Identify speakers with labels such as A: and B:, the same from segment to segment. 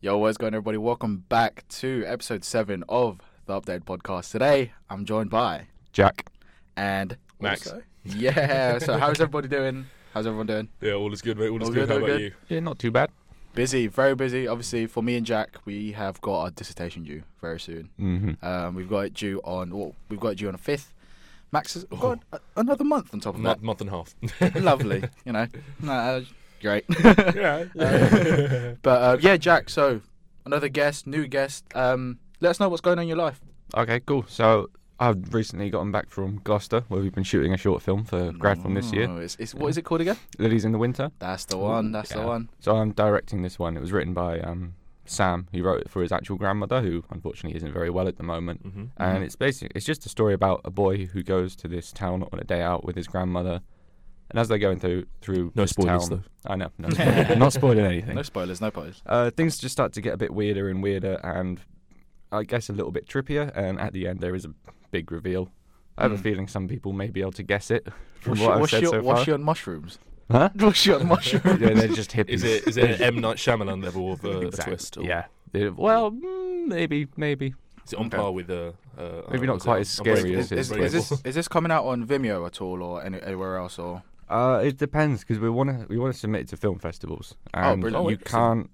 A: Yo, what's going, everybody? Welcome back to episode seven of the Updated Podcast. Today, I'm joined by
B: Jack.
A: and
C: Max.
A: Also- Yeah. So, how's everybody doing? How's everyone doing?
C: Yeah, all is good, mate. All is
A: All good,
C: good. How
A: all
C: about
A: good.
C: you?
B: Yeah, not too bad.
A: Busy, very busy. Obviously, for me and Jack, we have got our dissertation due very soon.
B: Mm-hmm.
A: Um, we've got it due on. Well, we've got it due on the fifth. Max has got a- another month on top of
C: Mo- month and a half.
A: that. Lovely, you know. Nah, uh, great.
C: yeah.
A: But uh, yeah, Jack. So another guest, new guest. Um, let us know what's going on in your life.
B: Okay, cool. So I've recently gotten back from Gloucester, where we've been shooting a short film for grad from this year,
A: Oh, It's, it's, what is it called again?
B: Lilies in the Winter.
A: That's the one. That's the
B: yeah.
A: one.
B: So I'm directing this one. It was written by um, Sam, who wrote it for his actual grandmother, who unfortunately isn't very well at the moment.
C: mm-hmm.
B: And it's basically it's just a story about a boy who goes to this town on a day out with his grandmother, and as they're going through through
C: No
B: this
C: spoilers,
B: town, I know, no spoilers, not spoiling anything.
A: No spoilers. No spoilers.
B: uh, things just start to get a bit weirder and weirder, and I guess a little bit trippier. And at the end, there is a big reveal. I have a
A: Hmm.
B: feeling some people may be able to guess it
A: What's
B: from what
A: your,
B: I've
A: what's
B: said
A: your,
B: so
A: what's
B: far.
A: your on mushrooms?
B: Huh?
A: What's your on mushrooms?
B: yeah, they're just hippies.
C: Is it is it an M Night Shyamalan level of uh,
B: Exact-
C: a twist? Or
B: Yeah. They- well, mm, maybe, maybe.
C: Is it on
A: Okay.
C: par with uh, uh
B: Maybe
C: uh,
B: not
C: was it
B: quite as
C: Unbreakable?
B: scary
A: is,
B: as
A: is,
B: Unbreakable.
A: is this is this coming out on Vimeo at all or any, anywhere else or?
B: Uh, it depends because we want to we want to submit it to film festivals, and
A: brilliant.
C: Oh,
B: you
C: interesting.
B: can't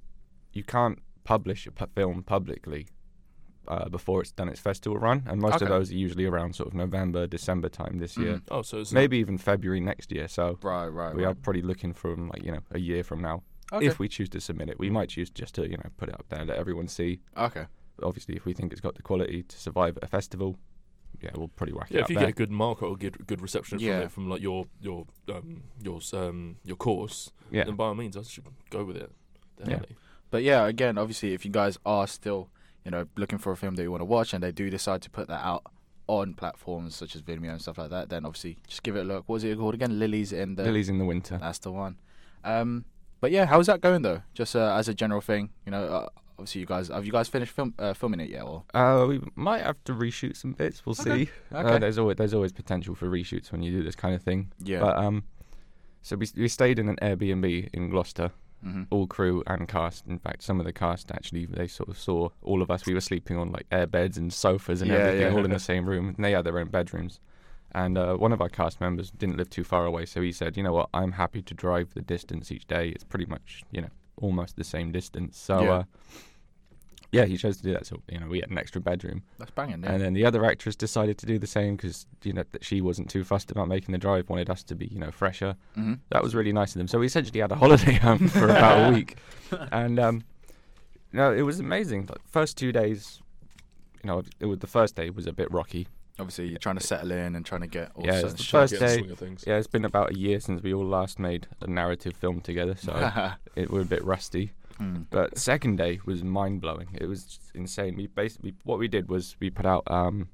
B: you can't publish a pu- film publicly uh, before it's done its festival run, and most
A: Okay.
B: of those are usually around sort of November, December time this year.
A: Mm.
C: Oh, so it's
B: maybe even February next year. So
A: Right, right.
B: we
A: Oh, right.
B: are probably looking from like you know a year from now.
A: okay.
B: If we choose to submit it, we might choose just to you know put it up there, let everyone see.
A: okay.
B: Obviously, if we think it's got the quality to survive at a festival, yeah, we'll probably whack
C: Yeah,
B: it up
C: if you
B: there.
C: get a good mark or good good reception
A: Yeah.
C: from it from like your your um your s- um your course,
B: yeah,
C: then by all means, I should go with it. Definitely.
A: But yeah, again, obviously, if you guys are still, you know, looking for a film that you want to watch, and they do decide to put that out on platforms such as Vimeo and stuff like that, then obviously just give it a look. What was it called again? Lilies in the.
B: Lilies in the winter.
A: That's the one. Um, but yeah, how's that going though? Just uh, as a general thing, you know. Uh, obviously, you guys have you guys finished film uh, filming it yet? Or
B: Uh, we might have to reshoot some bits. We'll see. Uh,
A: okay.
B: there's always there's always potential for reshoots when you do this kind of thing.
A: yeah.
B: But um, so we we stayed in an Airbnb in Gloucester,
C: Mm-hmm.
A: hmm
B: all crew and cast. In fact, some of the cast actually they sort of saw all of us. We were sleeping on like air beds and sofas and
A: Yeah,
B: everything,
A: yeah.
B: all in the same room. And they had their own bedrooms. And uh, one of our cast members didn't live too far away, so he said, "You know what? I'm happy to drive the distance each day. It's pretty much you know almost the same distance." So
A: Yeah.
B: yeah, uh, yeah he chose to do that. So you know we had an extra bedroom.
A: That's banging. Yeah.
B: And then the other actress decided to do the same because you know that she wasn't too fussed about making the drive, wanted us to be you know fresher.
A: Mhm.
B: That was really nice of them. So we essentially had a holiday home for about a week, and um, no, it was amazing. The first two days, you know, it was, the first day was a bit rocky.
A: Obviously, you're trying to settle in and trying to get all
B: Yeah,
A: certain
B: it's the
A: shit.
B: first
C: Get in the
B: day-
C: swing of things.
B: Yeah, it's been about a year since we all last made a narrative film together, so it were a bit rusty.
A: Mm.
B: But second day was mind blowing. It was just insane. We basically what we did was we put out um,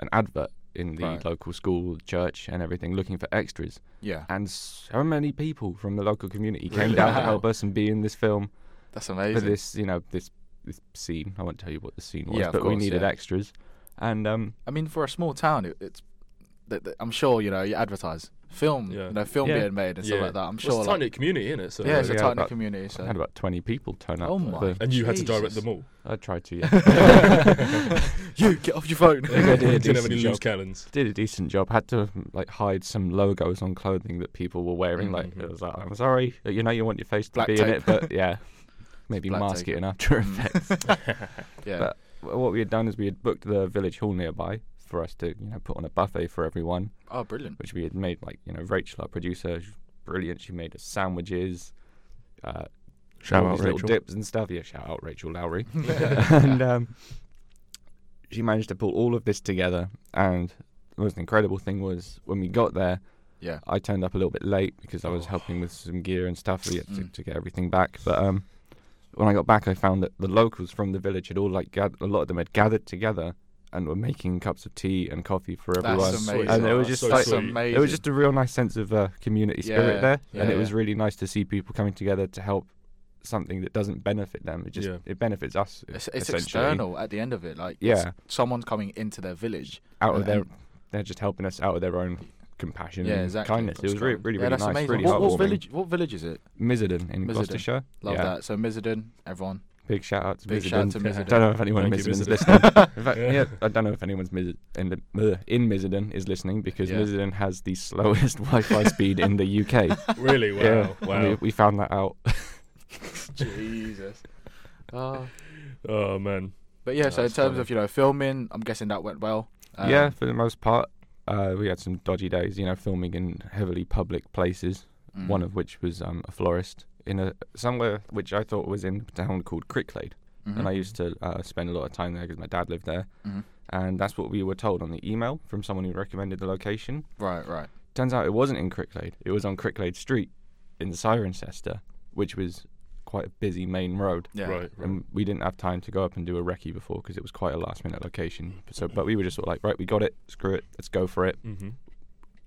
B: an advert in the
A: Right.
B: local school, church, and everything, looking for extras.
A: Yeah,
B: And so many people from the local community came
C: Really?
B: down to
A: Wow.
B: help us and be in this film
A: that's
B: for
A: amazing.
B: this, you know, this this scene. I won't tell you what the scene was,
A: Yeah, of
B: but we
A: course,
B: needed
A: yeah.
B: extras. And um,
A: I mean, for a small town, it, it's. Th- th- I'm sure you know you advertise film,
C: Yeah.
A: you know, film
B: Yeah.
A: being made and stuff
C: Yeah.
A: like that. I'm
C: Well,
A: sure.
C: it's a
A: like-
C: tiny community, isn't it? So uh,
A: yeah, it's a
B: Yeah,
A: tiny
B: about-
A: community.
B: I had
A: So
B: about twenty people turn up.
A: Oh
B: for
A: my.
B: the-
C: and you had to direct
A: Jesus.
C: them all.
B: I tried to. Yeah.
A: you get off your phone.
B: think I did a
C: You didn't have
B: decent
C: any
B: job.
C: loose cannons.
B: did a decent job. Had to like hide some logos on clothing that people were wearing. Like it
C: Mhm.
B: was like, I'm sorry, you know, you want your face to
A: Mm-hmm. Black
B: be in
A: tape.
B: it, but yeah, maybe
A: black
B: mask
A: tape.
B: it in After Effects.
A: yeah,
B: But- Wh- what we had done is we had booked the village hall nearby for us to you know put on a buffet for everyone,
A: oh, brilliant.
B: which we had made like you know Rachel, our producer, she's brilliant. She made us sandwiches. Uh, all these little dips and stuff. Yeah, shout out Rachel Lowry. and um, she managed to pull all of this together. And the most incredible thing was when we got there,
A: Yeah.
B: I turned up a little bit late because I was
C: Oh.
B: helping with some gear and stuff we had to,
A: Mm.
B: to get everything back. But um, when I got back, I found that the locals from the village had all like gath- a lot of them had gathered together and were making cups of tea and coffee for
A: That's
B: everyone.
A: amazing.
B: And it was
A: That's
B: just
A: so
B: like-
A: sweet.
C: it was
A: amazing.
B: It was just a real nice sense of uh, community spirit
A: Yeah,
B: there, and
A: yeah.
B: it was really nice to see people coming together to help something that doesn't benefit them. It just
C: Yeah.
B: it benefits us.
A: It's, it's
B: essentially.
A: external at the end of it. Like,
B: Yeah,
A: someone's coming into their village.
B: out of their
A: And-
B: they're just helping us out of their own compassion
A: Yeah,
B: and
A: exactly.
B: kindness. It was really really,
A: yeah,
B: really
A: that's
B: nice,
A: amazing.
B: really
A: what, what
B: heartwarming.
A: village? What village is it?
B: Mizzenden in
A: Mizzenden.
B: Gloucestershire.
A: Love
B: yeah.
A: that. So Mizzenden, everyone
B: Big shout out to
A: Big
B: Mizzy
A: shout out
B: Bin.
A: to Mizzy
B: I
A: Bin.
B: don't know if anyone in
C: Thank you,
B: Mizzy Bin's
C: Mizzy
B: listening. In fact, yeah, I don't know if anyone in, the- uh, in Mizzy is listening because
A: Yeah.
B: yeah. has the slowest Wi-Fi speed in the UK.
C: really? Wow.
B: Yeah, and
C: Wow.
B: We, we found that out.
A: Jesus. Uh,
C: Oh man.
A: but yeah, so in terms
C: That's funny.
A: of you know filming, I'm guessing that went well. Um,
B: yeah, for the most part, uh, we had some dodgy days. You know, filming in heavily public places.
A: mm.
B: One of which was um, a florist in a somewhere which I thought was in a town called Cricklade,
A: Mhm.
B: and I used to uh, spend a lot of time there because my dad lived there,
A: Mhm.
B: and that's what we were told on the email from someone who recommended the location.
A: right, right.
B: Turns out it wasn't in Cricklade. It was on Cricklade Street in Cirencester, which was quite a busy main road.
A: Yeah.
C: Right. Right.
B: And we didn't have time to go up and do a recce before because it was quite a last minute location. So, but we were just sort of like, right, we got it. Screw it. Let's go for it.
C: Mm-hmm.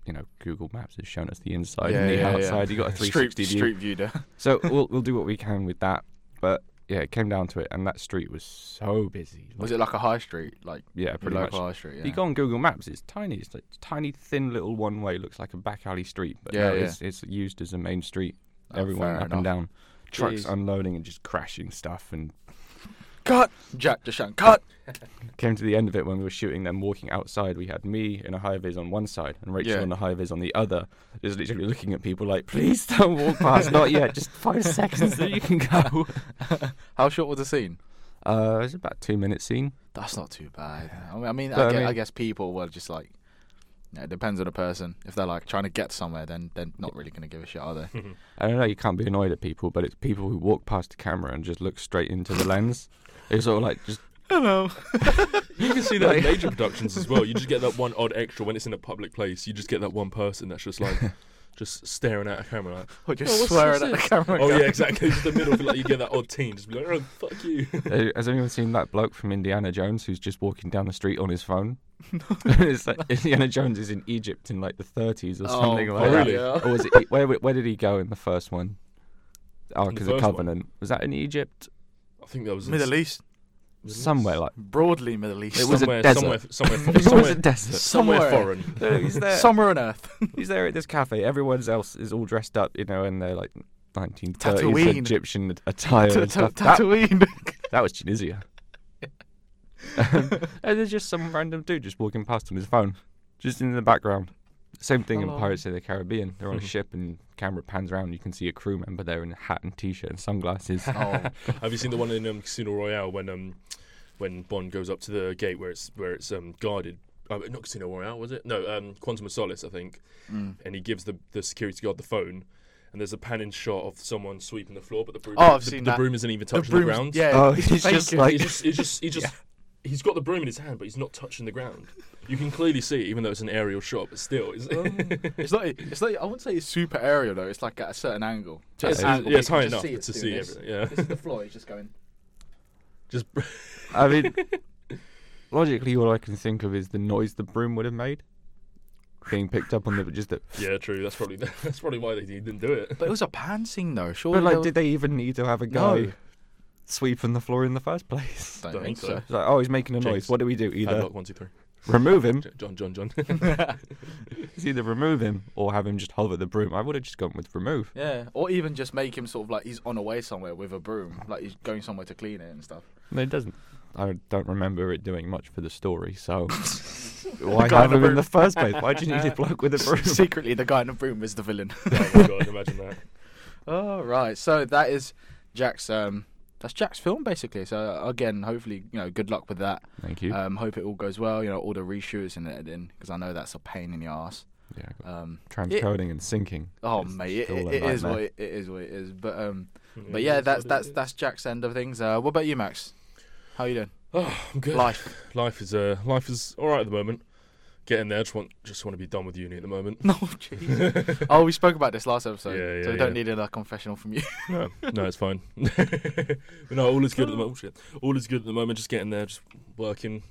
B: You know, Google Maps has shown us the inside
A: Yeah,
B: and the
A: yeah, yeah.
B: outside. You got a
A: Street
B: 360 view.
A: street view. there.
B: So we'll we'll do what we can with that. But yeah, it came down to it, and that street was so busy.
A: Was it like a high street, like
B: Yeah,
A: your
B: pretty much.
A: local high street? Yeah.
B: You go on Google Maps, it's tiny. It's like tiny, thin little one way. Looks like a back alley street, but
A: Yeah,
B: no,
A: yeah.
B: it's it's used as a main street.
A: Oh,
B: Everyone
A: fair
B: up and
A: enough.
B: down, trucks
A: Jeez.
B: unloading and just crashing stuff. And
A: Cut, Jack Deshan, cut.
B: came to the end of it when we were shooting them walking outside. We had me in a high vis on one side and Rachel
A: Yeah.
B: in a high vis on the other, just literally looking at people like, "Please don't walk past, not yet. Just five seconds so you can go."
A: How short was the scene?
B: Uh, it's about two minute scene.
A: That's not too bad. I mean, I, mean,
B: But
A: I,
B: I
A: guess, I
B: mean-
A: guess people were just like, you know, it depends on the person. If they're like trying to get somewhere, then they're not really going to give a shit, are they?
B: I don't know, you can't be annoyed at people, but it's people who walk past the camera and just look straight into the lens. It's sort of like just
A: Hello.
C: You can see that in
B: Like-
C: major productions as well. You just get that one odd extra when it's in a public place. You just get that one person that's just like, just staring at a camera. Like,
A: Or just
C: Oh, what's-
A: swearing
C: what's
A: at the
C: this?
A: camera.
C: oh
A: guy.
C: yeah, exactly. Just the middle, of, like you get that odd teen, just be like, oh fuck you.
B: Uh, Has anyone seen that bloke from Indiana Jones who's just walking down the street on his phone? it's like Indiana Jones is in Egypt in like the 30s or something like
C: oh,
B: that.
C: really?
B: Or was it E- where where did he go in the first one? Ark
C: the
B: of the
C: first one?
B: Covenant. Was that in Egypt?
C: I think that was
A: Middle East,
B: Somewhere like
A: broadly Middle East,
B: It was a
C: somewhere,
B: desert.
C: somewhere, somewhere,
B: it
C: fo-
B: was a
C: somewhere,
B: desert.
C: somewhere
A: Somewhere.
C: foreign.
B: he's there.
A: somewhere on Earth.
B: he's there at this cafe. Everyone else is all dressed up, you know, in their like 1930s
A: Tatooine.
B: Egyptian attire
A: Ta-
B: and
A: ta-
B: stuff. That
A: Tatooine.
B: That was Tunisia. um, and there's just some random dude just walking past on his phone, just in the background. Same thing
A: Hello.
B: in Pirates of the Caribbean. They're on a ship and camera pans around. You can see a crew member there in a hat and t-shirt and sunglasses.
A: oh,
C: Have you seen the one in um, Casino Royale when um, when Bond goes up to the gate where it's where it's um, guarded? Uh, not Casino Royale, was it? No, um, Quantum of Solace, I think.
A: Mm.
C: And he gives the, the security guard the phone, and there's a panning shot of someone sweeping the floor, but the broom,
A: Oh, I've
C: the,
A: seen
C: the
A: that.
C: broom isn't even
A: the
C: touching the,
A: broom.
C: ground.
A: Yeah,
B: Oh,
A: he's
B: he's just
A: faking.
B: like-
C: He just, he just, he just, he's got the broom in his hand, but he's not touching the ground. You can clearly see, it, even though it's an aerial shot, but still, it's,
A: Oh. It's not. It's not. I wouldn't say it's super aerial though. It's like at a certain angle.
C: it's-
A: Certain angle,
C: yeah,
A: but
C: it's
A: you can
C: high
A: just
C: enough
A: it's
C: to
A: doing
C: see
A: this.
C: everything. Yeah,
A: This is the floor. He's just going.
C: just
B: I mean, logically, all I can think of is the noise the broom would have made, being picked up on the just the.
C: yeah, true. That's probably that's probably why they didn't do it.
A: But it was a pan scene though. Surely.
B: But like,
A: there
B: did they even need to have a guy
A: No.
B: sweeping the floor in the first place?
A: was- don't
C: Don't
A: think
C: think
A: so.
B: It's like, oh, he's making a noise.
C: Jinx.
B: What do we do? Either
C: Padlock one two three.
B: remove him
C: John John John.
B: It's either remove him or have him just hover the broom. I would have just gone with remove.
A: Yeah, or even just make him sort of like he's on a way somewhere with a broom, like he's going somewhere to clean it and stuff.
B: No, it doesn't. I don't remember it doing much for the story, so
A: The
B: why
A: guy in
B: have
A: the
B: him
A: broom.
B: in the first place? Why do you need a bloke with a broom?
A: Secretly, the guy in the broom is the villain.
C: oh my god, imagine that.
A: oh right, so that is Jack's. Um, that's Jack's film basically. So uh, again, hopefully, you know, good luck with that.
B: Thank you.
A: Um, hope it all goes well. You know, all the reshoots and editing because I know that's a pain in the ass.
B: yeah, I got
A: Um, it-
B: transcoding and syncing.
A: oh
B: It's
A: mate, it,
B: still a
A: it, it is
B: nightmare.
A: what it, it is what it is. But um, but yeah, that's that's that's Jack's end of things. Uh, what about you, Max? How you doing?
C: Oh, I'm good. Life,
A: Life?
C: is uh, life is all right at the moment. Getting there. Just want just want to be done with uni at the moment.
A: No, jeez. oh, we spoke about this last episode,
C: Yeah,
A: so
C: yeah,
A: we don't
C: yeah.
A: need a confessional from you.
C: No, no, it's fine. but no, all is good at the moment. Oh, Shit. All is good at the moment. Just getting there. Just working.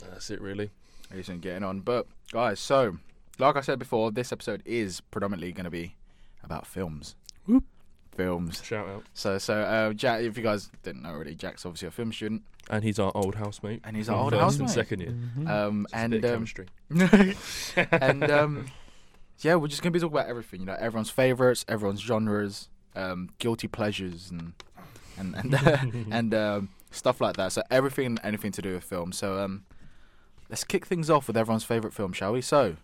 C: That's it, really.
A: I just ain't getting on. But guys, so like I said before, this episode is predominantly going to be about films.
B: Whoop.
A: Films.
C: Shout out.
A: So so uh, Jack, if you guys didn't know already, Jack's obviously a film student,
C: And he's our old housemate.
A: and he's
C: from
A: our old
C: first
A: housemate.
C: and second year.
B: Mm-hmm.
A: Um,
C: Hmm.
A: and
C: Just a bit of
A: um,
C: chemistry.
A: and um, yeah, we're just gonna be talking about everything. You know, everyone's favorites, everyone's genres, um, guilty pleasures, and and and and um, stuff like that. So everything and anything to do with film. So um, let's kick things off with everyone's favorite film, shall we? So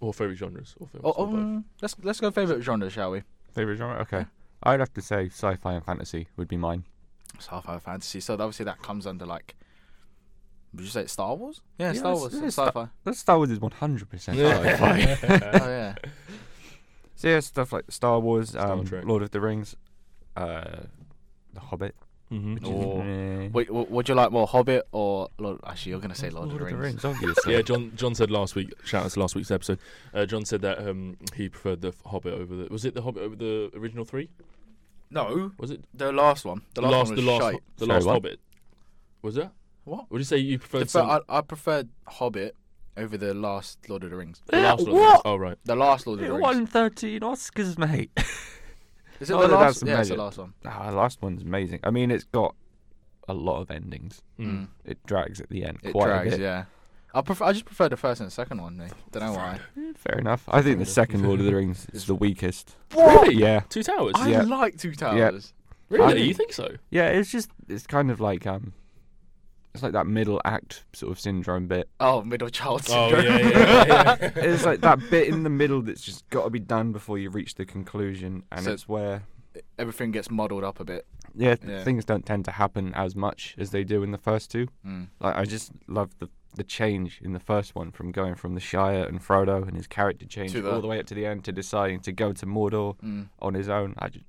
C: Or favourite genres. Or films.
A: oh,
C: or both.
A: um, let's let's go favorite genre, shall we?
B: Favorite genre? Okay. I'd have to say sci-fi and fantasy would be mine.
A: Sci-fi fantasy. So obviously that comes under like. Would you say it's Star Wars? Yeah,
B: Yeah,
A: Star
B: it's-
A: Wars.
B: yeah,
A: it's
B: it's Star-
A: sci-fi.
B: That Star Wars is 100% sci-fi.
A: oh yeah.
B: so yeah, stuff like Star Wars, um,
C: Trek.
B: Lord of the Rings, uh, The Hobbit.
C: Mhm.
B: which is-
A: Or-
B: eh.
A: Wait, wh- would you like more Hobbit or Lord? Actually, you're gonna say Lord, of the Rings.
B: obviously.
C: Yeah, John. John said last week. Shout out to last week's episode. Uh, John said that um, he preferred the Hobbit over the. Was it the Hobbit over the original three?
A: No,
C: Was it
A: the last one. The last, one
C: the
A: was
C: last,
A: shite.
C: the
B: Sorry,
C: last
B: what?
C: Hobbit? Was that?
A: What?
C: Would you say you preferred?
A: The fir- I, I preferred Hobbit over the last Lord of the Rings.
C: the last one?
B: What?
C: Oh right.
A: The last Lord of
B: It
A: the Rings.
B: won 13 Oscars, mate.
A: Is it
B: Oh,
A: the
B: no,
A: last?
B: that's
A: Yeah, it's the
B: amazing.
A: last one.
B: Ah, the last one's amazing. I mean, it's got a lot of endings.
A: Hmm,
C: Mm.
B: It drags at the end
A: It
B: quite
A: drags.
B: a bit.
A: Yeah. I prefer. I just prefer the first and the second one. Mate. Don't know why.
B: Yeah, Fair enough. I think the second Lord of the Rings is the weakest.
C: Really?
B: Yeah.
C: Two Towers.
A: I
B: Yeah.
A: like Two Towers.
C: Really?
B: I-
C: you think so?
B: Yeah, it's just, it's kind of like, um, it's like that middle act sort of syndrome bit.
A: Oh, middle child
C: Oh
A: syndrome.
C: yeah, yeah, yeah, yeah.
B: It's like that bit in the middle that's just got to be done before you reach the conclusion. And
A: So-
B: it's where,
A: Everything gets muddled up a bit.
B: yeah, th-
A: Yeah.
B: things don't tend to happen as much as they do in the first two.
A: Mm.
B: Like I just love the the change in the first one from going from the Shire and Frodo and his character change
A: To the-
B: all the way up to the end to deciding to go to Mordor
A: Mm.
B: on his own. I just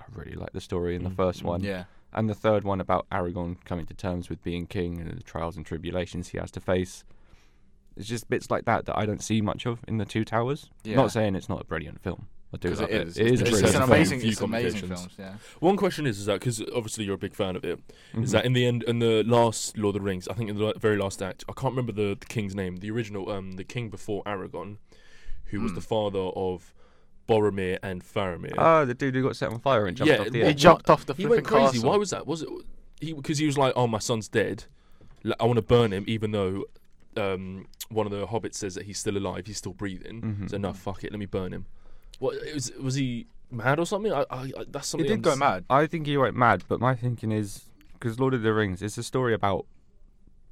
B: I really like the story in the
C: Mm,
B: first
C: mm,
B: one
A: Yeah.
B: and the third one about Aragorn coming to terms with being king and the trials and tribulations he has to face. It's just bits like that that I don't see much of in the Two Towers.
A: Yeah.
B: Not saying it's not a brilliant film. I do
A: Because
B: love
A: it is.
B: It is a
A: It's,
B: brilliant
A: it's an
B: film.
A: amazing.
C: Few
A: It's amazing films.
C: complications.
A: Yeah.
C: One question is, is that because obviously you're a big fan of it? Is
B: Mhm.
C: that in the end, in the last Lord of the Rings, I think in the la- very last act, I can't remember the, the king's name, the original, um, the king before Aragon, who was
A: Hmm.
C: the father of Boromir and Faramir.
B: Oh, the dude who got set on fire and jumped
C: Yeah,
B: off the
C: well,
A: He
B: edge.
A: jumped off the
C: he went
A: flipping
C: crazy.
A: castle.
C: Why was that? Was it he? Because he was like, "Oh, my son's dead. L- I want to burn him," even though um, one of the hobbits says that he's still alive, he's still breathing.
B: Mhm.
C: So no, fuck it, let me burn him. What it was? Was he mad or something? I, I, I- that's
A: He
C: something.
A: did
C: I'm
A: go
C: s-
A: mad.
B: I think he went mad, but my thinking is because Lord of the Rings is a story about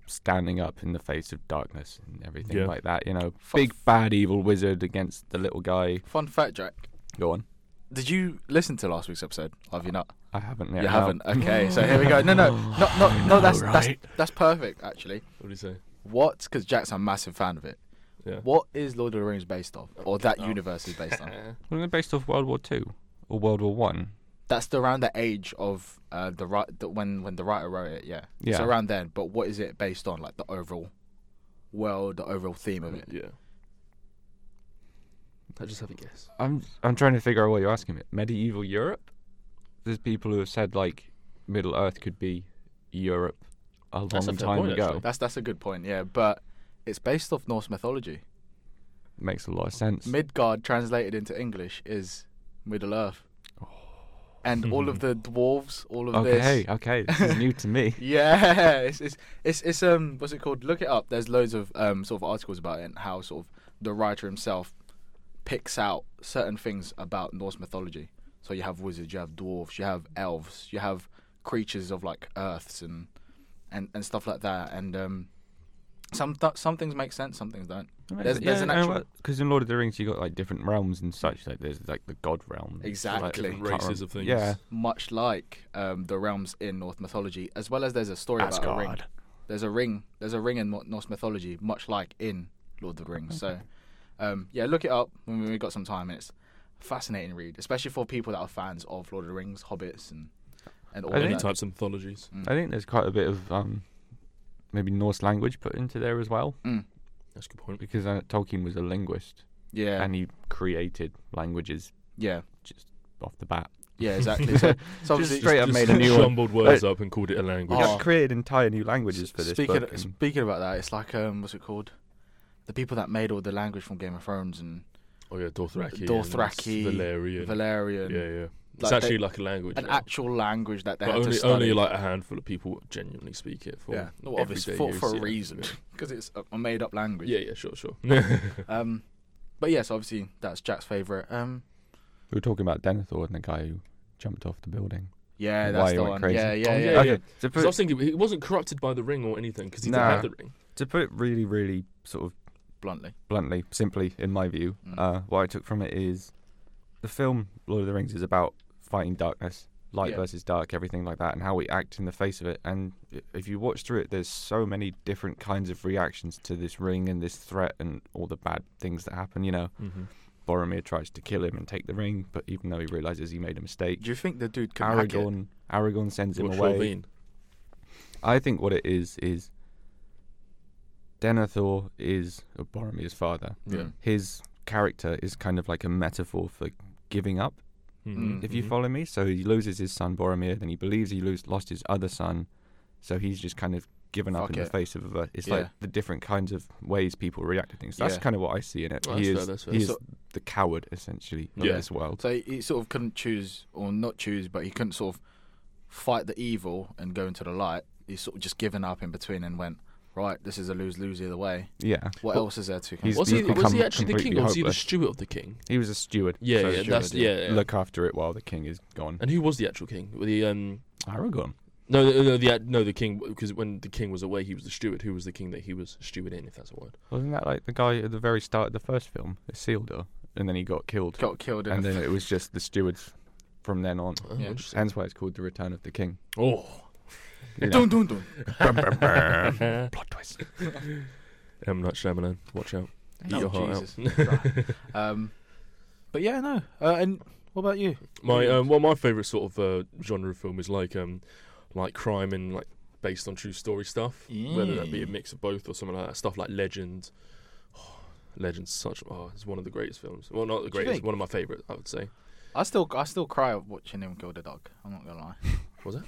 B: standing up in the face of darkness and everything
C: Yeah.
B: like that. You know, big bad evil wizard against the little guy.
A: Fun fact, Jack.
B: Go on.
A: Did you listen to last week's episode? Have you not?
B: I haven't. Yet,
A: You
B: no.
A: haven't. Okay, so here we go. No, no, no, no, no. That's that's
B: right?
A: that's perfect actually.
C: What did he say?
A: What? Because Jack's a massive fan of it.
C: Yeah.
A: What is Lord of the Rings based off, or that
C: Oh.
A: universe is based on?
B: Wasn't it based off World War Two or World War One?
A: That's the, around the age of uh, the right the, when when the writer wrote it. Yeah. It's
B: Yeah.
A: around then. But what is it based on? Like the overall world, the overall theme of it.
C: Yeah. I just have a guess.
B: I'm I'm trying to figure out what you're asking me. Medieval Europe. There's people who have said like Middle Earth could be Europe a long
C: That's a fair
B: time
C: point,
B: ago.
C: actually.
A: That's that's a good point. Yeah, but it's based off Norse mythology.
B: Makes a lot of sense.
A: Midgard translated into English is Middle Earth. And all of the dwarves, all of this.
B: okay, okay, this is new to me.
A: Yeah, it's, it's it's it's um what's it called? Look it up. There's loads of um sort of articles about it and how sort of the writer himself picks out certain things about Norse mythology. So you have wizards, you have dwarves, you have elves, you have creatures of like earths and and, and stuff like that. And um some th- some things make sense, some things don't. There's- there's an actual-
B: because in Lord of the Rings you got like different realms and such. Like there's like the god realm. and stuff like-
A: Exactly.
B: can't
C: Races
B: remember-
C: of things.
B: Yeah,
A: Much like um the realms in Norse mythology, as well as there's a story about a ring.
B: Asgard.
A: there's a ring there's a ring in Mo- Norse mythology much like in Lord of the Rings so um, yeah look it up when we- we've got some time and it's a fascinating read especially for people that are fans of Lord of the Rings Hobbits and and all
B: I
A: of
C: Any
B: think-
A: that
C: types of mythologies.
B: I think there's quite a bit of um, maybe Norse language put into there as well
A: Mm.
C: That's a good point.
B: because uh, Tolkien was a linguist
A: yeah
B: and he created languages
A: yeah
B: just off the bat.
A: yeah exactly so, so
B: Just
A: obviously
B: straight up
C: Just
B: made a new one.
C: jumbled words up and called it a
B: We
C: language.
A: Oh.
B: have created entire new languages for this
A: speaking
B: book. and-
A: speaking about that it's like um what's it called the people that made all the language from Game of Thrones and
C: Oh yeah, Dothraki. and
A: Dothraki,
C: Valerian.
A: Valerian
C: Yeah, yeah. It's
A: Like,
C: actually
A: they-
C: like a language.
A: an
C: now.
A: actual language that they
C: But
A: had to
C: only,
A: study
C: only like a handful of people genuinely speak it for.
A: yeah no obviously
C: everyday
A: for, for
C: use,
A: a
C: yeah.
A: reason because it's a- a made up language
C: Yeah, yeah, sure, sure.
A: Um, but yes, obviously that's Jack's favorite. Um,
B: we were talking about Denethor and the guy who jumped off the building.
A: Yeah,
B: Why
A: that's
B: he
A: the
B: went
A: one.
B: crazy.
A: Yeah, yeah,
C: Oh,
A: yeah.
C: yeah,
A: yeah.
B: okay, to
C: Because
B: put
C: I was thinking he wasn't corrupted by the ring or anything because he
B: Nah.
C: didn't have the ring.
B: to put it really, really sort of
A: Bluntly.
B: bluntly, simply, in my view,
A: Mm.
B: uh, what I took from it is the film Lord of the Rings is about fighting darkness, light
A: Yeah.
B: versus dark, everything like that, and how we act in the face of it. And i- if you watch through it, there's so many different kinds of reactions to this ring and this threat and all the bad things that happen. You know,
C: Mm-hmm.
B: Boromir tries to kill him and take the ring, but even though he realizes he made a mistake,
A: Do you think the dude can hack it?
B: Aragorn Aragorn sends him away. I think what it is is Denethor is oh, Boromir's father.
C: Yeah.
B: His character is kind of like a metaphor for giving up,
C: Mm-hmm.
A: Mm.
B: if you follow me. So he loses his son Boromir, then he believes he lose, lost his other son, so he's just kind of given up
A: Fuck
B: in the
A: it.
B: face of a, it's
A: Yeah.
B: like the different kinds of ways people react to things. That's
A: Yeah.
B: kind of what I see in it.
C: Well,
B: he
C: that's
B: is
C: fair, that's fair.
B: he is
A: So-
B: the coward essentially of
C: Yeah.
B: this world.
A: So he, he sort of couldn't choose, or not choose, but he couldn't sort of fight the evil and go into the light. He sort of just given up in between and went, right, this is a lose lose either way.
B: Yeah,
A: What
C: Well,
A: else is there to
B: he's-
C: was
B: he's
C: he was
B: become
C: he actually the king
B: completely
C: or was he the
B: hopeless.
C: steward of the king?
B: he was a steward.
C: Yeah,
B: so
C: yeah,
B: steward,
C: that's yeah. yeah.
B: Look after it while the king is gone.
C: And who was the actual king? The um
B: Aragorn.
C: no no no, the act- no the king because when the king was away he was the steward. Who was the king that he was steward in? If that's a word.
B: Wasn't that like the guy at the very start of the first film, Isildur, and then he got killed,
A: Got killed in
B: and
A: a
B: then it was just the stewards from then on.
C: Oh,
A: Yeah.
C: interesting.
B: Hence why it's called the Return of the King.
C: Oh.
B: You know.
A: Dun, dun, dun.
B: Plot twist.
C: M Night Shyamalan, watch out! Eat
A: Oh,
C: your heart out.
A: Jesus. um, but yeah, no. Uh, and what about you?
C: My
A: Yeah.
C: um, well, my favorite sort of uh, genre of film is like um, like crime and like based on true story stuff. Whether that be a
A: Yeah.
C: mix of both or something like that. Stuff like Legend. Legend's such oh, it's one of the greatest films. Well, not the
A: Do you
C: greatest,
A: think?
C: one of my favorite, I would say.
A: I still, I still cry watching him kill the dog. I'm not gonna lie.
C: Was it?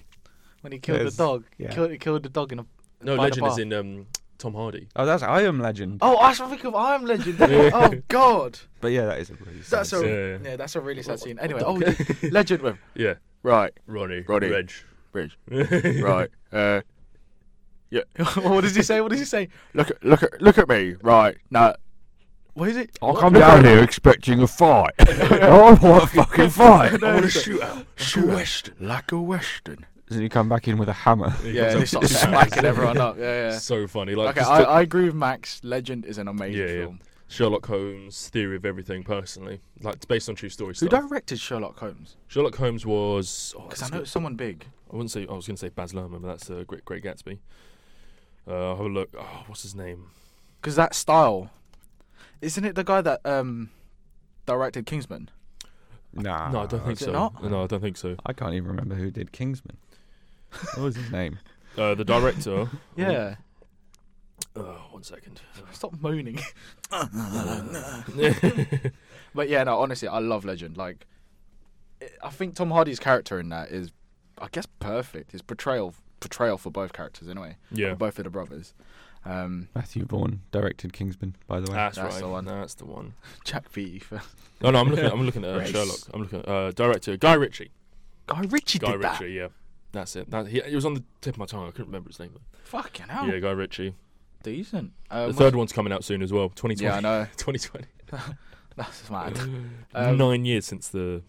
A: When he killed
B: There's-
A: the dog,
B: yeah.
A: killed, he killed the dog in a.
C: No,
A: by the
C: Legend is
A: bar.
C: in um, Tom Hardy.
B: Oh, that's I Am Legend.
A: Oh, I should think of I Am Legend. oh God,
B: But yeah, that is a really
A: that's
B: sad
A: a
B: scene.
C: Yeah.
A: yeah, that's a really sad scene. Anyway, oh, Legend with
C: Yeah,
A: right
C: Ronnie.
A: Ronnie.
C: Reg.
A: bridge, right. Uh, yeah. what does he say? What does he say? Look, at, look at, look at me. Right now, what is it?
D: I'll come down here expecting a fight. I want a fucking fight.
A: No, it's-
C: shoot out.
A: Shoot west like a western.
B: And you come back in with a hammer.
A: Yeah, and he starts smacking everyone up. Yeah, yeah.
C: So funny. Like
A: Okay,
C: just
A: I,
C: the-
A: I agree with Max. Legend is an amazing
C: Yeah, yeah.
A: film.
C: Sherlock Holmes' theory of everything. Personally, like it's based on true story
A: Who
C: stuff.
A: directed Sherlock Holmes?
C: Sherlock Holmes was. oh,
A: Because I
C: that's
A: know
C: good.
A: it's someone big.
C: I wouldn't say I was going to say Baz Luhrmann, but that's uh, Great Great Gatsby. Uh, I'll have a look. Oh, what's his name?
A: Because that style, isn't it the guy that um directed Kingsman?
B: Nah.
C: no, I don't think
A: Ah, is it
C: so.
A: not?
C: No, I don't think so.
B: I can't even remember who did Kingsman. What was his name?
C: Uh, the director.
A: Yeah.
C: uh, one second.
A: Stop moaning.
C: yeah,
A: but yeah, no. Honestly, I love Legend. Like, it- I think Tom Hardy's character in that is, I guess, perfect. His portrayal portrayal for both characters anyway. For both of the brothers. Um,
B: Matthew Vaughn directed Kingsman, by the way.
C: that's,
A: That's
C: right.
A: the one.
C: That's the one.
A: Jack P. for
C: No, no, I'm looking. At, I'm looking at uh,
A: Race.
C: Sherlock. I'm looking at uh, director Guy Ritchie.
A: Guy Ritchie
C: Guy
A: did
C: Ritchie. Yeah, that's it. That, he, it was on the tip of my tongue. I couldn't remember his name.
A: that. Fucking hell.
C: Yeah, Guy Ritchie.
A: Decent. Um,
C: The third one's coming out soon as well. 2020.
A: Yeah, I know.
C: 2020.
A: That's mad. Um,
C: Nine years since the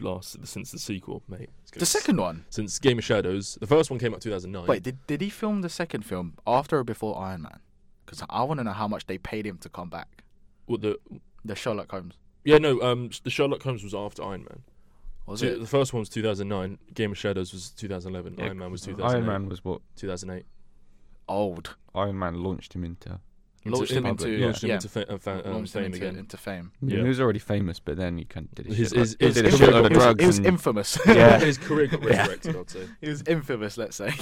C: last since the sequel, mate. It's gonna
A: The second one.
C: since Game of Shadows. The first one came out 2009.
A: Wait, did did he film the second film after or before Iron Man? Because I want to know how much they paid him to come back.
C: What the?
A: The Sherlock Holmes
C: Yeah, no. Um, the Sherlock Holmes was after Iron Man.
A: was
C: Two-
A: it?
C: The first one was 2009. Game of Shadows was 2011.
B: Yeah,
C: Iron Man was 2008.
B: Iron Man was what
C: 2008.
A: Old.
B: Iron Man launched him into.
C: Into-
A: Launched him
C: in-
A: into
B: yeah.
C: launched him
A: yeah.
C: into fa- uh, fa- um,
A: Launched him
C: fame
A: into,
C: again.
A: into fame.
B: I mean,
C: Yeah.
B: He was already famous, but then he kind of did his,
C: His-
B: shit.
C: his-
B: he
C: his-
B: did a
C: his-
B: shitload of
A: He was,
B: drugs.
A: he was
B: and-
A: infamous.
B: Yeah.
C: His career got resurrected. I'd say.
A: he was infamous. Let's say.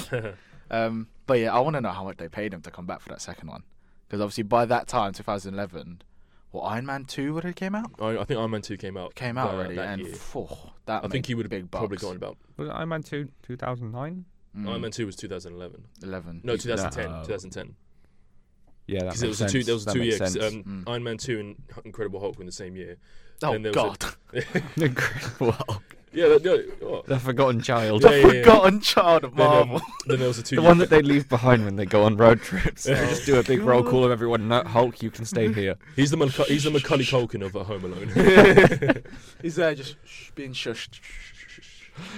A: Um, but yeah, I want to know how much they paid him to come back for that second one. Because obviously by that time, 2011, well, Iron Man two when it came out,
C: I, I think Iron Man 2 came out.
A: came out
C: uh,
A: already,
C: that
A: and
C: year.
A: phew, that
C: I think he would
A: big
C: have probably
A: bucks.
C: gone about.
B: Was it Iron Man 2 2009?
A: Mm,
C: Iron Man 2 was 2011.
A: eleven.
C: No, 2010.
B: No.
C: 2010.
B: Yeah, that makes
C: Because it was
B: sense.
C: a two. There was a
B: that
C: two
B: makes
C: year. 'cause,
B: sense.
C: Um,
A: Mm.
C: Iron Man 2 and Incredible Hulk were in the same year.
A: Oh
C: then there was a-
A: God,
B: Incredible.
C: Yeah, that, no, what?
B: the forgotten child.
C: Yeah, yeah, yeah.
A: forgotten child of
C: Then, um,
A: Marvel.
C: then there was a two.
B: The one that they leave behind when they go on road trips.
C: Oh,
B: They just do a big roll
A: God.
B: call of everyone. No, Hulk, you can stay here.
C: He's the Maca- he's the Macaulay Culkin of uh, Home Alone.
A: He's there just sh- being shushed.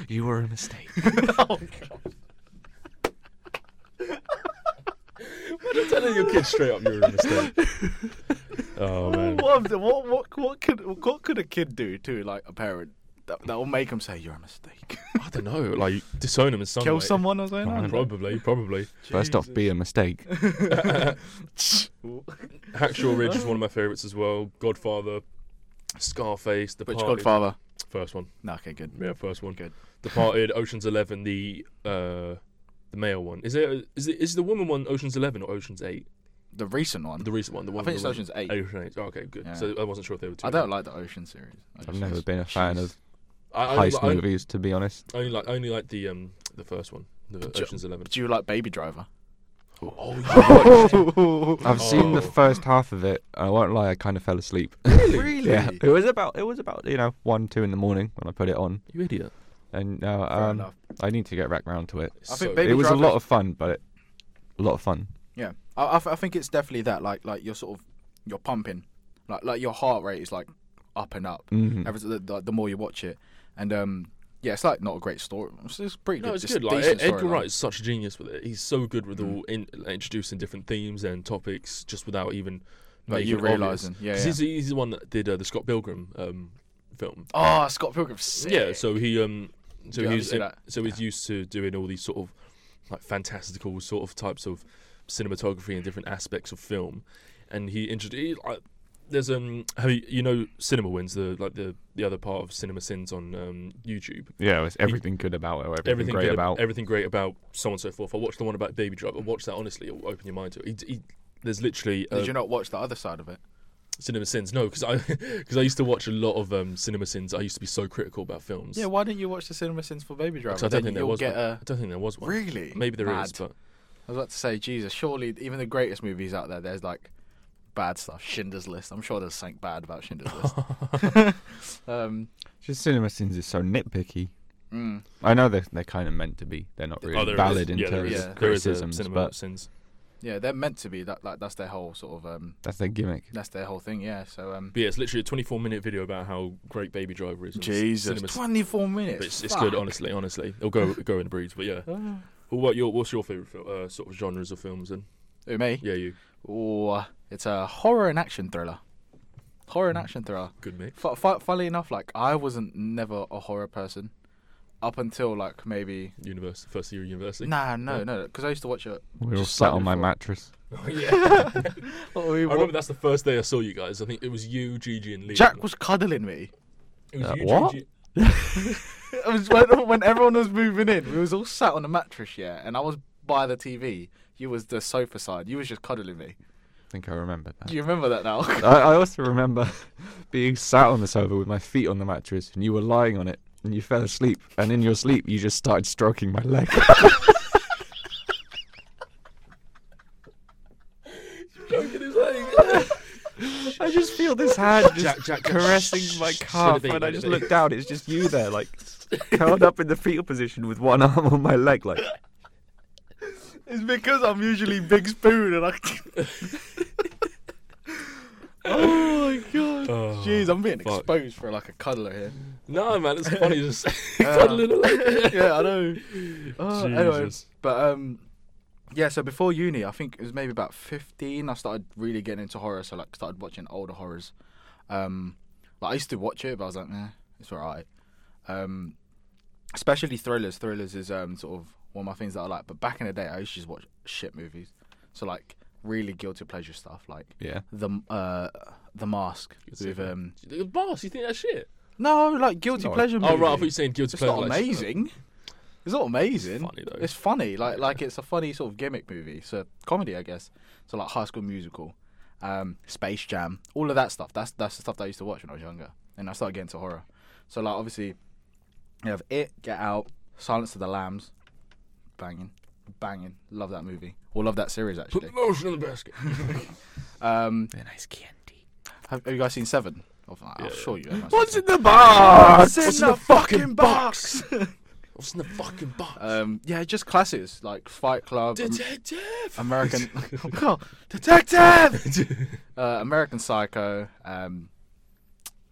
B: You were a mistake.
A: Oh,
C: Telling your kids straight up you're a mistake. oh man.
A: What, what, what, what could what could a kid do to like a parent that that will make them say you're a mistake,
C: I don't know. Like disown him in some
A: kill
C: way.
A: someone or something? I don't know.
C: Probably, probably.
B: First off, be a mistake.
C: Hacksaw Ridge is one of my favourites as well. Godfather, Scarface, The
A: Which
C: Party.
A: Godfather?
C: First one.
A: No, okay, good.
C: Yeah, first one.
A: Good.
C: Departed, Ocean's Eleven, the uh, the male one. Is it is it is the woman one Ocean's Eleven or Ocean's Eight?
A: The recent one.
C: The recent one. The one.
A: I think it's
C: with
A: Ocean's
C: the
A: Eight.
C: woman. Ocean Eight. Oh, okay, good.
A: Yeah.
C: So I wasn't sure if they were two.
A: I don't like the Ocean series. I
B: I've
A: just-
B: never been a fan of
C: I, I,
B: heist
C: I, I
B: movies, to be honest.
C: only like I only like the um the first one, the
A: Ju-
C: Ocean's Eleven.
A: Do you like Baby Driver?
C: Oh, you
B: I've seen the
C: Oh.
B: first half of it. and I won't lie, I kind of fell asleep.
A: really?
B: yeah, it was about it was about you know one two in the morning when I put it on,
C: you idiot.
B: and now
A: Fair
B: um,
A: enough.
B: I need to get back round to it.
A: I think
C: So-
A: Baby
B: it was a
A: Driver-
B: lot of fun, but it, a lot of fun.
A: Yeah, I, I, th- I think it's definitely that. Like, like you're sort of you're pumping, like, like your heart rate is like up and up.
B: Mhm.
A: Every, the, the, the more you watch it, and um, yeah, it's like not a great story. It's, it's pretty
C: No,
A: good.
C: it's
A: just
C: good. Like Ed-
A: decent
C: Edgar
A: storyline. Mm.
C: Wright is such a genius with it. He's so good with all in, like, introducing different themes and topics just without even
A: Like,
C: making
A: you
C: it obvious.
A: realising. Yeah,
C: 'Cause
A: yeah.
C: He's, he's the one that did uh, the Scott Pilgrim um, film.
A: Oh, Scott Pilgrim's sick.
C: Yeah, so he um, so
A: Yeah, I
C: he's
A: see that.
C: so he's used to doing all these sort of like fantastical sort of types of cinematography and different aspects of film, and he introduced. Like, there's um, have you, you know, Cinema Wins the like the the other part of Cinema Sins on um, YouTube
B: Yeah, it was everything good about it. or Everything,
C: everything
B: great
C: good,
B: about.
C: everything great about so on and so forth. I watched the one about Baby Driver. Watch that honestly. It'll open your mind to it. He, he, there's literally uh,
A: Did you not watch the other side of it?
C: Cinema Sins. No, because I because I used to watch a lot of um, Cinema Sins. I used to be so critical about films.
A: Yeah, why didn't you watch the Cinema Sins for Baby Driver?
C: So I
A: Then
C: don't think there
A: you'll
C: was.
A: get
C: one.
A: a-
C: I don't think there was one.
A: Really?
C: Maybe there is,
A: Mad.
C: but
A: I was about to say, Jesus, surely even the greatest movies out there, there's like bad stuff. Schindler's List. I'm sure there's something bad about Schindler's List. um,
B: Just cinema sins is so nitpicky.
A: mm,
B: I know they're they're kind of meant to be. They're not really
C: oh, there
B: valid
C: is.
B: in
C: yeah, there
B: terms
C: is.
A: yeah.
B: of
C: There is a
B: criticisms,
C: Cinema
B: but
C: Sins.
A: yeah, they're meant to be that. Like that's their whole sort of. Um,
B: that's their gimmick.
A: that's their whole thing. Yeah. So. Um,
C: But yeah, it's literally a 24 minute video about how great Baby Driver is. on Cinema Sins.
A: 24 minutes.
C: But it's, it's good, honestly. Honestly, it'll go go in the breeze. But yeah, well, what your what's your favorite fil- uh, sort of genres of films? And
A: Who me?
C: yeah, you
A: Or it's a horror and action thriller. Horror
C: Hmm.
A: and action thriller.
C: good mate.
A: F- f- funnily enough, like I wasn't never a horror person, up until like maybe.
C: University, first year of university.
A: Nah, no, no, because I used to watch it.
B: We all
A: Just
B: sat
A: slightly
B: on my
A: before.
B: mattress.
C: yeah.
A: What were we
C: I remember
A: wa-
C: that's the first day I saw you guys. I think it was you, Gigi, and Lee.
A: Jack was cuddling me.
C: It was
B: Uh,
C: you,
B: what?
C: Gigi-
A: It was when, when everyone was moving in, we was all sat on a mattress, yeah, and I was by the TV. You was the sofa side. You was just cuddling me.
B: I think I remember that.
A: Do you remember that now?
B: I, I also remember being sat on the sofa with my feet on the mattress, and you were lying on it, and you fell asleep, and in your sleep you just started stroking my leg.
C: Look at his leg.
B: I just feel this hand just
C: Jack, Jack, Jack, shh,
B: caressing my
C: shh,
B: calf,
C: should have
B: and
C: been,
B: I just
C: should have
B: look down. It's just you there, like curled up in the fetal position with one arm on my leg, like.
A: It's because I'm usually big spoon and I. oh my god!
C: Oh,
A: Jeez, I'm being
C: fuck.
A: exposed for like a cuddler here.
C: no, man, it's funny.
A: Uh.
C: Just
A: cuddling yeah, I know. Oh, anyway,
C: Jesus.
A: but um, yeah. So before uni, I think it was maybe about 15. I started really getting into horror. So like, started watching older horrors. Um, like I used to watch it, but I was like, nah, it's alright. Um, especially thrillers. Thrillers is um sort of one of my things that I like. But back in the day, I used to just watch shit movies. So like really guilty pleasure stuff, like
B: Yeah.
A: the uh the mask with um
C: boss, you think that's shit?
A: no like guilty
B: not-
A: pleasure.
C: Oh right, I thought
A: movie.
C: you were saying guilty
A: It's
C: pleasure.
A: not
C: like,
A: amazing. It's not amazing.
C: It's funny, though.
A: It's funny, like like it's a funny sort of gimmick movie. It's a comedy, I guess. So like High School Musical, um, Space Jam, all of that stuff. That's that's the stuff that I used to watch when I was younger, and I started getting into horror. So like obviously, you have It, Get Out, Silence of the Lambs, banging, banging. Love that movie. Or love that series
C: Put
A: actually.
C: the motion in the basket.
A: Um, Have, have you guys seen Seven? Oh, I'm sure you. have.
B: What's in the box?
A: in the fucking box?
C: What's in the fucking box?
A: um, yeah, just classics like Fight Club. um,
C: Detective.
A: American Oh, Detective, uh, American Psycho, um,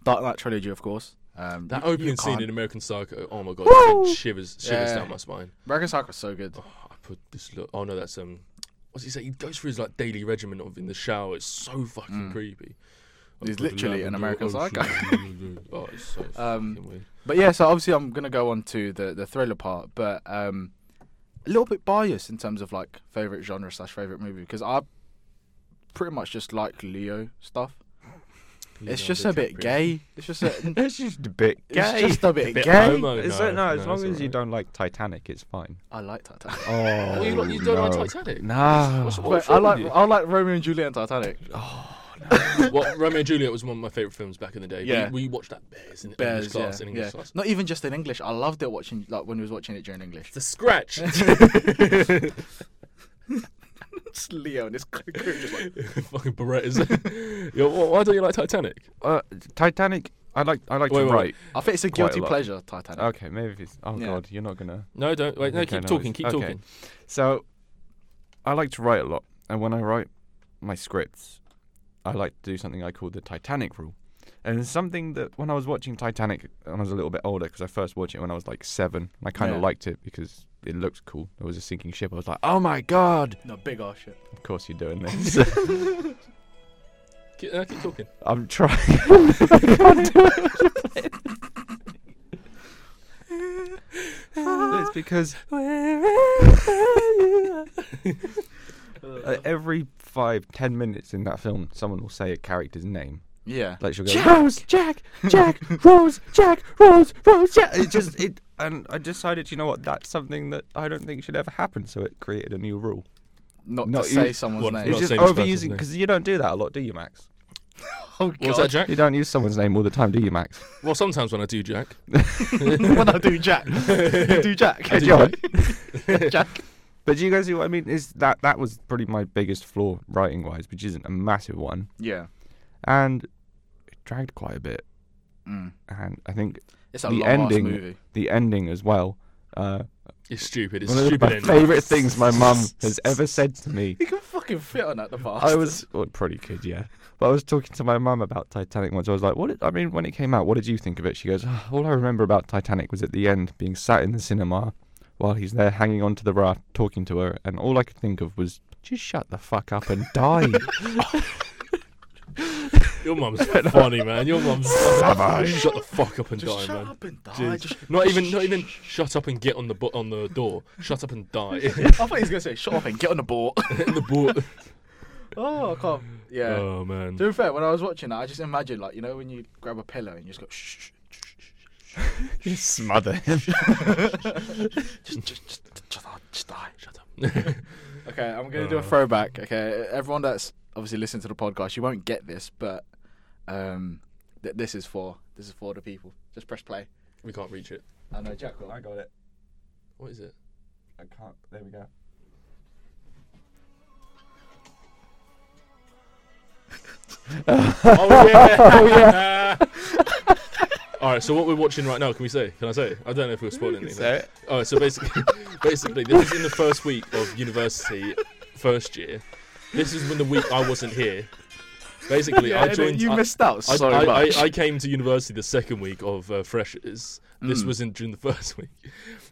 A: Dark Knight trilogy, of course, Um,
C: That
A: you- you
C: opening scene
A: can't-
C: in American Psycho. Oh my god, it sent shivers shivers
A: Yeah.
C: down my spine.
A: American Psycho was so good.
C: Oh, I put this look. Oh no, that's um. What's he say? He goes through his like daily regimen of in the shower. It's so fucking creepy. I
A: He's
C: put the
A: Mm. literally an American
C: lavender ocean- oh, it's so
A: Um,
C: fucking weird.
A: But yeah, so obviously I'm gonna go on to the the thriller part, but um, a little bit biased in terms of like favorite genre slash favorite movie because I pretty much just like Leo stuff. it's
C: Leonardo
A: just a bit
C: DiCaprio.
A: gay. It's just a,
B: It's just a bit
A: it's just a bit
C: bit
A: gay.
C: homo.
B: It's
C: No,
B: like- no, as
C: no,
B: long as
C: it's
B: you
C: alright.
B: don't like Titanic, it's fine.
A: I like Titanic.
B: Oh,
C: Well, you, like- you don't like Titanic.
B: No.
C: What's- what's
A: Wait, I
C: wrong with
A: like I like Romeo and Juliet and Titanic.
C: you? well, Romeo and Juliet was one of my favorite films back in the day.
A: Yeah.
C: we, we watched that bears in
A: Bears,
C: English class.
A: yeah,
C: in English
A: yeah.
C: class.
A: Not even just in English. I loved it watching like when we was watching it during English.
C: The scratch.
A: It's Leo and it's just like
C: Fucking Berettas. Yo, wh- why don't you like Titanic?
B: Uh, Titanic. I like. I like
C: Wait,
B: to
C: wait,
B: write.
A: I think it's a
B: Quite a
A: guilty
B: lot.
A: pleasure, Titanic.
B: Okay, maybe it's. Oh
A: Yeah.
B: God, you're not gonna.
C: No, don't. Wait, no,
B: Okay,
C: keep
B: no,
C: talking.
B: it's-
C: Keep
B: okay.
C: talking.
B: So, I like to write a lot, and when I write my scripts, I like to do something I call the Titanic rule. And it's something that when I was watching Titanic, when I was a little bit older, because I first watched it when I was like seven, and I kind of
A: Yeah.
B: liked it because it looked cool. It was a sinking ship. I was like, oh my god!
A: No big ass shit.
B: Of course you're doing this.
C: Keep, uh, keep talking.
B: I'm trying. it's because uh, every five, ten minutes in that film, someone will say a character's name.
A: Yeah.
B: Like she'll go,
D: Jack!
B: Rose, Jack, Jack, Rose, Jack, Rose, Rose, Jack. It just it, and I decided, you know what? That's something that I don't think should ever happen. So it created a new rule.
A: Not,
B: Not
A: to
B: you-
A: say someone's
C: What-
A: name.
C: not
B: It's just
C: saying it's bad, isn't
B: overusing
C: it?
B: because you don't do that a lot, do you, Max?
A: Oh
C: What was that, Jack?
B: You don't use someone's name all the time, do you, Max?
C: Well, sometimes when I do, Jack.
A: when I do Jack. You do Jack.
B: do John.
A: Jack.
B: But do you guys see what I mean? Is that that was probably my biggest flaw writing wise, which isn't a massive one,
A: Yeah.
B: and it dragged quite a bit.
A: Mm.
B: And I think
A: It's a
B: The
A: long ass
B: ending-
A: movie.
B: the ending as well. Uh,
C: It's stupid. It's
B: one of the-
C: stupid.
B: my
C: ending.
B: favorite things my mum has ever said to me.
A: You can fucking fit on that the past.
B: I was well, probably could, yeah. But I was talking to my mum about Titanic once. I was like, "What? Did, I mean, when it came out, what did you think of it?" She goes, "Ah, "All I remember about Titanic was at the end, being sat in the cinema while he's there hanging onto the raft, talking to her, and all I could think of was." Just shut the fuck up and die.
C: Your mum's funny, man. Your mum's Shut the fuck up and
A: just
C: die,
A: shut
C: man.
A: up and die.
C: Jeez.
A: Just,
C: Not even, not even. Shut up and get on the bo- on the door. Shut up and die.
A: I thought he was gonna say shut up and get on the board.
C: In the board.
A: oh, I can't.
B: Uh,
A: Yeah.
C: Oh man.
A: To be fair, when I was watching that, I just imagined like you know when you grab a pillow and you just go shh, shh, shh, shh,
B: Just smother him.
A: just just just just, just die.
C: Shut up.
A: Okay, I'm gonna do a throwback. Okay, everyone that's obviously listening to the podcast, you won't get this, but um, th- this is for this is for the people. Just press play.
C: we can't reach it.
A: I know Jack will.
B: I got it.
C: What is it?
B: I can't. There we go.
C: Oh yeah. oh yeah. All right. So what we're watching right now? Can we say? Can I say? I don't know if we're spoiling anything. All right. So basically, basically, this is in the first week of university, first year. This is when the week I wasn't here. Basically, I joined.
A: you
C: I-
A: missed out
C: I,
A: so
C: I,
A: much.
C: I, I came to university the second week of uh, freshers.
A: Mm.
C: This was in during the first week,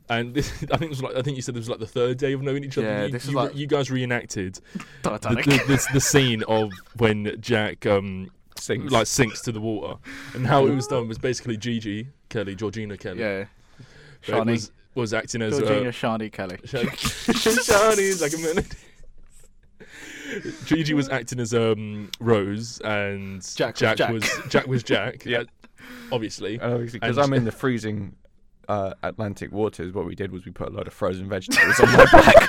C: and this, I think it was like I think you said this was like the third day of knowing each other.
A: Yeah,
C: you,
A: this is
C: you,
A: like-
C: you guys reenacted the,
A: Titanic.
C: the, this, the scene of when Jack um
B: Sings.
C: like sinks to the water, and how it was done was basically Gigi Kelly, Georgina Kelly,
A: yeah,
C: but it
A: Shani.
C: was, was acting as
A: Georgina
C: uh,
A: Shani Kelly.
C: Sha- Shani's like a minute. Gigi was acting as um, Rose, and
A: Jack was Jack. Uh,
C: was Jack was Jack.
B: Yeah.
C: uh, obviously.
B: oh, Because
C: And-
B: I'm in the freezing uh, Atlantic waters. What we did was we put a load of frozen vegetables on my back.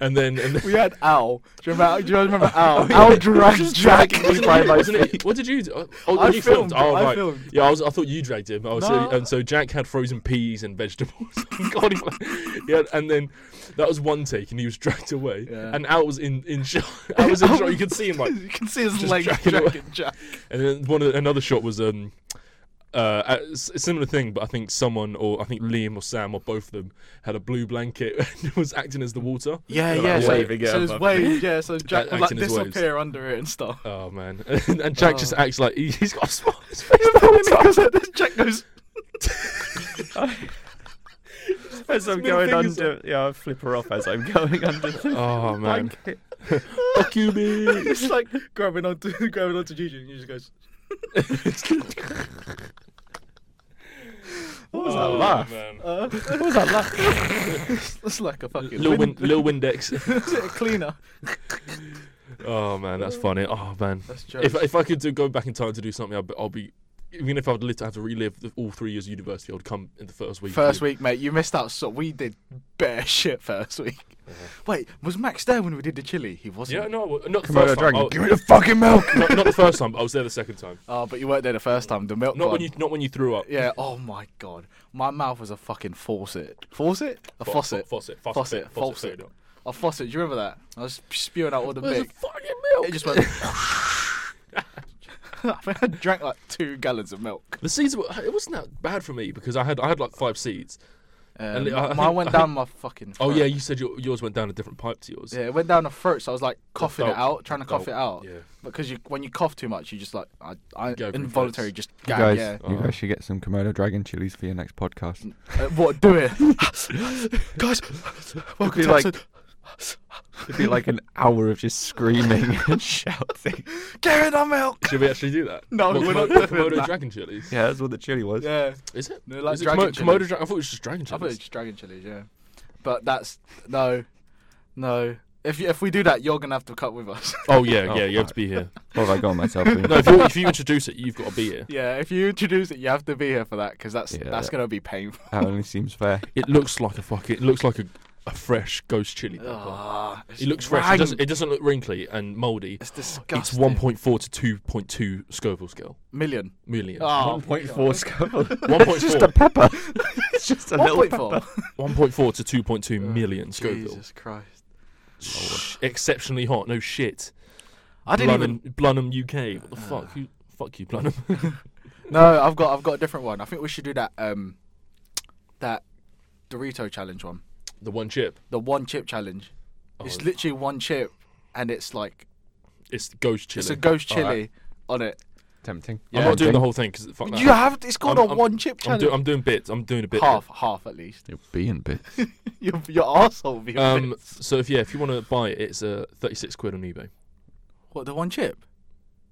C: And then, and then
A: We had Al. Do you remember? Do you remember
C: Oh,
A: Al? Al dragged Jack.
C: wasn't
B: by
C: it,
B: my
C: wasn't it- what did you do? Oh, Oh,
A: I
C: you
A: filmed,
C: filmed. Oh,
A: I
C: right.
A: filmed.
C: Yeah, I, was, I thought you dragged him. Oh, so,
A: No.
C: and so Jack had frozen peas and vegetables. and cauliflower. yeah, and then that was one take, and he was dragged away.
A: Yeah.
C: And Al was in in shot. Al was in shot. You could see him like.
A: You can see his
C: Just
A: legs
C: dragging away.
A: dragging Jack.
C: And then one of the, another shot was um, uh, a s- a similar thing, but I think someone, or I think Liam or Sam or both of them, had a blue blanket and was acting as the water.
A: Yeah,
C: They're,
A: yeah.
C: like,
A: So,
E: waving it
A: so there's
E: above.
A: waves. Yeah, so Jack will like
C: acting as waves.
A: disappear under it and stuff.
C: Oh man! And, Jack just
A: Oh.
C: acts like he, he's got a smile on his face.
A: Because this Jack goes.
E: as I'm
C: middle
E: going
C: finger's
E: under, yeah, I flip her off as I'm going under. The
C: Oh man!
E: blanket.
C: Fuck you, me.
A: It's like grabbing onto grabbing onto Gigi, and he just goes.
E: What was that laugh?
A: Uh,
E: What was that laugh?
A: that's like a fucking
C: Lil, Win- Lil Windex.
A: Is it a cleaner?
C: Oh man, that's funny. Oh man.
A: That's jokes.
C: If if I could do, go back in time to do something, I'll be, I'll be even if I'd lit, have to relive the, all three years of university, I'd come in the first week.
A: First week, mate, you missed out. So we did bare shit first week. Wait, was Max there when we did the chili? He wasn't.
C: Uh-huh. Yeah, no, I wa- not the
B: Komodo
C: first time.
B: dragon.
C: Oh,
D: Give me the fucking milk.
C: not, not the first time. But I was there the second time.
A: Oh, but you weren't there the first time. The milk.
C: Not when
A: one.
C: you not when you threw up.
A: Yeah. Oh my god, my mouth was a fucking faucet. Faucet? A
C: Fo-
A: faucet.
C: fo- faucet, faucet,
A: Faucet.
C: faucet,
A: Faucet.
C: faucet.
A: A faucet. Oh, Do you remember that? I was spewing out all the
C: Where's
A: milk.
C: the fucking
A: It
C: milk?
A: just went. I think I drank like two gallons of milk.
C: The seeds were. It wasn't that bad for me because I had I had like five seeds.
A: Um,
C: And I- I
A: mine
C: think-
A: went
C: I
A: down
C: think-
A: my fucking. Throat.
C: Oh yeah, you said your, yours went down a different pipe to yours.
A: Yeah, it went down the throat, so I was like coughing it
C: Gulp.
A: out, trying to cough
C: Gulp.
A: it out.
C: Yeah.
A: Because you, when you cough too much, you just like I, I
C: Gag
A: involuntary just
B: You
A: gag.
B: guys,
A: yeah.
B: you
C: Oh.
B: guys should get some Komodo dragon chilies for your next podcast.
A: Uh, what? Do it, guys. Welcome
B: be
A: to
B: like-
A: episode-
B: It'd be like an hour of just screaming and shouting.
A: Get in our milk.
C: Should we actually do that?
A: No,
C: What,
A: we're
C: Komo-
A: not doing
C: Komodo
A: that.
C: dragon chilies.
B: Yeah, that's what the chili was.
A: Yeah.
C: Is it?
A: They're like
C: Is it
A: dragon
C: Komo-
A: chilies.
C: Komodo dra- I thought it was just dragon
A: I thought
C: chilies.
A: it's just dragon chilies, yeah. But that's no, no. If you, if we do that, you're gonna have to cut with us.
C: Oh yeah,
B: Oh,
C: yeah, you have to be here.
B: What have I got myself? in?
C: No, if you, if you introduce it, you've got to be here.
A: yeah, if you introduce it, you have to be here for that because that's
B: Yeah.
A: that's gonna be painful.
B: That only seems fair.
C: It looks like a fucking. It looks like a, a fresh ghost chili pepper.
A: Ah, it's
C: it looks fresh. It doesn't,
A: rank.
C: it doesn't look wrinkly and mouldy.
A: It's disgusting.
C: It's 1.4 to 2.2 Scoville scale
A: million.
C: million.
A: Oh,
B: 1.4 scoville.
C: 1.4
B: It's just a pepper. It's just a
A: Oh,
B: little pepper.
A: 1.4.
C: 1.4 to 2.2
A: Oh,
C: million Scoville.
A: Jesus Christ.
C: Shh, Exceptionally hot. No shit.
A: I didn't Ah.
C: Blenheim, Blenheim, UK. What the fuck? Who, fuck you, Blenheim.
A: even. No, I've got I've got a different one. I think we should do that um, that Dorito challenge one.
C: the one chip.
A: The one chip challenge. It's
C: Oh.
A: literally one chip, and it's like
C: It's ghost chili.
A: it's a ghost
B: All right.
A: chili on it.
B: Tempting.
C: I'm not doing the whole thing because fuck that.
A: You have it's called
C: I'm-
A: a
C: I'm-
A: one chip
C: I'm,
A: challenge.
C: do, I'm doing bits. I'm doing a bit.
A: half, half at least.
B: You're being bit.
A: Your your arsehole will be a
C: Um,
A: bit-
C: so if yeah, if you want to buy it, it's uh, 36 quid on eBay.
A: What the one chip?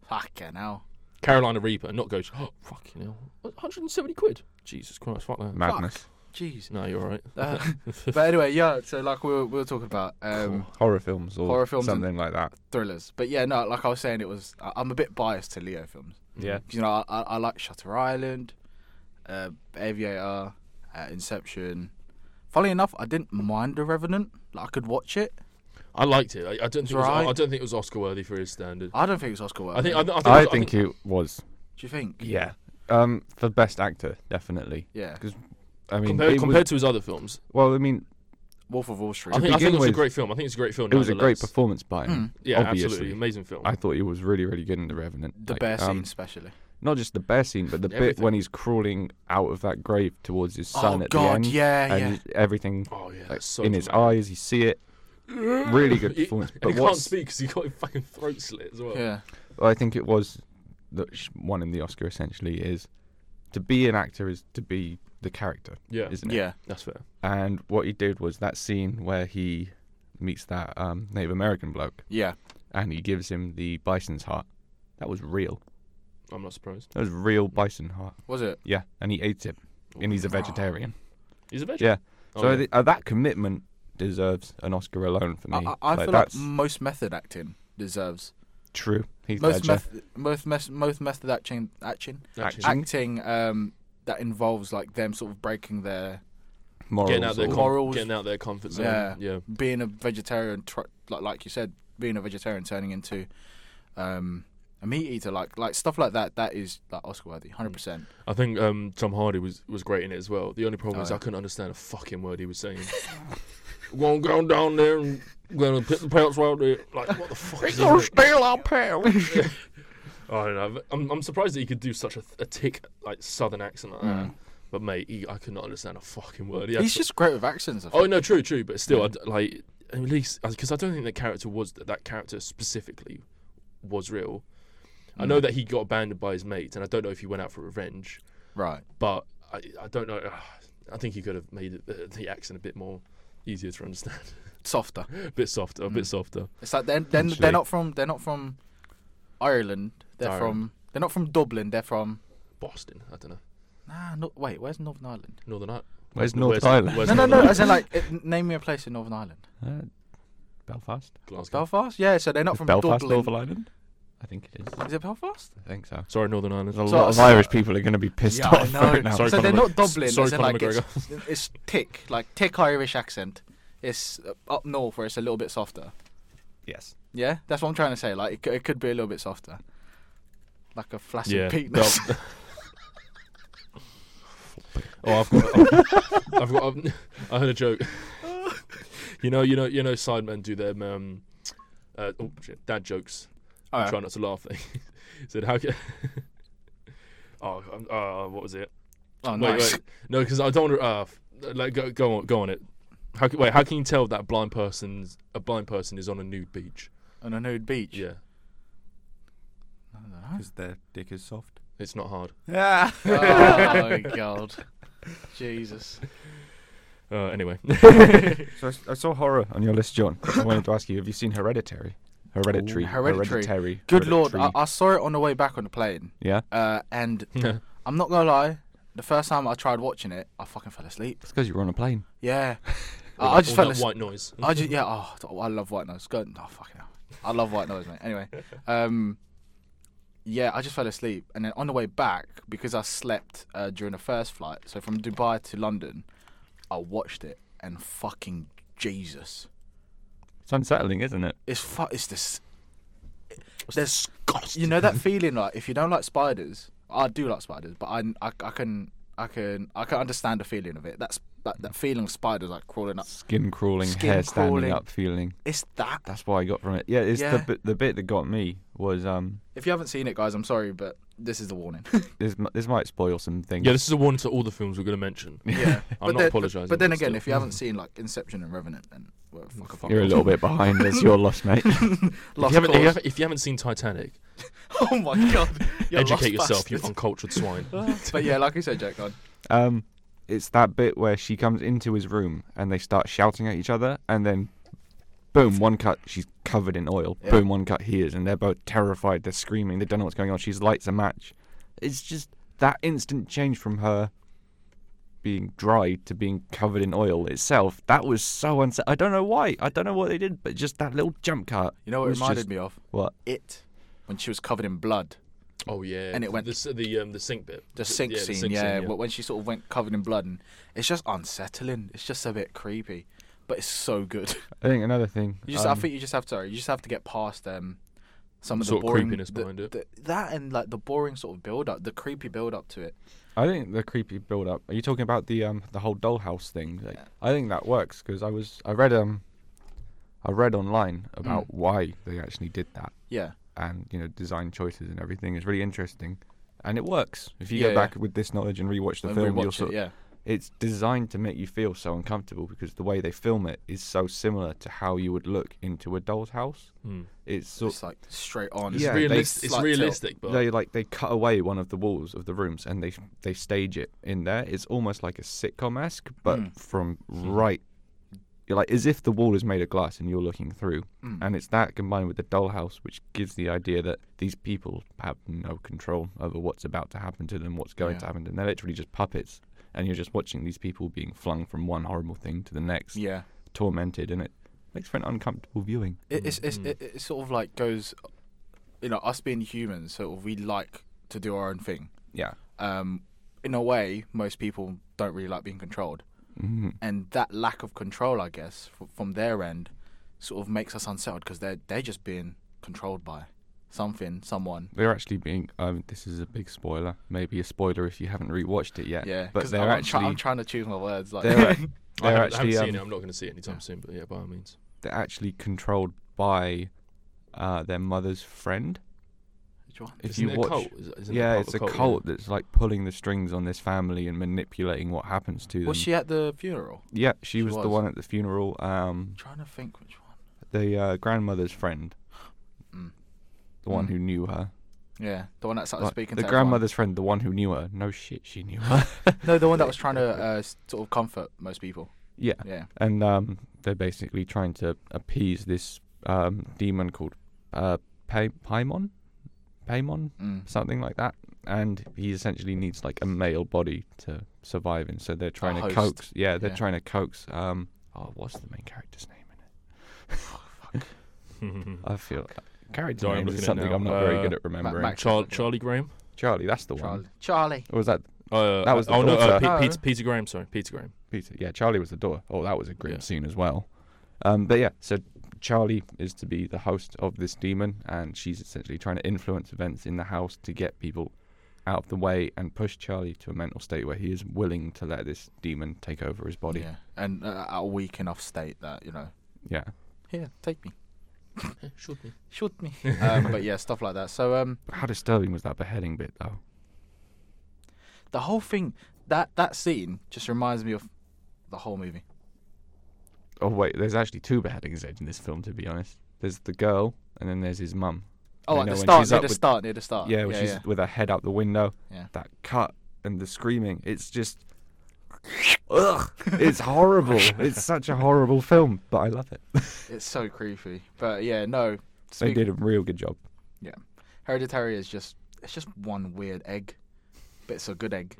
A: Fucking hell.
C: Carolina Reaper, not Ghost. Oh, fucking hell. 170 quid. Jesus Christ, fuck that.
B: Madness.
A: Jeez.
C: No, you're all right.
A: Uh, but anyway, yeah. So like we were, we were talking about um,
B: Horror films or
A: horror films and-
B: something like that.
A: thrillers, but yeah, no. Like I was saying, it was I- I'm a bit biased to Leo films.
B: Yeah.
A: 'Cause, You know, I, I, I like Shutter Island, uh, Aviator, uh, Inception. Funnily enough, I didn't mind The Revenant. Like I could watch it.
C: I liked it. I, I don't think it
A: Right.
C: was, I don't think it was Oscar worthy for his standard.
A: I don't think it's Oscar worthy.
C: I think I, I think,
B: I
C: it was-
B: think it was.
A: Do you think?
B: Yeah. Um, for best actor, definitely.
A: Yeah.
B: I mean,
C: compared,
B: it
C: compared
B: was,
C: to his other films,
B: well, I mean,
A: Wolf of Wall Street.
C: I think, I
B: begin
C: think it was
B: with,
C: a great film. I think it's a great film.
B: it was a great
C: nonetheless.
B: performance by him.
C: Yeah,
B: obviously.
C: absolutely amazing film.
B: I thought he was really, really good in The Revenant.
A: the
B: Like,
A: bear
B: um,
A: scene, especially.
B: Not just the bear scene, but the bit
C: Everything.
B: when he's crawling out of that grave towards his son
A: Oh
B: at the
A: God,
B: end.
A: yeah, yeah.
B: and everything
C: oh yeah,
B: like,
C: that's so
B: in his
C: dramatic.
B: eyes. You see it. Really good
C: He-
B: performance.
C: and
B: But
C: he can't
B: what's
C: speak because he got his fucking throat slit as well.
A: Yeah.
B: I think it was that sh- won him the Oscar essentially is to be an actor is to be the character,
C: Yeah,
B: isn't it?
A: Yeah.
C: that's fair.
B: And what he did was that scene where he meets that um, Native American bloke
A: Yeah.
B: and he gives him the bison's heart. That was real.
C: I'm not surprised.
B: That was real bison heart.
A: Was it?
B: Yeah, and he ate it, and he's a vegetarian.
C: He's a vegetarian.
B: Yeah.
C: Oh,
B: so
C: yeah.
B: I thi- uh, that commitment deserves an Oscar alone for me.
A: I, I, I
B: Like,
A: feel like
B: that's
A: most method acting deserves
B: true. Heath
A: most
B: Ledger.
A: meth- most mes- most method acting action
C: Actually,
B: Action.
A: acting um that involves like them sort of breaking their
B: morals
C: getting out their
B: or-
A: com-
C: com-
A: Morals.
C: getting out their comfort zone.
A: Yeah.
C: yeah.
A: being a vegetarian tr- like like you said being a vegetarian turning into um a meat eater like like stuff like that that is like Oscar worthy
C: Mm.
A: 100%.
C: I think um, Tom Hardy was, was great in it as well. The only problem
A: Oh,
C: is
A: yeah.
C: I couldn't understand a fucking word he was saying. gonna go down there and gonna put the pants right there. Like what the fuck? Is this?
D: steal our pals.
C: I don't know. I'm, I'm surprised that he could do such a, a tick like southern accent like that. But mate, he, I could not understand a fucking word. He had
A: He's
C: to-
A: just great with accents. I think.
C: Oh no, true, true. But still, I'd, like at least because I don't think that character was that character specifically was real. I
A: Mm.
C: know that he got abandoned by his mates, and I don't know if he went out for revenge.
A: Right.
C: But I, I don't know. I think he could have made it- the, the accent a bit more easier to understand,
A: Softer.
C: a bit softer, a
A: Mm.
C: bit softer.
A: It's like then then they're not from they're not from Ireland. They're
C: Ireland.
A: from they're not from Dublin. They're from
C: Boston, I don't know.
A: nah. No, wait, where's Northern Ireland?
C: Northern Ireland.
B: Where's North Island?
C: Where's
A: No, no, no.
C: Northern
A: As in like it, name me a place in Northern Ireland.
B: Uh, Belfast.
C: Glasgow.
A: Belfast. Yeah. So they're not
B: Is
A: from
B: Belfast,
A: Dublin.
B: Northern Ireland. I think it is.
A: Is it Belfast?
B: I think so.
C: Sorry, Northern Ireland.
B: There's a
A: So-
B: lot of
A: so-
B: Irish people are going to be pissed
A: yeah,
B: off
A: I
B: right
A: know.
B: now.
C: Sorry,
A: so they're
C: Conor
A: not
C: Mc-
A: Dublin.
C: sorry,
A: as in,
C: Conor
A: like, it's, it's thick, like thick Irish accent. It's uh, up north where it's a little bit softer.
B: Yes.
A: Yeah, that's what I'm trying to say. Like it, c- it could be a little bit softer, like a flaccid
C: Yeah,
A: penis.
C: Oh, I've got. I've got. I've, I heard a joke. you know, you know, you know. Sidemen do them. Um, uh, oh shit, dad jokes.
A: All right.
C: Try not to laugh. Thing. said how can. oh, um, uh, what was it?
A: Oh,
C: Wait,
A: nice.
C: wait. No, because I don't want to. Uh, f- like, go, go on, go on it. How can, wait, how can you tell that blind person's a blind person is on a nude beach?
A: On a nude beach.
C: Yeah,
A: I don't know.
F: Because their dick is soft.
C: it's not hard.
F: Yeah.
A: oh god, Jesus.
C: Uh, anyway,
B: So I, s- I saw horror on your list, John. I wanted to ask you: Have you seen Hereditary? Hereditary.
A: Ooh. Hereditary.
B: Hereditary.
A: Good lord, I,
B: Hereditary.
A: I saw it on the way back on the plane,
B: yeah.
A: uh, and
C: Yeah.
A: I'm not gonna lie. The first time I tried watching it, I fucking fell asleep.
B: It's because you were on a plane.
A: Yeah,
C: All
A: I, I just
C: that-
A: fell
C: all that
A: asleep.
C: white noise.
A: I just yeah. Oh, th- I love white noise. Go oh fucking hell. I love white noise, mate. Anyway, um, yeah, I just fell asleep, and then on the way back because I slept uh, during the first flight, so from Dubai to London, I watched it and fucking Jesus,
B: It's unsettling, isn't it?
A: it's fu- it's this. There's you know that feeling like if you don't like spiders, I do like spiders, but I I, I can. I can I can understand the feeling of it. That's that, that feeling of spiders like crawling up.
B: Skin crawling,
A: Skin
B: hair
A: crawling.
B: standing up, feeling.
A: It's that.
B: That's what I got from it. Yeah, it's
A: Yeah.
B: the bit, the bit that got me was um.
A: If you haven't seen it, guys, I'm sorry, but this is the warning.
B: This m- this might spoil some things.
C: Yeah, this is a warning to all the films we're going to mention.
A: Yeah,
C: I'm not
A: then-
C: apologising,
A: But then
C: but
A: again,
C: still. Mm.
A: if you haven't seen like Inception and Revenant, then well, fuck a fuck.
B: You're a little bit behind us. You're lost, mate.
C: If
A: Lost
C: you, haven't, if, you
A: cause.
C: haven't, if you haven't seen Titanic,
A: Oh my god! You're a
C: educate
A: lost
C: yourself, you
A: bastard.
C: uncultured swine.
A: But yeah, like I said, Jack, God,
B: Um, it's that bit where she comes into his room and they start shouting at each other, and then, boom, one cut, she's covered in oil.
A: Yeah.
B: Boom, one cut, he is, and they're both terrified. They're screaming. They don't know what's going on. She lights a match. It's just that instant change from her being dry to being covered in oil itself. That was so unse I don't know why. I don't know what they did, but just that little jump cut.
A: you know what it
B: was
A: reminded
B: just-
A: me of?
B: What?
A: It when she was covered in blood,
C: Oh yeah,
A: And it went-
C: the s- the um, the sink bit,
A: the sink
C: yeah,
A: scene.
C: sink
A: yeah,
C: scene,
A: but when she sort of went covered in blood, and it's just unsettling. It's just a bit creepy, but it's so good.
B: I think another thing.
A: You just,
B: um,
A: I think you just have to. Sorry, you just have to get past um, some of the
C: Sort of
A: boring
C: creepiness
A: the-
C: behind it.
A: the- that and like the boring sort of build up, the creepy build up to it.
B: I think the creepy build up. Are you talking about the um the whole dollhouse thing? Like,
A: Yeah.
B: I think that works because I was I read um I read online about
A: Mm.
B: why they actually did that
A: Yeah,
B: and you know design choices and everything. It's really interesting, and it works. If you
A: Yeah,
B: go
A: yeah.
B: back with this knowledge and rewatch the
A: and
B: film, you'll
A: rewatch
B: sort
A: it. Yeah,
B: it's designed to make you feel so uncomfortable because the way they film it is so similar to how you would look into a doll's house.
A: Hmm.
C: Mm.
B: It's sort
A: it's like straight on.
C: It's,
B: yeah, they
C: realist, it's
A: slut
C: realistic, but
B: they like they cut away one of the walls of the rooms and they they stage it in there. It's almost like a sitcom esque, but
A: Mm.
B: from right, you're like as if the wall is made of glass and you're looking through.
A: Mm.
B: And it's that combined with the dollhouse, which gives the idea that these people have no control over what's about to happen to them, what's going
A: Yeah.
B: to happen to them. They're literally just puppets, and you're just watching these people being flung from one horrible thing to the next,
A: Yeah,
B: tormented, and it makes for an uncomfortable viewing.
A: it, it's,
B: Mm.
A: it's, it, it sort of like goes, you know, us being humans, sort of we like to do our own thing.
B: Yeah.
A: Um, in a way, most people don't really like being controlled,
B: hmm
A: and that lack of control, I guess, f- from their end, sort of makes us unsettled because they're they're just being controlled by something, someone.
B: They're actually being. Um, this is a big spoiler. Maybe a spoiler if you haven't rewatched it yet.
A: Yeah,
B: but
A: 'cause
B: they're
A: I'm,
B: actually
A: try- I'm trying to choose my words. Like,
B: they're, a-
C: I
B: they're
C: haven't, I
B: actually
C: haven't seen
B: um,
C: it. I'm not going to see it anytime soon. But yeah, by all means,
B: they're actually controlled by uh, their mother's friend.
A: Which one?
B: If
C: Isn't
B: you
C: it a
B: watch,
C: cult? Is- isn't it
B: yeah,
C: part of
B: it's a
C: cult,
B: cult,
C: yeah?
B: that's like pulling the strings on this family and manipulating what happens to them.
A: Was she at the funeral?
B: yeah, she,
A: she
B: was,
A: was.
B: the one at the funeral. Um,
A: I'm trying to think which one.
B: the uh, grandmother's friend,
A: Mm.
B: the one
A: Mm.
B: who knew her.
A: Yeah, the one that started
B: Like,
A: speaking
B: the
A: to everyone.
B: grandmother's friend, the one who knew her. No shit, she knew her.
A: No, the one that was trying to uh, s- sort of comfort most people.
B: yeah,
A: Yeah.
B: and um, they're basically trying to appease this um, demon called uh, Pai- Paimon, Paimon,
A: Mm.
B: something like that. And he essentially needs like a male body to survive in. So they're trying to
A: host.
B: coax. Yeah, they're
A: Yeah.
B: trying to coax. Um, oh, what's the main character's name in it? I feel character
C: Sorry, I'm
B: names
C: looking
B: is
C: at
B: something
C: now.
B: I'm not very
C: Uh,
B: good at remembering.
A: Max.
C: Char- Charlie Graham.
B: Charlie, that's the
A: Charlie.
B: one.
A: Charlie.
B: Or was that
C: Uh,
B: That was the
C: oh no, uh,
B: daughter.
C: Pe-
A: Oh.
C: Peter, Peter Graham. Sorry, Peter Graham.
B: Peter. Yeah, Charlie was the door. Oh, that was a grim
C: Yeah.
B: scene as well. Um, but yeah, so Charlie is to be the host of this demon, and she's essentially trying to influence events in the house to get people out of the way and push Charlie to a mental state where he is willing to let this demon take over his body. Yeah.
A: Yeah. And uh, a weak enough state that you know, here, take me,
C: Should be.
A: shoot me. um, but yeah, stuff like that. So um,
B: How disturbing was that beheading bit, though?
A: the whole thing, that that scene, just reminds me of the whole movie.
B: Oh wait, there's actually two beheadings in this film, to be honest. There's the girl, and then there's his mum.
A: Oh,
B: I
A: at
B: know
A: the
B: when
A: start,
B: she's
A: near
B: up
A: the
B: with-
A: start, near the start.
B: yeah, which is with her head out the window.
A: Uh, Yeah.
B: That cut and the screaming. It's just. Ugh, it's horrible. it's such a horrible film, but I love it.
A: It's so creepy. But yeah, no.
B: They
A: Speak,
B: did a real good job.
A: Hereditary is just it's just one weird egg, but it's a good egg.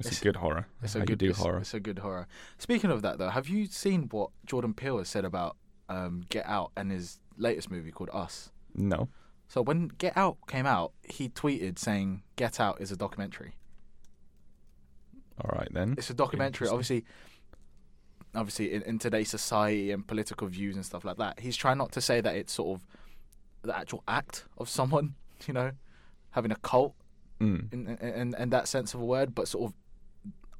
B: It's,
A: It's-
B: a good horror.
A: It's
B: How
A: a
B: you
A: good
B: do
A: it's,
B: horror.
A: It's a good horror. Speaking of that, though, have you seen what Jordan Peele has said about um, Get Out and his latest movie called Us?
B: No.
A: So when Get Out came out, he tweeted saying Get Out is a documentary.
B: All right then.
A: It's a documentary, obviously. Obviously, in, in today's society and political views and stuff like that, he's trying not to say that it's sort of the actual act of someone, you know, having a cult
B: Mm.
A: in, in, in, in that sense of a word, but sort of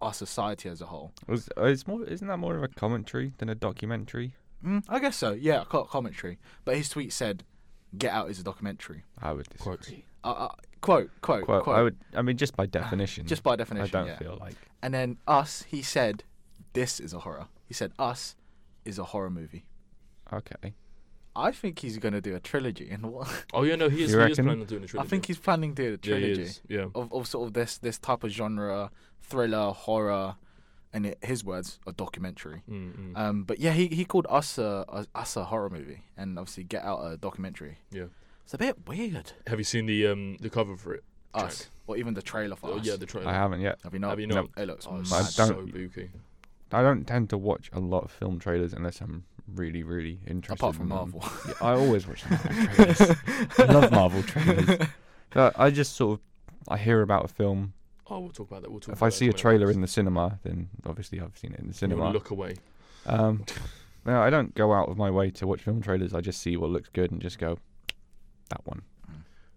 A: our society as a whole.
B: Was, uh, it's more, isn't that more of a commentary than a documentary?
A: Mm, I guess so. Yeah, co- commentary. But his tweet said, "Get Out is a documentary."
B: I would disagree.
C: Quote.
A: Uh, uh, quote, quote,
B: Quote,
A: quote,
B: I would. I mean, just by definition.
A: Ah, Just by
B: I
A: definition.
B: don't
A: yeah.
B: feel like.
A: And then us, he said, "This is a horror." He said, "Us is a horror movie."
B: Okay.
A: I think he's going to do a trilogy, and what?
C: Oh yeah, no, he is.
B: You
C: He is
B: reckon?
C: planning on doing a
A: I
C: trilogy.
A: think he's planning to do a
C: yeah, he
A: trilogy
C: is. Yeah.
A: of, of sort of this this type of genre, thriller, horror, and it, his words, a documentary.
C: Mm,
B: Mm-hmm.
C: mm.
A: Um, but yeah, he, he called us a, a us a horror movie, and obviously Get Out a documentary.
C: Yeah.
A: it's a bit weird.
C: Have you seen the um the cover for it?
A: Us or even the trailer for
C: Oh
A: us.
C: yeah, the trailer.
B: I haven't yet.
A: Have you not?
C: Have you not?
A: It looks
C: Oh, it's
B: I
A: mad.
B: don't-
C: so spooky.
B: I don't tend to watch a lot of film trailers unless I'm really, really interested.
A: Apart from
B: in them.
A: Marvel,
B: Yeah, I always watch the Marvel trailers. I love Marvel trailers. But I just sort of I hear about a film.
C: Oh, we'll talk about that. We'll talk.
B: If
C: about
B: I
C: that
B: see a
C: when it
B: trailer
C: comes.
B: in the cinema, then obviously I've seen it in the
C: You wanna
B: cinema.
C: look away.
B: Um, no, I don't go out of my way to watch film trailers. I just see what looks good and just go that one.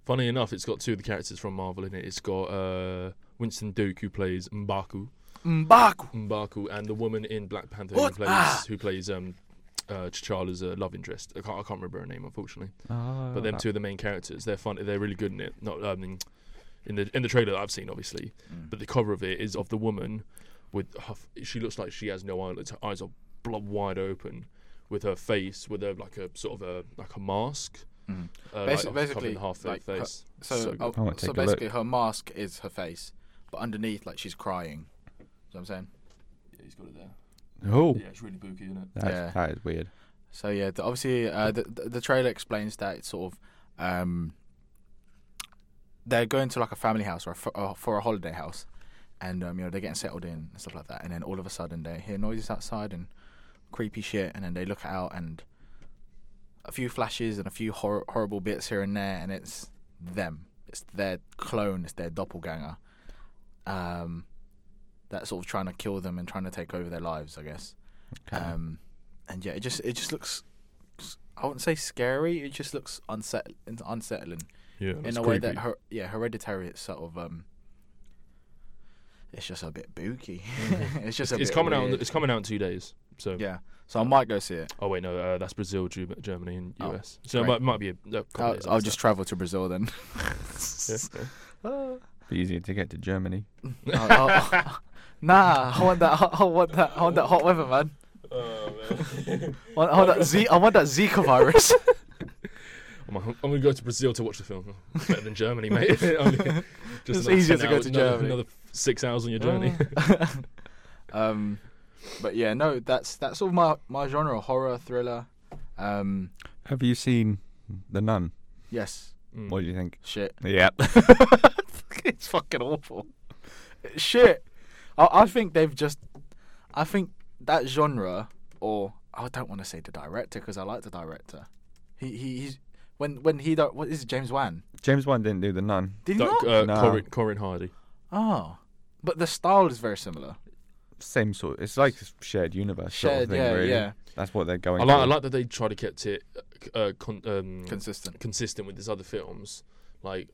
C: Funny enough, it's got two of the characters from Marvel in it. It's got uh, Winston Duke who plays Mbaku,
A: Mbaku.
C: Mbaku, and the woman in Black Panther who
A: What?
C: plays
A: Ah.
C: who plays um, uh, T'Challa's uh, love interest. I can't, I can't remember her name unfortunately.
B: Oh,
C: But them two are the main characters. They're fun. They're really good in it. Not um, in the in the trailer that I've seen, obviously.
A: Mm.
C: But the cover of it is of the woman with her, f- she looks like she has no eyelids. Her eyes are blood wide open, with her face with a like a sort of a like a mask.
A: Mm.
C: Uh,
A: Basi-
C: like,
A: basically,
C: covering half her
A: like, her-
C: face.
A: So,
C: good.
A: oh,
B: I wanna
A: so
B: take a look.
A: basically, her mask is her face, but underneath, like she's crying. You know what I'm saying?
C: Yeah, he's got it there.
B: Oh,
C: Yeah, it's really booky, isn't it?
B: that's,
A: Yeah.
B: that is weird.
A: So yeah, the, obviously uh, the, the the trailer explains that it's sort of um, they're going to like a family house or a, fo- or for a holiday house, and um, you know they're getting settled in and stuff like that. And then all of a sudden they hear noises outside and creepy shit, and then they look out and a few flashes and a few hor- horrible bits here and there, and it's them. It's their clone. It's their doppelganger. Um, that's sort of trying to kill them and trying to take over their lives, I guess.
B: Okay.
A: Um, and yeah, it just it just looks. I wouldn't say scary. It just looks unsettling, unsettling
C: Yeah,
A: in a way that her, yeah, hereditary. It's sort of um, it's just a bit booky. it's just a
C: It's
A: bit
C: coming out.
A: weird.
C: in- It's coming out in two days. So
A: yeah, so I might go see it.
C: Oh wait, no, uh, that's Brazil, Ju- Germany, and
A: Oh,
C: US. so it
A: great.
C: might, might be a. a couple
A: I'll,
C: days
A: I'll
C: after
A: just travel to Brazil then.
C: that. Yeah.
B: Be easier to get to Germany.
A: I'll- I'll- nah, I want that. I want that. I want that hot weather, man. Oh, I want, I want that Z. I want that Zika virus.
C: I'm, I'm gonna go to Brazil to watch the film. Better than Germany, mate. Only-
A: It's
C: another
A: easier
C: 10
A: to go
C: hours-
A: to
C: another-
A: Germany. Uh,
C: Another six hours on your journey.
A: um, but yeah, no, that's that's sort of my my genre: horror, thriller. Um,
B: Have you seen The Nun?
A: yes,
C: Mm.
B: What do you think?
A: shit.
B: Yeah.
A: it's fucking awful. Shit. I, I think they've just. I think that genre, or I don't want to say the director because I like the director. He he he's when when he don't, what is it, James Wan?
B: James Wan didn't do The Nun.
A: Did he
C: Doc,
A: not?
C: uh,
B: No.
C: Corin, Corin Hardy.
A: Oh, but the style is very similar.
B: Same sort. It's like shared universe sort of
A: Shared,
B: thing,
A: yeah,
B: really.
A: yeah,
B: That's what they're going
C: I like.
B: for.
C: I like that they try to kept it uh, con- um,
A: consistent.
C: consistent with his other films. Like,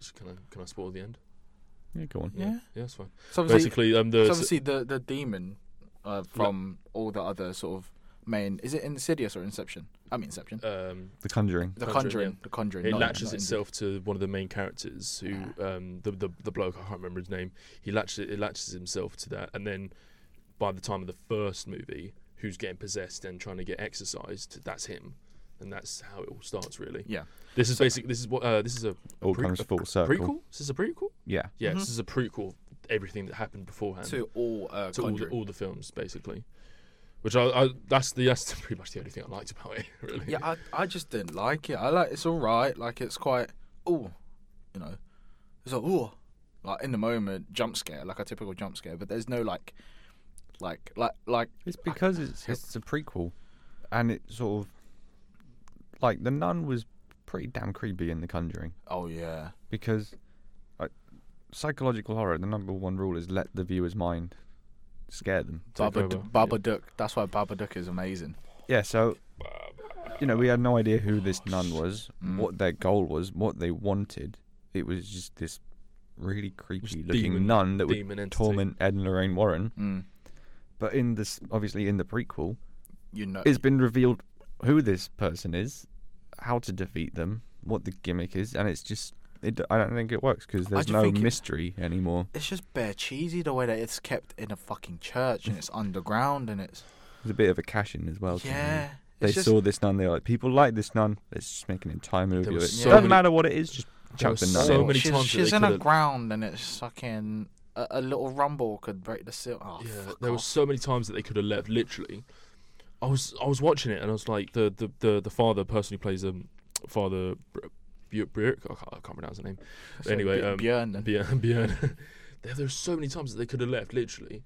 C: s- can I can I spoil the end?
B: yeah, go on.
A: Yeah.
C: Yeah, that's fine.
A: So obviously,
C: Basically, um,
A: so
C: the s-
A: obviously the the demon uh, from all the other sort of main is it Insidious or Inception? I mean Inception.
C: um,
B: The Conjuring.
A: The
C: Conjuring,
A: Conjuring, the Conjuring.
C: it
A: not-
C: latches
A: not Indi-
C: itself to one of the main characters who um the, the the bloke I can't remember his name he latches it latches himself to that and then by the time of the first movie who's getting possessed and trying to get exorcised that's him and that's how it all starts really
A: Yeah.
C: this is basically this is what uh, this is a
B: All
C: pre-
B: comes
C: a
B: full circle.
C: prequel this is a prequel
B: Yeah.
C: yeah this is a prequel of everything that happened beforehand
A: Mm-hmm. to all uh,
C: to all the,
A: Conjuring.
C: all the films basically which I, I that's the that's pretty much the only thing I liked about it really
A: Yeah, I, I just didn't like it. I like it's all right. Like it's quite oh, you know, it's like oh, like in the moment jump scare, like a typical jump scare. But there's no like, like like like
B: It's because it's it's a prequel, and it sort of like the nun was pretty damn creepy in The Conjuring
A: oh yeah,
B: because like, psychological horror. The number one rule is let the viewer's mind scare them.
C: Take
A: Baba D-
C: over.
A: Baba Duck. That's why Baba Duck is amazing.
B: Yeah, so you know we had no idea who this nun was, what their goal was, what they wanted. It was just this really creepy looking
C: demon-
B: nun that
C: demon
B: would
C: entity.
B: torment Ed and Lorraine Warren.
A: Mm.
B: But in this, obviously in the prequel,
A: You know,
B: it's been revealed who this person is, how to defeat them, what the gimmick is, and it's just it, I don't think it works because there's
A: do
B: no
A: think it-
B: mystery anymore.
A: it's just bare cheesy the way that it's kept in a fucking church and it's underground and it's
B: There's a bit of a cash in as well. to me.
A: yeah.
B: They
A: it's just,
B: saw this nun. They were like, people like this nun. Let's just make an entire movie of
C: was
B: it.
C: so
B: Doesn't
C: many-
B: matter what it is. Just
C: there
B: chuck
C: was
B: the nun.
C: so
B: in.
C: many
A: she's,
C: times that
A: sheshe's
C: they
A: in a
C: could've-
A: ground and it's fucking a, a little rumble could break the seal. Oh,
C: Yeah,
A: fuck
C: there were
A: off.
C: so many times that they could have left. Literally, I was I was watching it and I was like the the the, the father person who plays um father Br- Bjor- Bjork I can't, I can't pronounce the name.
A: So
C: anyway,
A: Bj-
C: um,
A: Björn then.
C: Bjorn Bjorn. there there's so many times that they could have left. Literally,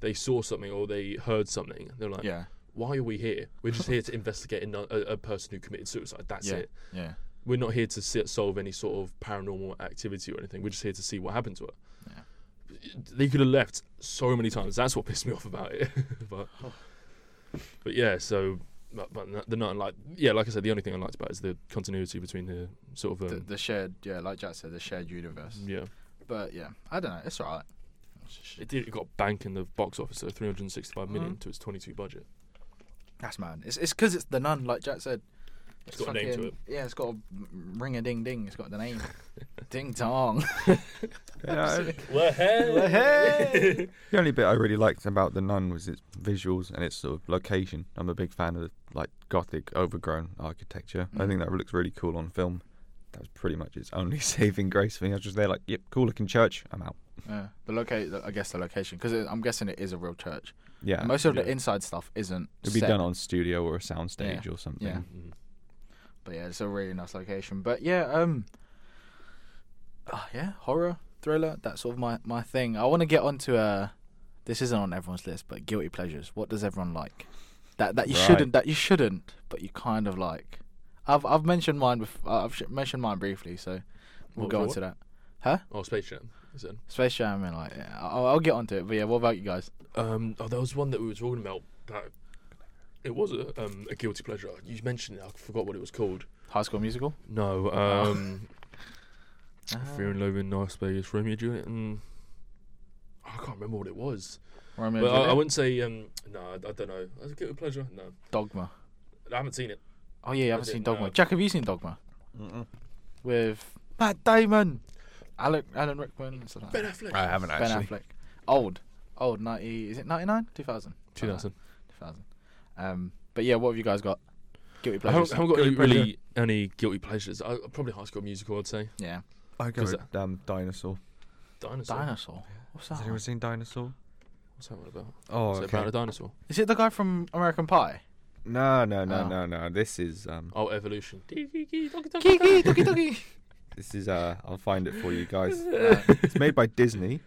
C: they saw something or they heard something. They're like,
A: yeah,
C: why are we here? We're just here to investigate a, nun- a, a person who committed suicide. That's
A: Yeah.
C: it.
A: yeah.
C: We're not here to sit, solve any sort of paranormal activity or anything. We're just here to see what happened to her. They could have left so many times. That's what pissed me off about it. but,
A: Oh.
C: but yeah, so but, but n- the not like yeah, like I said, the only thing I liked about it is the continuity between the sort of
A: the,
C: um,
A: the shared yeah like jack said the shared universe
C: yeah.
A: but yeah i don't know it's all right
C: It did. It got bank in the box office, so 365 million to its 22 budget.
A: that's man it's it's because it's the nun like jack said
C: It's got a name to
A: fucking- yeah it's got a ring a ding ding it's got the name ding dong
B: Yeah,
C: Well,
A: hey
B: The only bit I really liked about the Nun was its visuals and its sort of location. I'm a big fan of like gothic overgrown architecture. I
A: Mm.
B: think that looks really cool on film. That was pretty much its only saving grace for me. I was just there like, yep, cool looking church. I'm out.
A: yeah, the locate i guess the location because i'm guessing it is a real church
B: Yeah,
A: most of the
C: yeah.
A: inside stuff isn't
B: it'd be
A: set,
B: done on studio or a soundstage
A: Yeah,
B: or something.
A: yeah. but yeah it's a really nice location but yeah um ah, yeah horror thriller that's sort of my my thing i want to get onto uh this isn't on everyone's list but guilty pleasures what does everyone like that that you
B: Right.
A: shouldn't that you shouldn't but you kind of like i've i've mentioned mine before i've sh- mentioned mine briefly so we'll
C: What-
A: go
C: what?
A: on to that
C: Oh, Space Jam. Is it?
A: space jam and like yeah, I'll, I'll get onto it but yeah what about you guys
C: Um, oh, there was one that we were talking about that it was a, um, a guilty pleasure. You mentioned it. I forgot what it was called.
A: high school musical
C: No. Um, Fear and Loathing in Las Vegas, Romeo and Juliet, and oh, I can't remember what it was.
A: Romeo
C: But
A: and
C: I, I
A: Juliet?
C: wouldn't say. Um, no, I, I don't know. I get with pleasure. No,
A: Dogma.
C: I haven't seen it.
A: Oh yeah, I haven't
C: didn't
A: seen Dogma.
C: know.
A: Jack, have you seen Dogma?
B: Mm-mm.
A: With Matt Damon, Alec, Alan Rickman, and stuff like
C: Ben
A: that.
C: Affleck.
B: I haven't
A: Ben
B: actually.
A: Affleck. Old, old ninety. Is it ninety nine? Two thousand.
C: 2000.
A: Two thousand. Um, but yeah, what have you guys got? Guilty
C: I haven't,
A: pleasures.
C: I haven't got any,
A: Guilty pleasure.
C: really any guilty pleasures. I, probably High School Musical. I'd say
A: Yeah.
B: I go
C: 'Cause
B: with um, Dinosaur.
C: Dinosaur.
A: Dinosaur. What's that?
B: Has anyone seen Dinosaur?
C: What's that one about?
B: Oh,
C: Is it
B: okay.
C: about a dinosaur?
A: Is it the guy from American Pie?
B: No, no, no,
A: Oh.
B: no, no. This is um,
C: Oh, evolution.
A: Kiki, doki doki.
B: this is uh, I'll find it for you guys.
A: Uh,
B: it's made by Disney.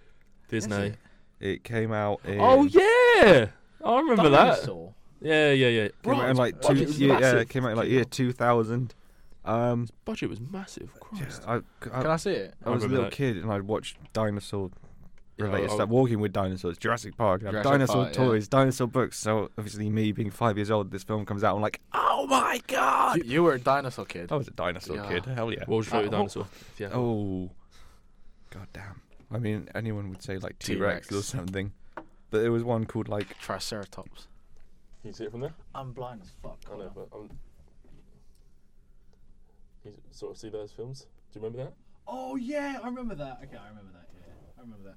C: Disney.
B: It came out in.
C: Oh yeah, I remember that.
A: Dinosaur.
C: Yeah, yeah, yeah.
B: Came out in like
A: Bro,
B: two.
A: it's
B: Yeah, yeah,
C: massive.
B: it came out in like year two thousand. Um,
C: Budget was massive.
B: yeah,
C: Christ.
B: I, I,
A: Can I see it?
B: I was a
C: remember
B: little
C: that.
B: kid and I'd watch dinosaur related
C: I- I-
B: stuff, walking with dinosaurs, Jurassic Park, I'd have
A: Jurassic
B: dinosaur
A: Park, yeah.
B: toys, dinosaur books. So obviously, me being five years old, this film comes out. I'm like, oh my god!
A: You, you were a dinosaur kid.
B: I
C: Oh.
B: was a dinosaur
A: Yeah.
B: kid. Hell yeah!
C: What was your
B: Uh,
C: favorite
B: what-
C: dinosaur? If you had one.
B: Oh, god damn! I mean, anyone would say like T
A: T-Rex.
B: Rex or something, but there was one called like
A: Triceratops.
C: Can you see it from there?
A: I'm blind as fuck.
C: I know, but I'm. You sort of see those films. Do you remember that?
A: Oh yeah, I remember that. Okay, I remember that. Yeah, I remember that.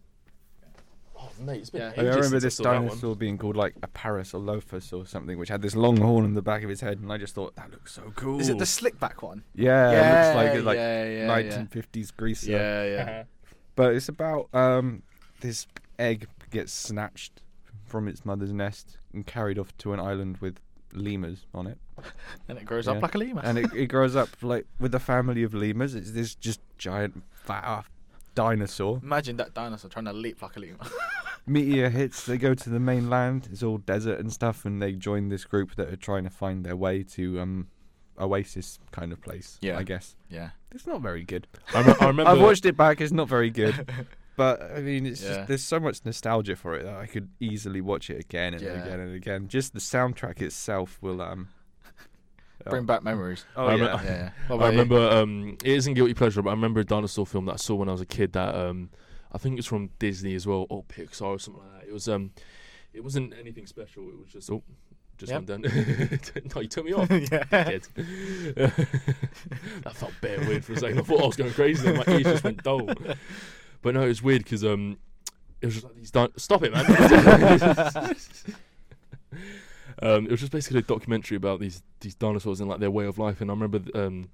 C: Oh mate, it's been
A: Yeah.
C: yeah.
B: I remember this dinosaur being called like a Parasaurolophus or something, which had this long horn on the back of his head, and I just thought that looks so cool.
A: Is it the slick back one?
B: Yeah, it looks like
A: Yeah,
B: it's like
A: yeah, yeah, yeah.
B: 1950s Greece.
A: Yeah, yeah.
B: But it's about um this egg gets snatched from its mother's nest and carried off to an island with lemurs on it.
A: and it grows up
B: Yeah.
A: like a lemur.
B: And it, it grows up like with a family of lemurs. It's this just giant fat ass dinosaur.
A: Imagine that dinosaur trying to leap like a lemur.
B: Meteor hits, they go to the mainland, it's all desert and stuff, and they join this group that are trying to find their way to um oasis kind of place.
A: Yeah.
B: I guess.
A: yeah.
B: It's not very good.
C: I, rem- I remember.
B: I've watched it back. It's not very good, but I mean, it's
A: Yeah.
B: just there's so much nostalgia for it that I could easily watch it again and
A: Yeah.
B: again and again. Just the soundtrack itself will um
A: Bring back memories.
B: Oh
C: I
B: yeah,
C: remember-
A: Yeah.
C: I remember. Um, it isn't guilty pleasure, but I remember a dinosaur film that I saw when I was a kid. That um, I think it was from Disney as well, or Pixar or something like that. It was um, it wasn't anything special. It was just oh, just
A: Yep.
C: went down. no, you took me off.
A: yeah.
C: Dead. that felt bare weird for a second. I thought I was going crazy. Then my ears just went dull. But no, it was weird because um, it was just like these. Di- Stop it, man. um, it was just basically a documentary about these these dinosaurs and like their way of life. And I remember th- um,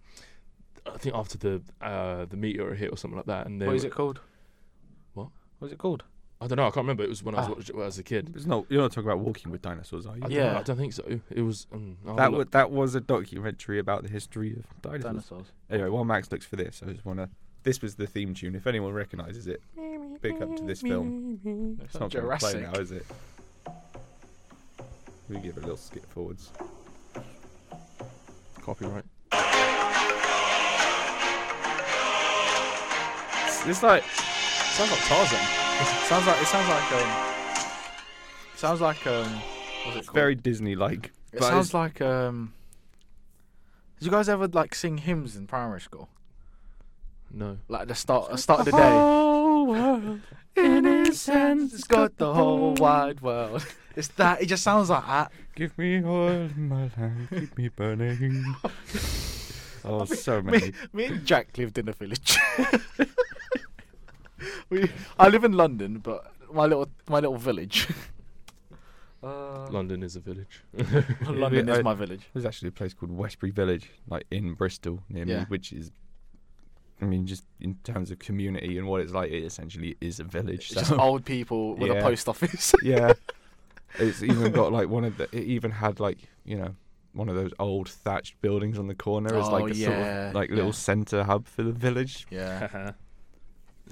C: I think after the uh, the meteor hit or something like that. And they
A: What is
C: were-
A: it called?
C: What?
A: What is it called?
C: I don't know. I can't remember. It was when I was
A: Ah.
C: watching it when I was a kid.
B: it's not. You're not talking about walking with dinosaurs, are you?
C: I don't
A: Yeah.
C: know, I don't think so. It was um, I'll
B: That
C: look.
B: was that was a documentary about the history of dinosaurs.
A: Dinosaurs.
B: Anyway, while Max looks for this, I just wanna. This was the theme tune. If anyone recognises it, pick up to this film.
A: It's
B: It's not going to play now, is it? We give it a little skip forwards.
C: copyright.
B: It's like
A: Sounds like Tarzan. sounds like it sounds like um. Sounds like um. What's it called?
B: very Disney-like.
A: It
B: but it's-
A: sounds like um. Did you guys ever like sing hymns in primary school?
C: No.
A: Like the start, the start of the day.
B: Oh,
A: In his hands, it's got the whole wide world. It's that. It just sounds like that.
B: Give me oil in my lamp, keep me burning. oh, so many.
A: Me and Jack lived in a village. we, I live in London, but my little my little village. Uh,
C: London is a village.
A: London is
B: I-
A: my village.
B: There's actually a place called Westbury Village, like in Bristol, near me,
A: Yeah.
B: which is, I mean, just in terms of community and what it's like, it essentially is a village.
A: It's
B: So.
A: just old people with a
B: Yeah.
A: post office.
B: yeah. It's even got like one of the, it even had like, you know, one of those old thatched buildings on the corner as
A: Oh,
B: like a sort
A: yeah,
B: of like little
A: yeah.
B: centre hub for the village.
A: yeah.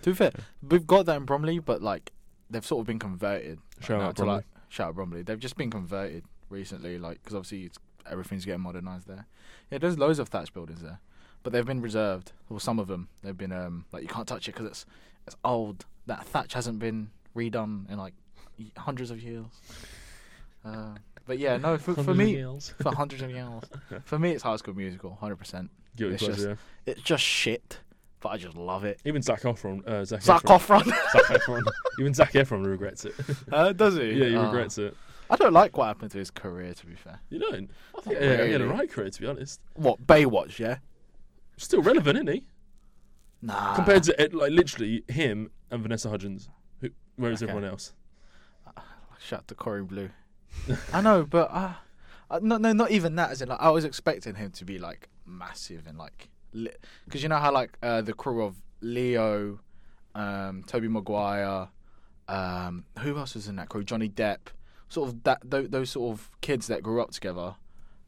A: To be fair, we've got that in Bromley, but like they've sort of been converted. Like,
C: Shout
A: now
C: out
A: to, like- shout out Bromley. They've just been converted recently, like because obviously it's, everything's getting modernised there. Yeah, there's loads of thatched buildings there, but they've been reserved. Well, some of them they've been um like you can't touch it because it's it's old. That thatch hasn't been redone in like y- hundreds of years. Uh, but yeah, no, for, for me, for hundreds of years, for me, it's High School Musical, hundred percent.
C: Guilty
A: It's
C: pleasure.
A: just-
C: yeah.
A: It's just shit, but I just love it.
C: Even Zac Efron. Uh, Zac,
A: Zac
C: Efron.
A: Efron.
C: Zac Efron. Even Zac Efron regrets it.
A: Uh, does he?
C: yeah, he
A: Ah.
C: regrets it.
A: I don't like what happened to his career. To be fair,
C: You don't. I think
A: Not
C: yeah, he had a
A: really.
C: right career, to be honest.
A: what Baywatch? Yeah,
C: Still relevant, isn't he?
A: nah.
C: Compared to eh, like literally him and Vanessa Hudgens. Who, where is
A: Okay.
C: everyone else?
A: Shout to Corey Blue. I know, but uh, uh, no, no, not even that. As in, like, I was expecting him to be like massive and like, because you know how like uh, the crew of Leo, um, Toby Maguire, um, who else was in that crew? Johnny Depp, sort of that those, those sort of kids that grew up together.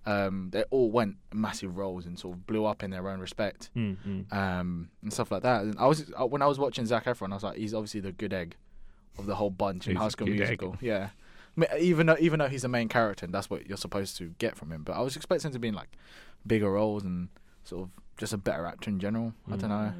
A: Um, they all went massive roles and sort of blew up in their own respect
C: Mm-hmm.
A: um, and stuff like that. And I was uh, when I was watching Zac Efron, I was like, he's obviously the good egg of the whole bunch in
B: He's
A: High
B: a
A: School
B: good egg.
A: Musical. Yeah, I mean, even though even though he's the main character, and that's what you're supposed to get from him. But I was expecting him to be in like bigger roles and sort of just a better actor in general. I don't know.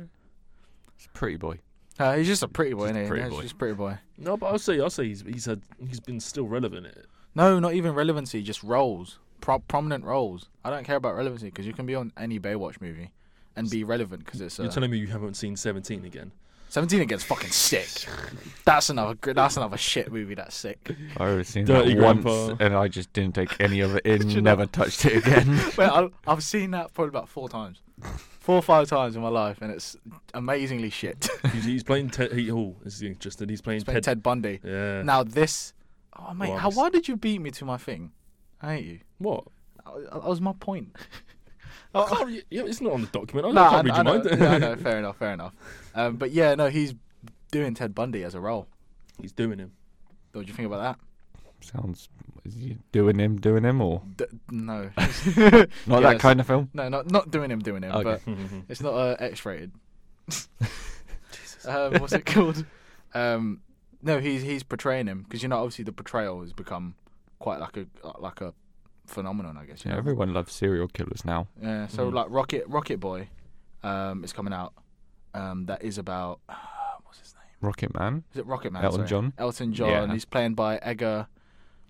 B: It's pretty boy.
A: Uh, he's just a pretty boy,
B: Just
A: isn't
B: a
A: he?
B: pretty
A: Yeah,
B: boy.
A: He's just a pretty boy.
C: No, but I'll say I'll say he's he's had he's been still relevant.
A: No, not even relevancy, just roles, Pro- prominent roles. I don't care about relevancy because you can be on any Baywatch movie and be relevant because it's
C: You're
A: uh,
C: telling me you haven't seen Seventeen again?
A: Seventeen against fucking sick. That's another. gr- That's another shit movie. That's sick.
B: I have seen
C: Dirty
B: that once,
C: grandpa.
B: and I just didn't take any of it in. never touched it again.
A: Wait, I, I've seen that probably about four times, four or five times in my life, and it's amazingly shit.
C: He's, he's playing Ted. He, oh, this is interesting. He's playing
A: It's been
C: Ted.
A: Ted Bundy.
C: Yeah.
A: Now this, oh mate,
C: Well,
A: how,
C: it's-
A: why did you beat me to my thing? I hate you.
C: What?
A: That- That was my point.
C: I can't re- yeah, it's not on the document. I
A: Oh. Nah,
C: can't read
A: I,
C: your
A: I know,
C: mind.
A: yeah, I know, fair enough, fair enough. Um, but yeah, no, he's doing Ted Bundy as a role.
C: He's doing him.
A: What do you think about
B: Sounds. Is he doing him, doing him, or
A: that? D- no,
B: not
A: Yeah,
B: that kind of film?
A: no, not not doing him, doing him,
B: Okay.
A: but It's not uh, X-rated. um, what's it called? Um, no, he's he's portraying him because you know obviously the portrayal has become quite like a like a phenomenon, I guess. You
B: Yeah, Mm-hmm.
A: know?
B: everyone loves serial killers now.
A: Yeah. So
C: Mhm.
A: like Rocket Rocket Boy, um, is coming out. Um, that is about what's his name?
B: Rocket Man,
A: Is it Rocket Man?
B: Elton
A: sorry.
B: John?
A: Edgerton John.
B: Yeah.
A: He's playing by Edgar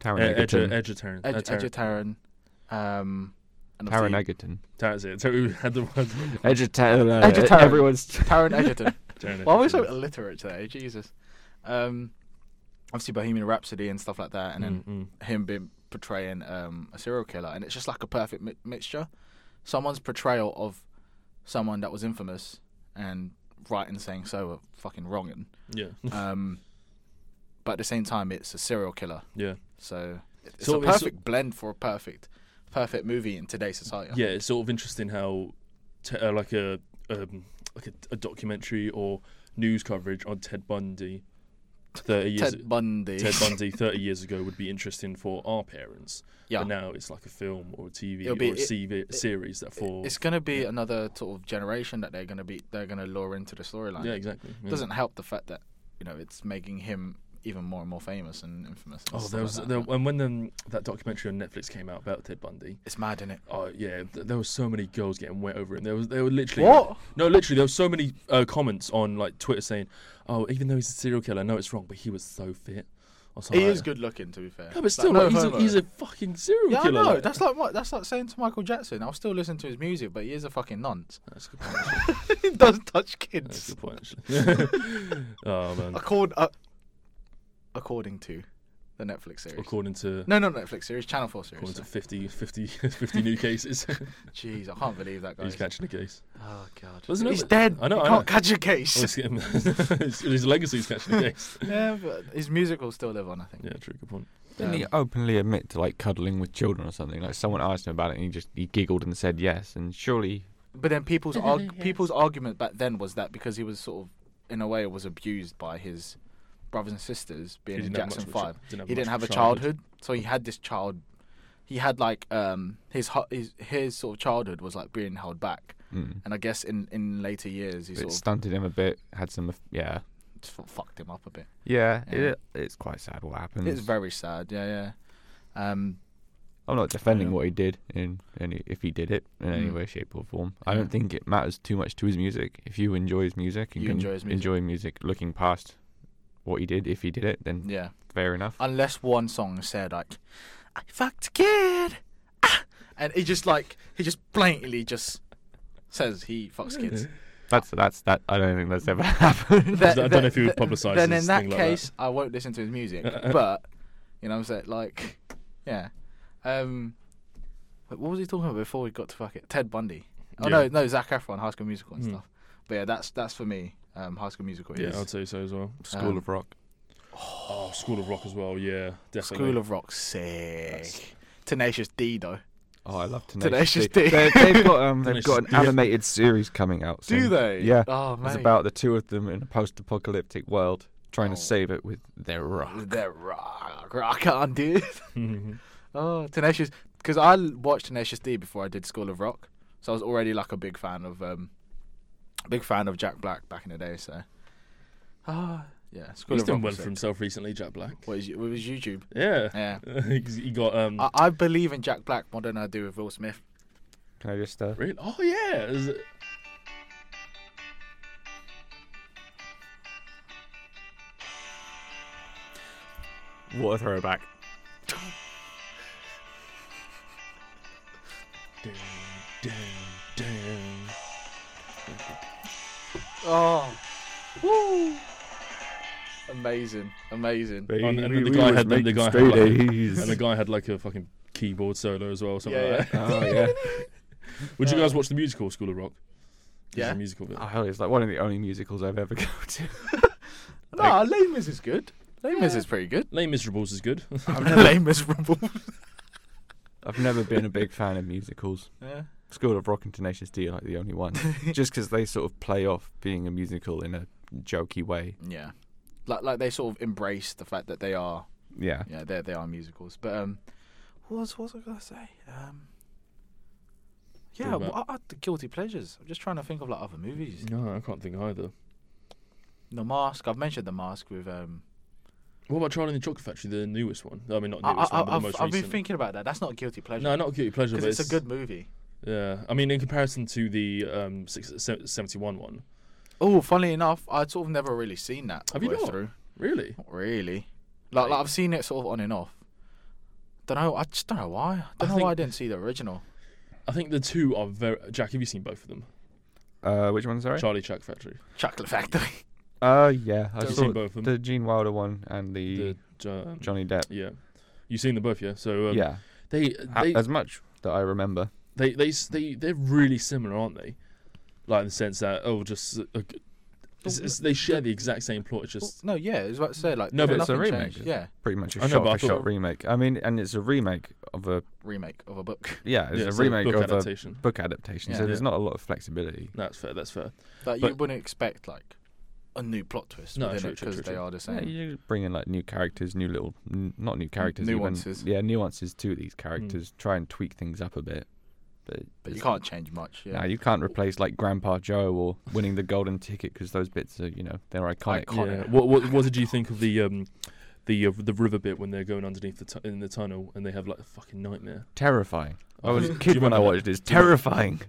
B: Taron
C: Eh, Edger,
B: Egerton.
C: Edger, Tarrant.
A: Ed, Edgerton. Um, and
B: Taron
A: obviously-
B: Egerton.
C: That's it. So we had the one.
B: Edgerton.
A: Edgerton.
B: Everyone's.
A: Taron Egerton.
C: Tarrant
A: Well, we're so
C: Egerton.
A: illiterate today. Jesus. Um, obviously Bohemian Rhapsody and stuff like that, and then
C: Mm, mm.
A: him being portraying um, a serial killer, and it's just like a perfect mi- mixture. Someone's portrayal of someone that was infamous and right in saying so are fucking wrong, and
C: Yeah.
A: um, but at the same time, it's a serial killer,
C: Yeah.
A: so it's
C: So
A: a
C: it's-
A: perfect blend for a perfect, perfect movie in today's society.
C: Yeah. It's sort of interesting how, te- uh, like a um, like a, a documentary or news coverage on Ted Bundy, thirty years
A: Ted Bundy.
C: Ted Bundy thirty years ago would be interesting for our parents.
A: Yeah.
C: But now it's like a film or a TV
A: It'll
C: or
A: be-
C: a
A: it-
C: CV, series that for.
A: it's gonna be another sort of generation that they're gonna be they're gonna lure into the storyline.
C: yeah, exactly. yeah.
A: doesn't help the fact that you know it's making him even more and more famous and infamous. and
C: Oh,
A: stuff
C: there
A: like
C: was
A: that.
C: there, and when um, that documentary on Netflix came out about Ted Bundy.
A: it's mad, isn't it?
C: Oh yeah, th- there were so many girls getting wet over him. There was there were literally no, literally there were so many uh, comments on like Twitter saying, "Oh, even though he's a serial killer, no, it's wrong, but he was so fit." Or something
A: He
C: like
A: is
C: that.
A: good looking, to be fair.
C: Oh, No, but
A: Like,
C: still,
A: no
C: like, he's,
A: homo.
C: a, he's a fucking serial
A: yeah, I
C: killer.
A: know.
C: like-
A: That's like what that's like saying to Michael Jackson. I'll still listen to his music, but he is a fucking nonce.
C: That's a good point. Actually.
A: he does touch
C: That's
A: kids.
C: a good point. Actually. oh man,
A: Accord, uh, according to the Netflix series.
C: according to
A: no, no Netflix series, Channel Four series.
C: according to 50, 50, 50 new cases,
A: Jeez, I can't believe that guy.
C: he's catching a case.
A: Oh god,
C: Well, isn't it-
A: he's dead.
C: I know,
A: You
C: I
A: can't
C: know.
A: catch a
C: Oh,
A: case.
C: it's- his, his legacy's catching a case.
A: yeah, but his music will still live on. I think.
C: Yeah, true. Good point.
B: Didn't he openly admit to like cuddling with children or something? Like someone asked him about it, and he just he giggled and said yes. And surely
A: But then people's arg- people's argument back then was that because he was sort of, in a way, was abused by his brothers and sisters being in
C: didn't have
A: Jackson
C: much of a chi-
A: Five.
C: didn't have
A: he didn't
C: much
A: have a
C: of a
A: childhood, so he had this child. He had like um his hu- his his sort of childhood was like being held back,
B: mm,
A: and I guess in in later years he
B: it
A: sort
B: stunted him a bit. Had some, of- yeah,
A: of just fu- fucked him up a bit.
B: yeah.
A: Yeah.
B: It, it's quite sad what happened.
A: It's very sad. Yeah, yeah. Um,
B: I'm not defending
A: Yeah.
B: what he did in any if he did it in any
A: Mm.
B: way, shape or form. I
A: Yeah.
B: don't think it matters too much to his music. If you enjoy his music and
A: You
B: can
A: enjoy his music.
B: enjoy music looking past what he did, if he did it, then
A: yeah.
B: fair enough.
A: unless one song said like I fucked a kid ah! and he just like he just blatantly just says he fucks kids
B: That's that's that. I don't think that's ever happened.
C: I don't know if he would publicise
A: Then
C: this
A: in that
C: thing like that.
A: case, I won't listen to his music. but you know, what I'm saying like, yeah. Um, but what was he talking about before we got to fuck it? Ted Bundy. Oh no,
C: Yeah.
A: no, Zach Efron, High School Musical and
C: Hmm.
A: stuff. But yeah, that's that's for me. Um, High School Musical
C: Yeah,
A: is
C: I'd say so as well.
B: School
A: Um,
B: of Rock.
C: Oh, School of Rock as well. Yeah, definitely.
A: School of Rock, sick. Tenacious D though.
B: Oh, I love
A: Tenacious
B: Tenacious
A: D.
B: D. They- They've got um, they've
C: Tenacious
B: got an
C: D.
B: animated series coming out.
A: Do
B: soon.
A: they?
B: Yeah,
A: Oh man.
B: it's about the two of them in a post-apocalyptic world trying
A: Oh.
B: to save it with their rock.
A: They're rock. I can't do it.
C: Mhm.
A: Oh, Tenacious. Because I l- watched Tenacious D before I did School of Rock, so I was already like a big fan of, um, big fan of Jack Black back in the day. So, ah, yeah, School
C: He's
A: of Rock.
C: done well
A: was
C: for
A: sick.
C: himself recently, Jack Black.
A: What is it was YouTube?
C: Yeah.
A: Yeah,
C: He's- he got um.
A: I, I believe in Jack Black more than I do with Will Smith.
B: Can I just? Uh,
C: really? Oh yeah. Is it-
E: What a throwback.
C: Dun, dun, dun.
A: Oh, woo! Amazing, amazing.
C: Oh, and- and then the guy had- then the guy had, like- And the guy had like a fucking keyboard solo as well, or something
A: Yeah, Uh,
C: like that.
B: Oh yeah.
C: Would you guys watch the musical School of Rock? It's
A: Yeah. Uh,
C: a musical bit.
B: Oh hell, it's like one of the only musicals I've ever gone to.
A: No, Les Mis is good. Les Mis is pretty good.
C: Les Miserables is good.
A: Les Mis rumble.
B: I've never been a big fan of musicals.
A: Yeah.
B: School of Rock and Tenacious D are like the only one, just because they sort of play off being a musical in a jokey way.
A: Yeah. Like like they sort of embrace the fact that they are
B: Yeah.
A: yeah, they they are musicals. But um, what was what was I gonna say? Um, yeah,
C: Talk
A: well,
C: about-
A: I, I, the guilty pleasures. I'm just trying to think of like other movies.
C: no, I can't think either. Mm-hmm.
A: The Mask. I've mentioned The Mask with um.
C: What about Charlie and the Chocolate Factory, the newest one? I mean, not
A: I,
C: newest
A: I,
C: one, but the
A: I've,
C: most
A: I've been
C: recent.
A: thinking about that. That's not a guilty pleasure.
C: no, not guilty pleasure,
A: because
C: but
A: it's, a good movie.
C: Yeah, I mean, in comparison to the um, six- se- 71 one,
A: Oh, funnily enough, I'd sort of never really seen that. all
C: Have you
A: the way
C: not?
A: Through.
C: really?
A: Not really. Like, like I've seen it sort of on and off. Don't know. I just don't know why. I don't
C: I
A: know
C: think-
A: why I didn't see the original.
C: I think the two are very. Jack, have you seen both of them?
B: Uh, which one? Sorry.
C: Charlie Chuck Factory.
A: Chocolate Factory.
B: Uh, yeah. I
C: Have you
B: saw
C: seen both of them?
B: the Gene Wilder one and the,
C: The, um,
B: Johnny Depp.
C: Yeah, you've seen them both, yeah. So um,
B: yeah.
C: they
B: Ha-
C: they,
B: as much that I remember.
C: they they s- they they're really similar, aren't they? Like in the sense that oh, just uh, uh, it's, it's, they share the exact same plot. It's
A: Well,
C: just
A: no, yeah, it was about to say like.
C: No, but it's
B: a
A: nothing
B: remake,
A: changed.
B: isn't it?
A: Yeah,
B: Pretty much a
C: I know,
B: shot
C: but I
B: for shot
C: thought-
B: remake. I mean, and it's a remake of a
A: remake of a book.
B: yeah, it's
C: yeah,
B: a
C: it's
B: remake
C: book
B: of uh,
C: adaptation.
B: a book adaptation.
A: Yeah.
B: so there's
C: Yeah.
B: not a lot of flexibility.
C: That's fair. That's fair.
A: Like you
C: But-
A: wouldn't expect like a new plot twist
C: No,
A: within
C: true,
A: it
C: true,
A: because
C: true,
A: they
C: true.
A: are the
B: Yeah,
A: same.
B: you bring in like new characters, new little n- not new characters, even-
A: nuances.
B: yeah, nuances to these
C: Hmm.
B: characters. Try and tweak things up a bit. But,
A: But you
B: it's-
A: can't change much. Yeah.
B: No, you can't replace like Grandpa Joe or winning the golden ticket because those bits are you know they're iconic.
C: Yeah. What, what what did you think of the um the uh, the river bit when they're going underneath the tu- in the tunnel and they have like a fucking nightmare?
B: Terrifying. I was a
C: Do you
B: kid when I
C: remember
B: watched this. Terrifying.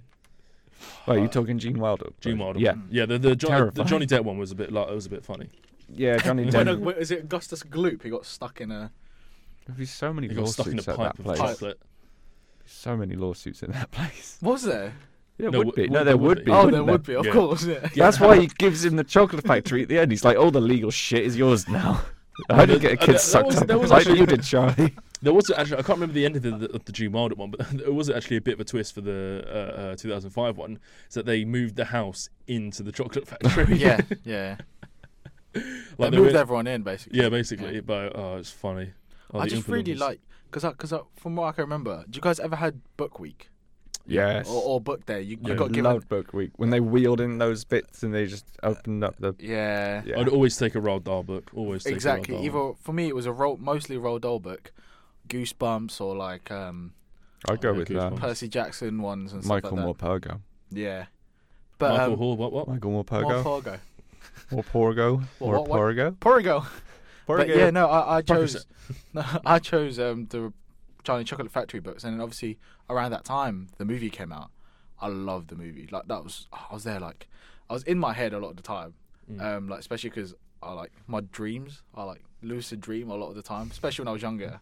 B: Wait, you talking Gene Wilder?
C: Gene Wilder. Mm.
B: Yeah,
C: yeah. The the, Johnny, the
B: Terrifying.
C: Johnny Depp one was a bit like it was a bit funny.
B: yeah. Johnny
A: Wait, no,
B: Depp.
A: wait, is it Augustus Gloop? He got stuck in a.
B: There'd be so many
C: He got stuck in a
B: lawsuits at that
C: pipe of
B: place.
A: Pipe.
C: chocolate.
B: So many lawsuits in that place.
A: Was there?
B: Yeah,
C: No,
B: would be.
C: w-
B: No, there would be.
A: oh,
B: wouldn't
A: there would be, of
C: Yeah.
A: course. Yeah.
B: That's why he gives him the chocolate factory at the end. He's like, all the legal shit is yours now. I didn't get a
C: that-
B: kid
C: that
B: sucked
C: was-
B: up.
C: that was
B: like
C: actually-
B: you did, Charlie.
C: There was actually I can't remember the end of the, of the Gene Wilder one, but there was actually a bit of a twist for the uh, uh, 2005 one. Is that they moved the house into the chocolate factory?
A: yeah, yeah.
C: like
A: they
C: they were,
A: moved everyone in basically.
C: yeah, basically.
A: Yeah.
C: But oh, it's funny. Oh,
A: I
C: the
A: just really
C: infidels.
A: like because I, cause I, from what I can remember, do you guys ever had book week
B: Yes.
C: Oh,
A: or, or book day? You,
C: Yeah.
A: you got given.
B: loved Book Week when they wheeled in those bits and they just opened up the.
A: Yeah.
B: Yeah.
C: I'd always take a Roald Dahl book. Always take
A: Exactly.
C: A Roald Dahl
A: Either for me, it was a roll, mostly Roald Dahl book, Goosebumps or like um,
B: I'd
C: Oh,
B: go with
C: Goosebumps.
B: that.
A: Percy Jackson ones and
B: Michael
A: stuff like
B: Morpurgo.
A: that. Yeah.
C: one.
A: But
C: Michael
A: um,
C: Hall. What? What?
B: Michael Morpurgo.
A: Morpurgo.
B: Morpurgo.
A: What- what- what?
B: Morpurgo.
A: Porigo. But yeah, no, I, I chose.
C: Percocet.
A: No, I chose um, the Charlie and Chocolate Factory books, and then obviously around that time the movie came out. I loved the movie. Like that was, I was there. Like I was in my head a lot of the time. Um, like especially because I like my dreams. I like lucid dream a lot of the time, especially when I was younger.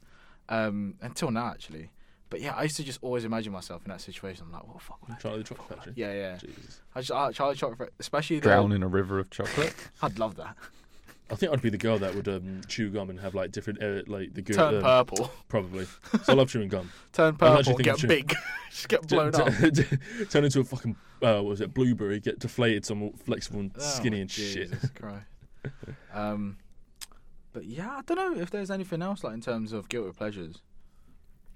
A: Um, until now, actually. But yeah, I used to just always imagine myself in that situation. I'm like, what the fuck? Would I
C: Charlie the Chocolate Factory.
A: do? Yeah, yeah.
C: Jesus.
A: I just uh, Charlie Chocolate, especially the,
B: Drown in a river of chocolate.
A: I'd love that.
C: I think I'd be the girl that would um, chew gum and have like different, uh, like the good,
A: Turn
C: um,
A: purple.
C: probably. So I love chewing gum.
A: Turn purple.
C: actually thinking
A: Get
C: of Jim-
A: big. just get blown
C: T-
A: up.
C: t- turn into a fucking uh, what was it blueberry? Get deflated, some flexible and
A: Oh,
C: skinny and shit.
A: Jesus Christ. Um, but yeah, I don't know if there's anything else like in terms of guilty pleasures.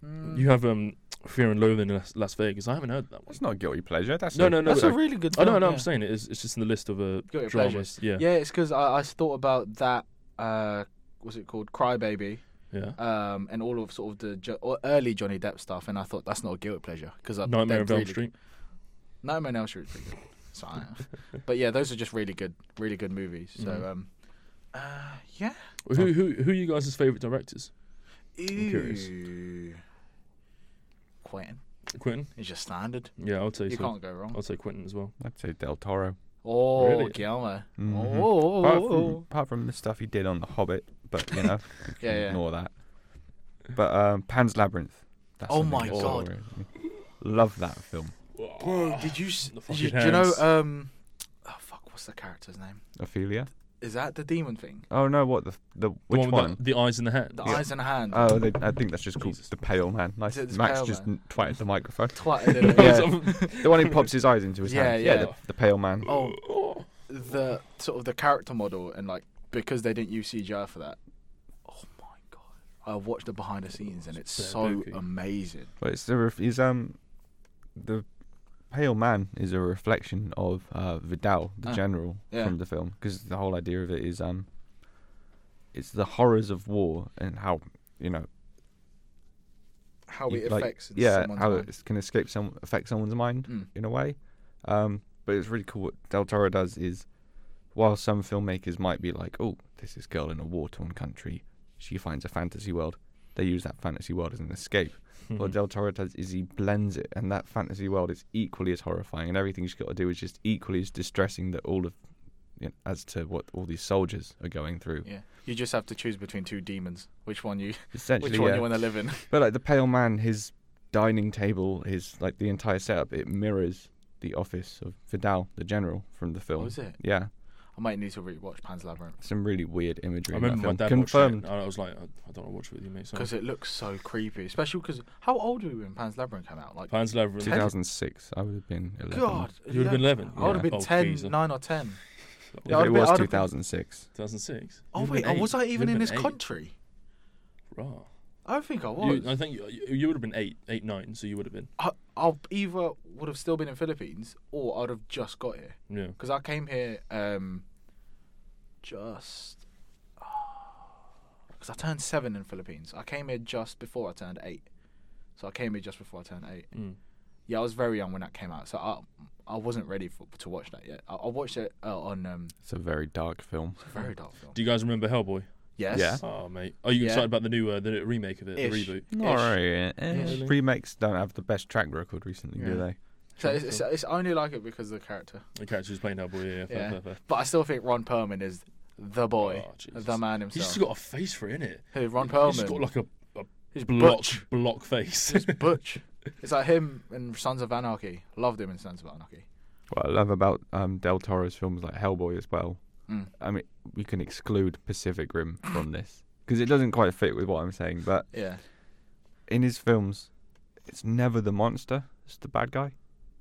A: Mm,
C: You have um, Fear and Loathing in Las, Las Vegas. I haven't heard that one.
B: That's not guilty pleasure. That's
C: No,
B: a-
C: no, no.
A: that's
C: but
A: a really good.
C: I
A: Film,
C: know, no,
A: Oh, yeah.
C: I'm saying it is. It's just in the list of uh,
A: Guilty
C: dramas. Yeah,
A: Yeah, it's because I, I thought about that. Uh, what's it called? Crybaby.
C: yeah.
A: Um, and all of sort of the jo- or early Johnny Depp stuff, and I thought that's not a guilty pleasure because
C: Nightmare on Elm Street.
A: Nightmare on Elm Street. is Pretty good. So, but yeah, those are just really good, really good movies. So
C: Mhm.
A: um, uh, yeah. Oh.
C: Who, who, who are you guys' favourite directors? curious.
A: Ooh. Quentin.
C: Quentin.
A: It's just standard.
C: Yeah, I'll say.
A: You
C: So.
A: can't go wrong.
C: I'll say Quentin as well.
B: I'd say Del Toro.
A: Oh,
C: Really?
A: Guillermo.
B: Mhm.
A: Oh,
B: Apart, from, apart from the stuff he did on The Hobbit, but you know, you can
A: Yeah, yeah.
B: ignore that. But um, Pan's Labyrinth. That's
A: Oh
B: something
A: my
B: that's
A: God.
B: always- Love that film.
A: bro, did you? s-
C: the
A: Did you,
C: fucking
A: do you know?
C: hands.
A: Um, oh fuck, what's the character's name?
B: Ophelia.
A: Is that the demon thing?
B: Oh no, what the the
C: The
B: which
C: one?
B: one?
C: with The, the eyes in the hat.
A: The eyes and a hand.
B: Oh, they, I think that's just called
C: Jesus.
B: the Pale Man. Nice.
A: it the
B: Max
A: Pale
B: just
A: Man?
B: n- twatted the microphone.
A: Twatted in it.
B: The one who pops his eyes into his
A: Yeah,
B: hand.
A: yeah.
B: the, the Pale Man.
A: Oh,
C: Oh.
A: the sort of the character model and like because they didn't use CGI for that. Oh my god! I watched the behind the scenes and it's
C: It's
A: so
C: spooky.
A: amazing.
B: But it's the ref- he's um the Pale Man is a reflection of uh, Vidal, the
A: Ah,
B: general
A: yeah.
B: from the film, because the whole idea of it is um it's the horrors of war and how you know
A: How
B: you-
A: it
B: like,
A: affects
B: yeah
A: someone's
B: how
A: mind.
B: it can escape some affect someone's mind
A: Mm.
B: in a way. Um, but it's really cool what Del Toro does is, while some filmmakers might be like, "Oh, this is girl in a war-torn country, she finds a fantasy world," they use that fantasy world as an escape.
C: Hmm.
A: Mm.
B: What Del Toro does is he blends it, and that fantasy world is equally as horrifying, and everything she's got to do is just equally as distressing that all of, you know, as to what all these soldiers are going through.
A: Yeah, you just have to choose between two demons. Which one you?
B: Essentially,
A: Which one
B: yeah.
A: you want to live in?
B: But like the Pale Man, his dining table, his like the entire setup, it mirrors the office of Vidal, the general from the film.
A: What is it?
B: Yeah,
A: I might need to rewatch Pan's Labyrinth
B: some really weird imagery.
C: I
B: in that
C: remember my
B: film.
C: dad
B: Confirmed.
C: watched it. And I was like, I, I don't want to watch it with you, mate. Sorry.
A: because it looks so creepy. Especially because how old were you when Pan's Labyrinth came out? Like,
C: Pan's Labyrinth.
B: 2006. I would have been 11.
A: God,
C: You would have been 11.
A: I would have
C: Yeah.
A: been
C: Oh,
A: 10,
C: geezer.
A: 9 or ten.
B: If
A: Yeah, I'd
B: it
A: have been-
B: was
A: I'd have been-
B: 2006.
C: 2006.
A: Oh
C: You'd
A: wait,
C: have
A: oh,
C: been
A: was
C: eight.
A: I
C: You'd
A: even
C: have
A: in
C: been
A: this
C: eight.
A: country?
C: Rah.
A: I don't think I was.
C: You, I think you, you would have been eight, eight, nine. So you would have been.
A: I, I either would have still been in Philippines or I'd have just got here
C: Yeah.
A: because I came here um, just because I turned seven in Philippines. I came here just before I turned eight, so I came here just before I turned eight.
C: Mm.
A: Yeah, I was very young when that came out, so I I wasn't ready for, to watch that yet. I, I watched it uh, on um,
B: It's a very dark film.
A: it's a very dark film.
C: Do you guys remember Hellboy?
A: Yes.
B: Yeah.
C: Oh, mate. Are you
A: Yeah.
C: excited about the new uh, the remake of it,
A: Ish.
C: the reboot?
A: Ish.
B: Alright.
A: eh, Ish.
B: Remakes don't have the best track record recently,
A: Yeah.
B: do they?
A: So it's, it's, it's I only like it because of the character,
C: The character who's playing Hellboy. Yeah. Fair,
A: Yeah.
C: fair, fair.
A: but I still think Ron Perlman is the boy,
C: Oh, Jesus.
A: the man
C: He's
A: himself.
C: just got a face for it, innit?
A: Who, Ron
C: He's just got
A: Perlman.
C: like a, a
A: He's
C: block
A: Butch.
C: block face.
A: It's Butch. It's like him in Sons of Anarchy. Loved him in Sons of Anarchy.
B: What I love about um, Del Toro's films like Hellboy as well.
A: Mm.
B: I mean, we can exclude Pacific Rim from this because it doesn't quite fit with what I'm saying. But
A: Yeah.
B: in his films, it's never the monster; it's the bad guy.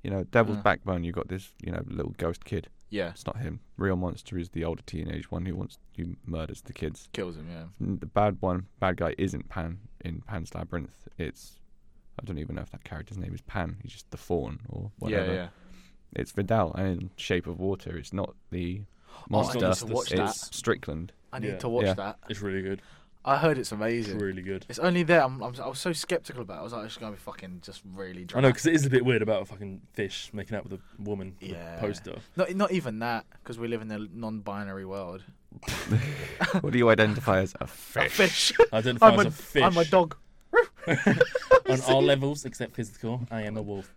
B: You know, Devil's
A: Uh.
B: Backbone. You got this, you know, little ghost kid.
A: Yeah.
B: It's not him. Real monster is the older teenage one who wants who murders the kids.
A: Kills him, yeah.
B: N- The bad one, bad guy, isn't Pan in Pan's Labyrinth. It's I don't even know if that character's name is Pan. He's just the fawn or whatever.
A: Yeah, yeah.
B: It's Vidal and in Shape of Water. It's not the
A: Oh, I
B: monster.
A: need to watch
B: it's
A: that.
B: Strickland.
A: I need
C: Yeah.
A: to watch
B: Yeah.
A: that.
C: it's really good.
A: I heard it's
C: It's
A: amazing.
C: really good.
A: It's only there. I'm, I'm, I was so skeptical about it. I was like, it's going to be fucking just really
C: I
A: dry.
C: know, because it is a bit weird about a fucking fish making out with a woman. with a
A: Yeah.
C: Poster.
A: Not, not even that, because we live in a non binary world.
B: what do you identify as? A
A: A
B: fish.
A: fish.
C: Identifies
A: I'm, a,
C: a fish.
A: am a dog.
C: On all levels except physical, I am a wolf.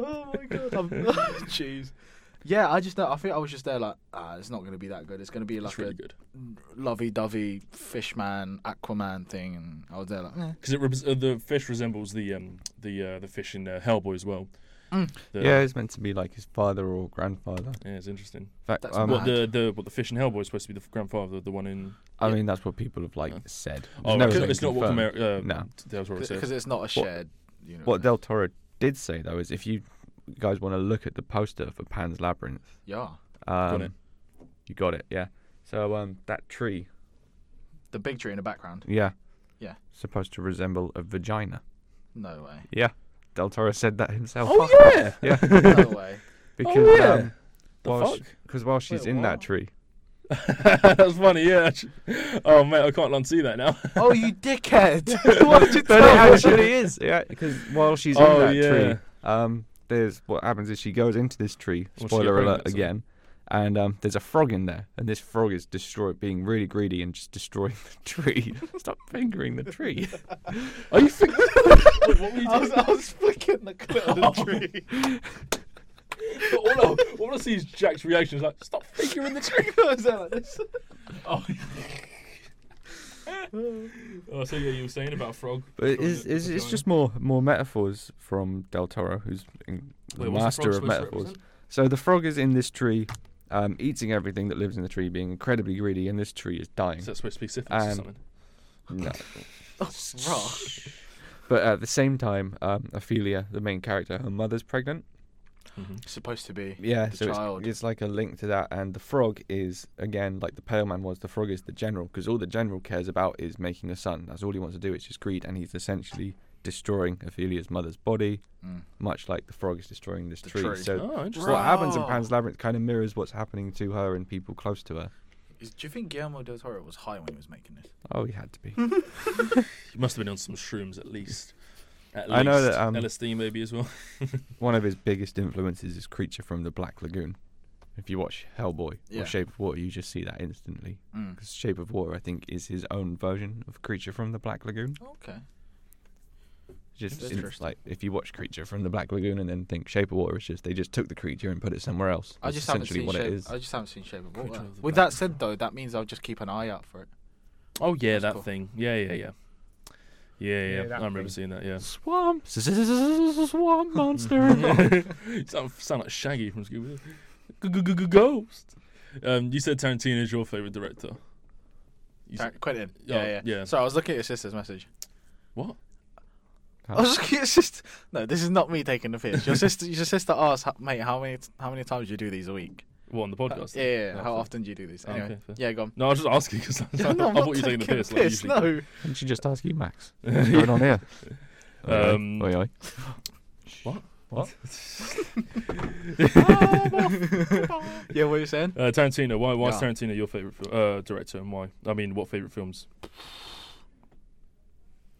A: Oh my god. I'm- Jeez. Yeah, I just don't- I think I was just there like ah, it's not gonna be that good. It's gonna be like
C: It's really good
A: a lovey dovey fishman Aquaman thing, and I was there like eh.
C: because it repres uh, the fish resembles the um the uh, the fish in uh, Hellboy as well.
A: Mm.
C: The-
B: yeah, it's meant to be like his father or grandfather. In
C: yeah, it's interesting.
B: fact,
A: That's
B: um,
A: mad.
C: What the the what the fish in Hellboy is supposed to be the grandfather, the one in.
B: I
A: yeah.
B: mean, that's what people have like said.
C: Oh,
B: It's never
C: it's,
B: been
C: it's not what
B: confirmed.
C: America. Uh,
B: No.
C: that was what it said.
A: because it's not a shared. you know,
B: What Del Toro did say though is if you guys want to look at the poster for Pan's Labyrinth,
A: yeah,
B: um,
C: it.
B: you got it. Yeah. So um, that tree,
A: the big tree in the background.
B: yeah,
A: Yeah.
B: supposed to resemble a vagina.
A: No way.
B: Yeah, Del Toro said that himself.
C: Oh yeah.
B: yeah,
A: No way.
B: because
C: yeah.
B: um,
C: The
B: while
C: fuck?
B: because while she's
A: Wait,
B: in
A: what?
B: that tree,
C: That's funny, yeah. actually. Oh man, I can't unsee that now.
A: Oh, you dickhead! what did you
B: but
A: tell
B: it
A: me?
B: actually is. Yeah, because while she's
C: Oh,
B: in that
C: yeah.
B: tree, um, there's what happens is she goes into this tree.
C: Well, she got
B: Spoiler alert
C: pregnant, so-
B: again. And um, there's a frog in there, and this frog is destroy being really greedy and just destroying the tree. Stop fingering the tree.
C: Are you thinking? what were you
A: I was, I was flicking the clip of the tree.
C: doing? all, I, all I see is Jack's reaction. Is like, stop fingering the tree.
A: I was there like this.
C: Oh. oh, so yeah, you were saying about frog.
B: But it is, it's, it's just more more metaphors from Del Toro, who's in, the master of metaphors. So the frog is in this tree, um, eating everything that lives in the tree, being incredibly greedy, and this tree is dying.
C: Is that supposed to be syphilis or
B: Um,
C: something?
B: No.
A: Raw.
B: But at the same time, um, Ophelia, the main character, her mother's pregnant.
A: Supposed to be.
B: Yeah,
A: The
B: so
A: child.
B: It's, it's like a link to that. And the frog is, again, like the pale man was, the frog is the general, because all the general cares about is making a son. That's all he wants to do, it's just greed. And he's essentially destroying Ophelia's mother's body,
A: Mm.
B: much like the frog is destroying this
A: The
B: tree.
A: tree.
B: So
C: Oh, interesting.
B: what happens in Pan's
A: Bro.
B: Labyrinth kind of mirrors what's happening to her and people close to her.
A: Is, do you think Guillermo del Toro was high when he was making this?
B: Oh, he had to be.
C: You must have been on some shrooms at least. At least.
B: I know that, um,
C: LSD maybe as well.
B: One of his biggest influences is Creature from the Black Lagoon. If you watch Hellboy
A: Yeah.
B: or Shape of Water, you just see that instantly.
A: Mm.
B: 'Cause Shape of Water, I think, is his own version of Creature from the Black Lagoon.
A: Okay.
B: Just in-
A: Oh, Interesting.
B: like if you watch Creature from the Black Lagoon and then think Shape of Water, it's just they just took the creature and put it somewhere else.
A: I
B: That's
A: just haven't
B: essentially
A: seen
B: what
A: shape,
B: it is.
A: I just haven't seen Shape of
C: Creature
A: Water.
C: of the
A: With
C: Black
A: that said, though, that means I'll just keep an eye out for it.
C: Oh yeah,
A: That's
C: that
A: cool.
C: thing. Yeah, yeah, yeah. Yeah, yeah.
B: Yeah,
C: I
B: that
C: remember
B: thing.
C: seeing that. Yeah.
B: Swamp, swamp monster.
C: You sound, sound like Shaggy from Scooby Doo. Ghost. Um, you said Tarantino is your favorite director. You
A: Tar-
C: said,
A: Quentin.
C: Oh,
A: Yeah, yeah.
C: yeah.
A: Sorry, I was looking at your sister's message.
C: what?
A: I was looking at your sister. No, this is not me taking the piss. Your sister, your sister asked, "Ho- mate, how many how many times do you do these a week?
C: What on the
A: Uh,
C: podcast?
A: yeah, yeah, yeah.
C: Oh,
A: how
C: fair.
A: often do you do these?
C: Oh,
A: Anyway,
C: okay, fair.
A: yeah, go on.
C: No, I was just asking because I,
A: No, I'm
C: thought
A: not
C: you were taking the piss. Like,
A: piss,
C: usually.
A: no.
B: And she just ask you, Max. What's going on here? Oi,
C: Um,
B: oi, oi.
C: Ah,
A: Yeah, what are you saying?
C: Uh, Tarantino. Why? Why is
A: Yeah.
C: Tarantino your favorite fil- uh, director, and why? I mean, what favorite films?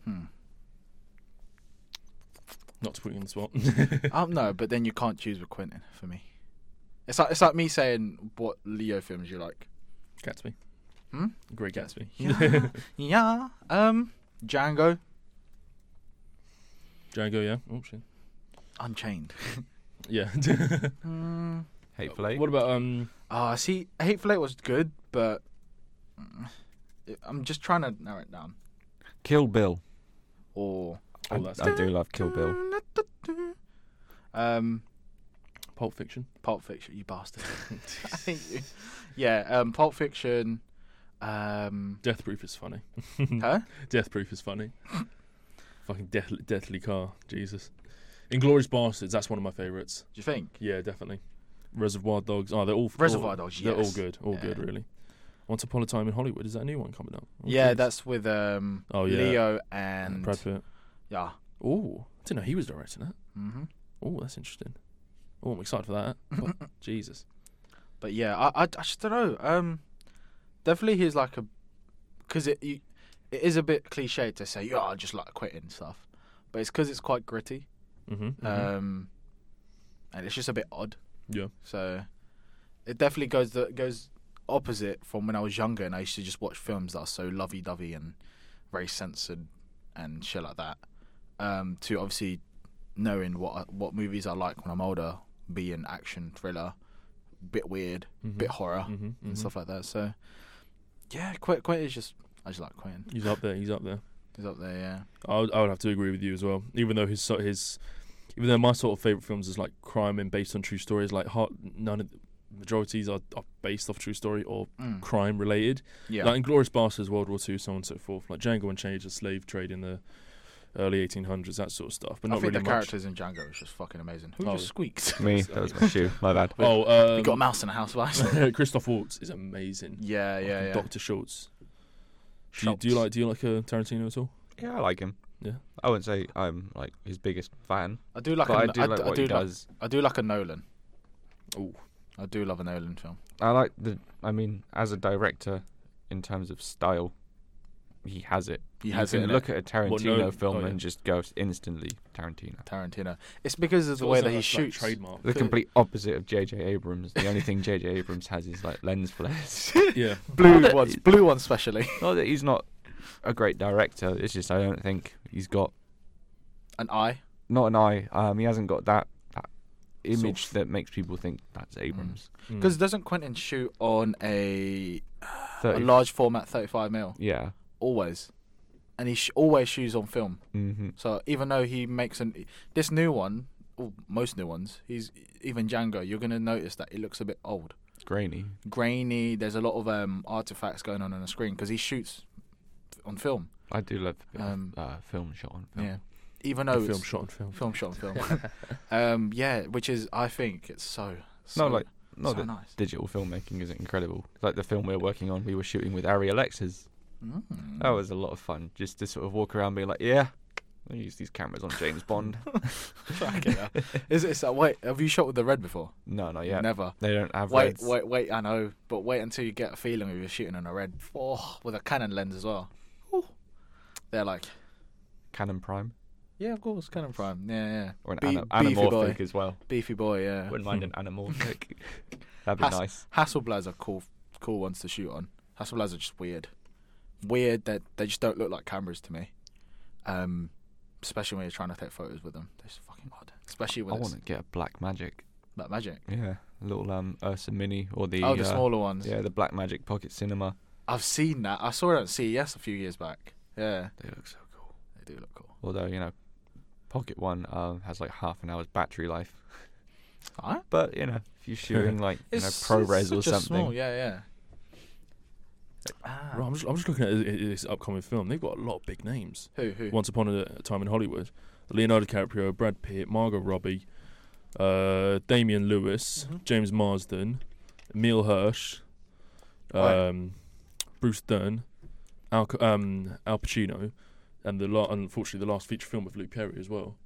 A: Hmm.
C: Not to put you on the spot.
A: Um, no, but then you can't choose with Quentin for me. It's like it's like me saying what Leo films you like.
C: Gatsby.
A: Hmm?
C: Great Gatsby.
A: Yeah, yeah. Um, Django,
C: Django. Yeah. Oh shit.
A: Unchained.
C: Yeah.
A: Mm.
B: Hateful Eight.
C: what about um?
A: Ah, see, Hateful Eight was good, but mm, I'm just trying to narrow it down.
B: Kill Bill.
A: Or
C: Oh,
B: I,
C: that's
B: I do love Kill Bill.
A: Um,
C: Pulp Fiction.
A: Pulp Fiction, you bastard. I hate you. Yeah, um, Pulp Fiction. Um,
C: Death Proof is funny.
A: huh?
C: Death Proof is funny. Fucking death, Deathly Car. Jesus. Inglorious Bastards. That's one of my favorites.
A: Do you think?
C: Yeah, definitely. Reservoir Dogs. Oh, they're all
A: Reservoir
C: all-
A: Dogs,
C: They're all
A: yes.
C: good. All good,
A: Yeah.
C: really. Once Upon a Time in Hollywood. Is that a new one coming up? Oh,
A: Yeah,
C: jeez.
A: that's with um
C: Oh, yeah.
A: Leo and
C: Brad Pitt.
A: yeah.
C: Oh, I didn't know he was directing that.
A: hmm
C: Oh, that's interesting. Oh, I'm excited for that. Oh, Jesus.
A: But yeah, I, I I just don't know. Um, definitely he's like a because it you, it is a bit cliche to say yeah I just like quitting stuff, but it's because it's quite gritty.
C: Mm-hmm.
A: Um, and it's just a bit odd.
C: yeah.
A: So it definitely goes the goes opposite from when I was younger and I used to just watch films that are so lovey dovey and very censored and shit like that. Um, to obviously knowing what what movies I like when I'm older, being action thriller, bit weird,
C: Mhm.
A: bit horror
C: Mhm, mhm.
A: and stuff like that. So yeah, Quentin, Quentin is just I just like Quentin.
C: mm-hmm. He's up there. He's up there.
A: He's up there, yeah.
C: I would, I would have to agree with you as well. Even though his so- his, even though my sort of favorite films is like crime and based on true stories, like hard, none of the majorities are, are based off true story or
A: Mm.
C: crime related.
A: Yeah.
C: Like Inglorious Bastards, World War Two, so on and so forth. Like Django Unchained, the slave trade in the early 1800s, that sort of stuff. But
A: I
C: not
A: think
C: really
A: the
C: much.
A: characters in Django is just fucking amazing. Who
C: Oh.
A: just squeaked?
B: Me, that was my shoe. My bad.
C: Oh,
A: we
C: um,
A: got a mouse in the house, guys.
C: Christoph Waltz is amazing.
A: yeah, yeah, yeah.
C: Doctor Schultz. Do you, do you like do you like uh, Tarantino at all?
B: Yeah, I like him.
C: Yeah.
B: I wouldn't say I'm like his biggest fan,
A: I do like.
B: but
A: a-
B: I do
A: I
B: like
A: d- I
B: what
A: do
B: he
A: like-
B: does.
A: I do like a Nolan.
C: Ooh.
A: I do love a Nolan film.
B: I like the. I mean, as a director, in terms of style, he has it.
A: He has
B: you
A: it.
B: can
A: in
B: look at a Tarantino
C: Nolan-
B: film
C: oh, yeah.
B: and just go instantly Tarantino.
A: Tarantino. It's because of the way that he shoots.
C: trademark.
B: The complete opposite of J.J. Abrams. The only thing J.J. Abrams has is like lens flares.
C: yeah,
A: blue ones, blue ones especially.
B: not that he's not a great director. It's just I don't think he's got
A: An eye.
B: not an eye. Um, he hasn't got that that
C: of-
B: image that makes people think that's Abrams.
C: Mm.
A: Because doesn't Quentin shoot on a Mm. a
B: 30
A: large format 35 mil
B: yeah.
A: always, and he sh- always shoots on film.
B: hmm
A: So even though he makes an this new one, or most new ones, he's even Django. You're gonna notice that it looks a bit old,
B: It's grainy.
A: grainy. There's a lot of um, artifacts going on on the screen because he shoots on film.
B: I do love a bit of,
A: Um,
B: uh, film shot on film.
A: Yeah, even
C: The
A: though
C: film
A: it's-
C: shot on film.
A: film shot on film. um, yeah, which is I think it's so, so
B: No, like not
A: so
B: that
A: nice.
B: digital filmmaking is incredible. Like the film we were working on, we were shooting with Ari Alexis.
A: Mm.
B: That was a lot of fun. Just to sort of walk around, being like, yeah. I use these cameras on James Bond.
A: Fucking hell. Is it? So, wait, have you shot with the red before?
B: No, not yet.
A: Never.
B: They don't have
A: Wait,
B: reds.
A: wait, wait. I know, but wait until you get a feeling of you're shooting on a red. Oh, with a Canon lens as well. Ooh. They're like,
B: Canon Prime
A: yeah, of course, Canon Prime. Yeah, yeah.
B: or an
A: Be-
B: ana-
A: beefy boy.
B: anamorphic as well.
A: Beefy boy. Yeah. Hmm.
B: Wouldn't mind an anamorphic. That'd be
A: Has-
B: nice.
A: Hasselblads are cool, cool ones to shoot on. Hasselblads are just weird, weird. That they just don't look like cameras to me. Um, especially when you're trying to take photos with them, they're just fucking odd. Especially
B: I
A: when
B: want
A: it's
B: to get a black magic.
A: like magic.
B: Yeah, a little um Ursa Mini or the
A: oh, the
B: uh,
A: smaller ones.
B: Yeah, the black magic pocket cinema.
A: I've seen that. I saw it at CES a few years back. Yeah,
B: They look so cool.
A: they do look cool.
B: Although you know, pocket one um has like half an hour's battery life.
A: Alright.
B: But you know, if you're shooting like you know ProRes or
A: it's just
B: something,
A: Small. Yeah, yeah. Ah.
C: Right, I'm, just, I'm just looking at i- i- this upcoming film. They've got a lot of big names.
A: Who? Who?
C: Once upon a time in Hollywood, Leonardo DiCaprio, Brad Pitt, Margot Robbie, uh, Damian Lewis,
A: Mm-hmm.
C: James Marsden, Emil Hirsch,
A: Right.
C: um, Bruce Dern, Al, C- um, Al Pacino, and the la- unfortunately the last feature film with Luke Perry as well,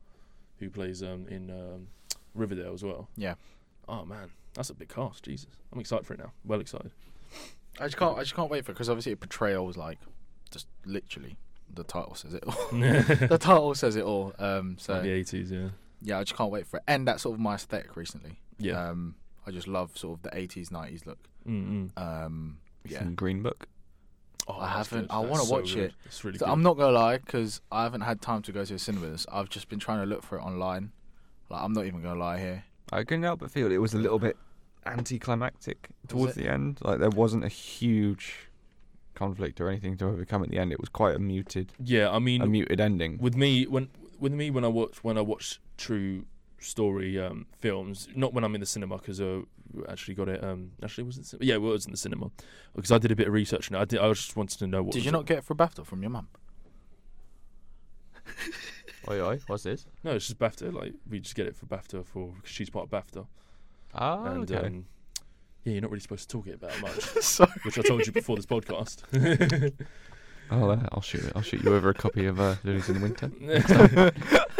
C: who plays um, in um, Riverdale as well.
A: Yeah.
C: Oh man, that's a big cast. Jesus, I'm excited for it now. Well excited.
A: I just can't. I just can't wait for it because obviously it portrayals like just literally the title says it all. the title says it all. Um, so
C: Like the 80s, yeah.
A: yeah, I just can't wait for it. And that's sort of my aesthetic recently.
C: Yeah.
A: Um, I just love sort of the '80s, '90s look.
C: Mm-mm.
A: Um, yeah.
B: Some Green Book.
C: Oh,
A: I
C: that's
A: haven't-
C: good.
A: I
C: That's
A: wanna
C: so
A: watch
C: good.
A: it.
C: It's really
A: So
C: good.
A: I'm not gonna lie, because I haven't had time to go to the cinemas. I've just been trying to look for it online. Like I'm not even gonna lie here.
B: I couldn't help but feel it was a little bit anticlimactic towards
A: it?
B: the end. Like there wasn't a huge conflict or anything to overcome at the end. It was quite a muted,
C: yeah, I mean,
B: a muted ending.
C: with me when with me when I watch when I watch true story um, films, not when I'm in the cinema because uh, we actually got it. Um, actually, was it? cin- Yeah, it was in the cinema because I did a bit of research and I did. I just wanted to know what.
A: Did
C: was
A: you not get it for BAFTA from your mum?
B: Oi, oi, what's this?
C: No, it's just BAFTA. Like we just get it for BAFTA for because she's part of
A: Oh,
C: BAFTA.
B: Ah,
C: and
B: okay.
C: um, yeah, you're not really supposed to talk it about much,
A: so
C: which I told you before this podcast.
B: I'll, uh, I'll shoot. I'll shoot you over a copy of uh, Lilies in Winter.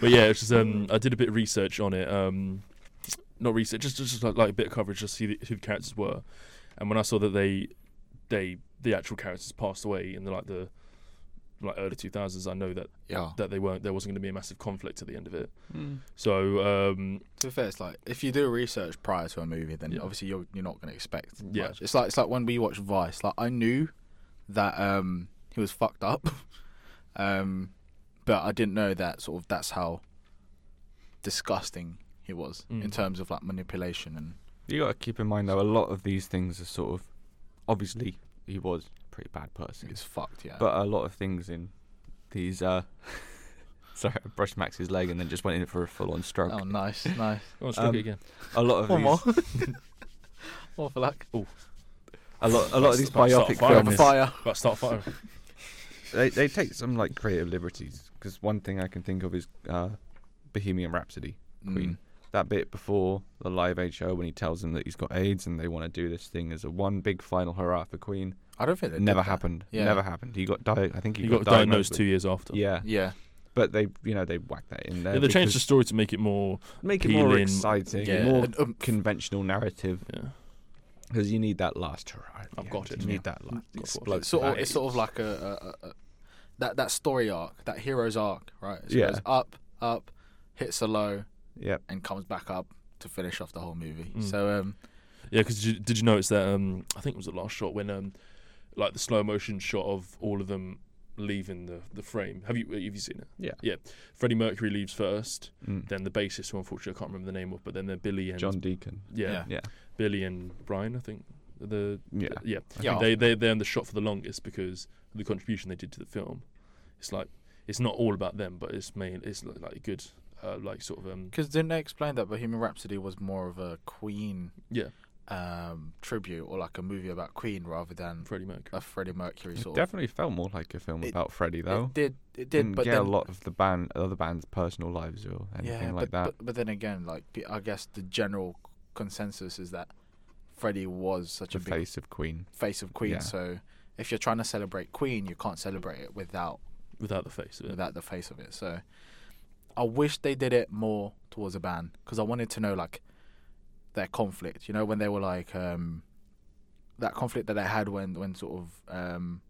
C: but yeah, it's just um, I did a bit of research on it. Um, not research, just just like, like a bit of coverage, just see the, who the characters were. And when I saw that they, they the actual characters passed away in the like the like early two thousands, I know that
A: yeah.
C: that they weren't. There wasn't going to be a massive conflict at the end of it.
B: Hmm.
C: So um,
A: To be fair, it's like if you do research prior to a movie, then
C: Yeah.
A: obviously you're you're not going to expect.
C: Yeah.
A: much. it's like it's like when we watched Vice. Like I knew that um he was fucked up, um, but I didn't know that sort of that's how disgusting he it was
C: Mm.
A: in terms of like manipulation and
B: You got to keep in mind though, a lot of these things are sort of obviously he was a pretty bad person,
A: it's fucked. Yeah,
B: but a lot of things in these. uh Sorry, I brushed Max's leg and then just went in for a full-on stroke.
A: oh nice, nice.
C: Oh, struck
B: Um,
C: it again.
B: a lot of
A: One more,
B: these,
A: more for luck.
B: a lot, a lot of these biopic
C: Fire
A: Fire,
B: films,
C: miss.
A: fire.
C: But start fire.
B: they, they take some like creative liberties. Because one thing I can think of is uh, Bohemian Rhapsody.
A: Mm.
B: Queen. That bit before the Live Aid show when he tells them that he's got AIDS and they want to do this thing as a one big final hurrah for Queen.
A: I don't think they did
B: Never
A: that.
B: happened.
A: Yeah.
B: Never happened. He got di- I think he,
C: He got diagnosed two years after.
B: with- Yeah.
A: Yeah,
B: but they you know they whacked that in there.
C: Yeah, they changed the
B: because-
C: story to make it more.
B: make it more
C: appealing-
B: exciting,
C: Yeah.
B: more
A: And, um,
B: conventional narrative
C: Yeah.
B: because you need that last hurrah. at the
C: I've
B: end.
C: got it,
B: You
C: yeah.
B: need that last
C: it.
B: explosive.
A: it's sort of,
B: act.
A: it's sort of like a, a, a, a that that story arc, that hero's arc, right? So
B: Yeah.
A: it goes up, up, hits a low,
B: Yep.
A: and comes back up to finish off the whole movie.
C: Mm.
A: So um,
C: Yeah, because did you, did you notice that? Um, I think it was the last shot when, um, like the slow motion shot of all of them leaving the, the frame. Have you have you seen it?
B: Yeah.
C: Yeah. Freddie Mercury leaves first,
B: Mm.
C: then the bassist, who unfortunately I can't remember the name of, but then they're Billy and
B: John Deacon.
C: Yeah,
A: Yeah.
B: Yeah.
C: Billy and Brian, I think. The
B: Yeah.
C: yeah,
A: yeah,
C: they they they're in the shot for the longest because of the contribution they did to the film. It's like it's not all about them, but it's main. It's like, like good, uh, like sort of um
A: because didn't they explain that Bohemian Rhapsody was more of a Queen
C: yeah,
A: um, tribute or like a movie about Queen rather than
C: Freddie Mercury.
A: a Freddie Mercury
B: It
A: sort of.
B: definitely felt more like a film
A: It-
B: about Freddie though.
A: It did, it did,
B: Didn't
A: but
B: get
A: then
B: a lot of the band, other band's personal lives or anything
A: yeah,
B: like
A: but,
B: that.
A: But, but then again, like pe- I guess the general consensus is that Freddie was such
B: the
A: a big face,
B: face of Queen.
A: of Queen.
B: Yeah.
A: So if you're trying to celebrate Queen, you can't celebrate it without
C: without the face of it.
A: without the face of it. So I wish they did it more towards a band because I wanted to know like their conflict. You know, when they were like um, that conflict that they had when when sort of um,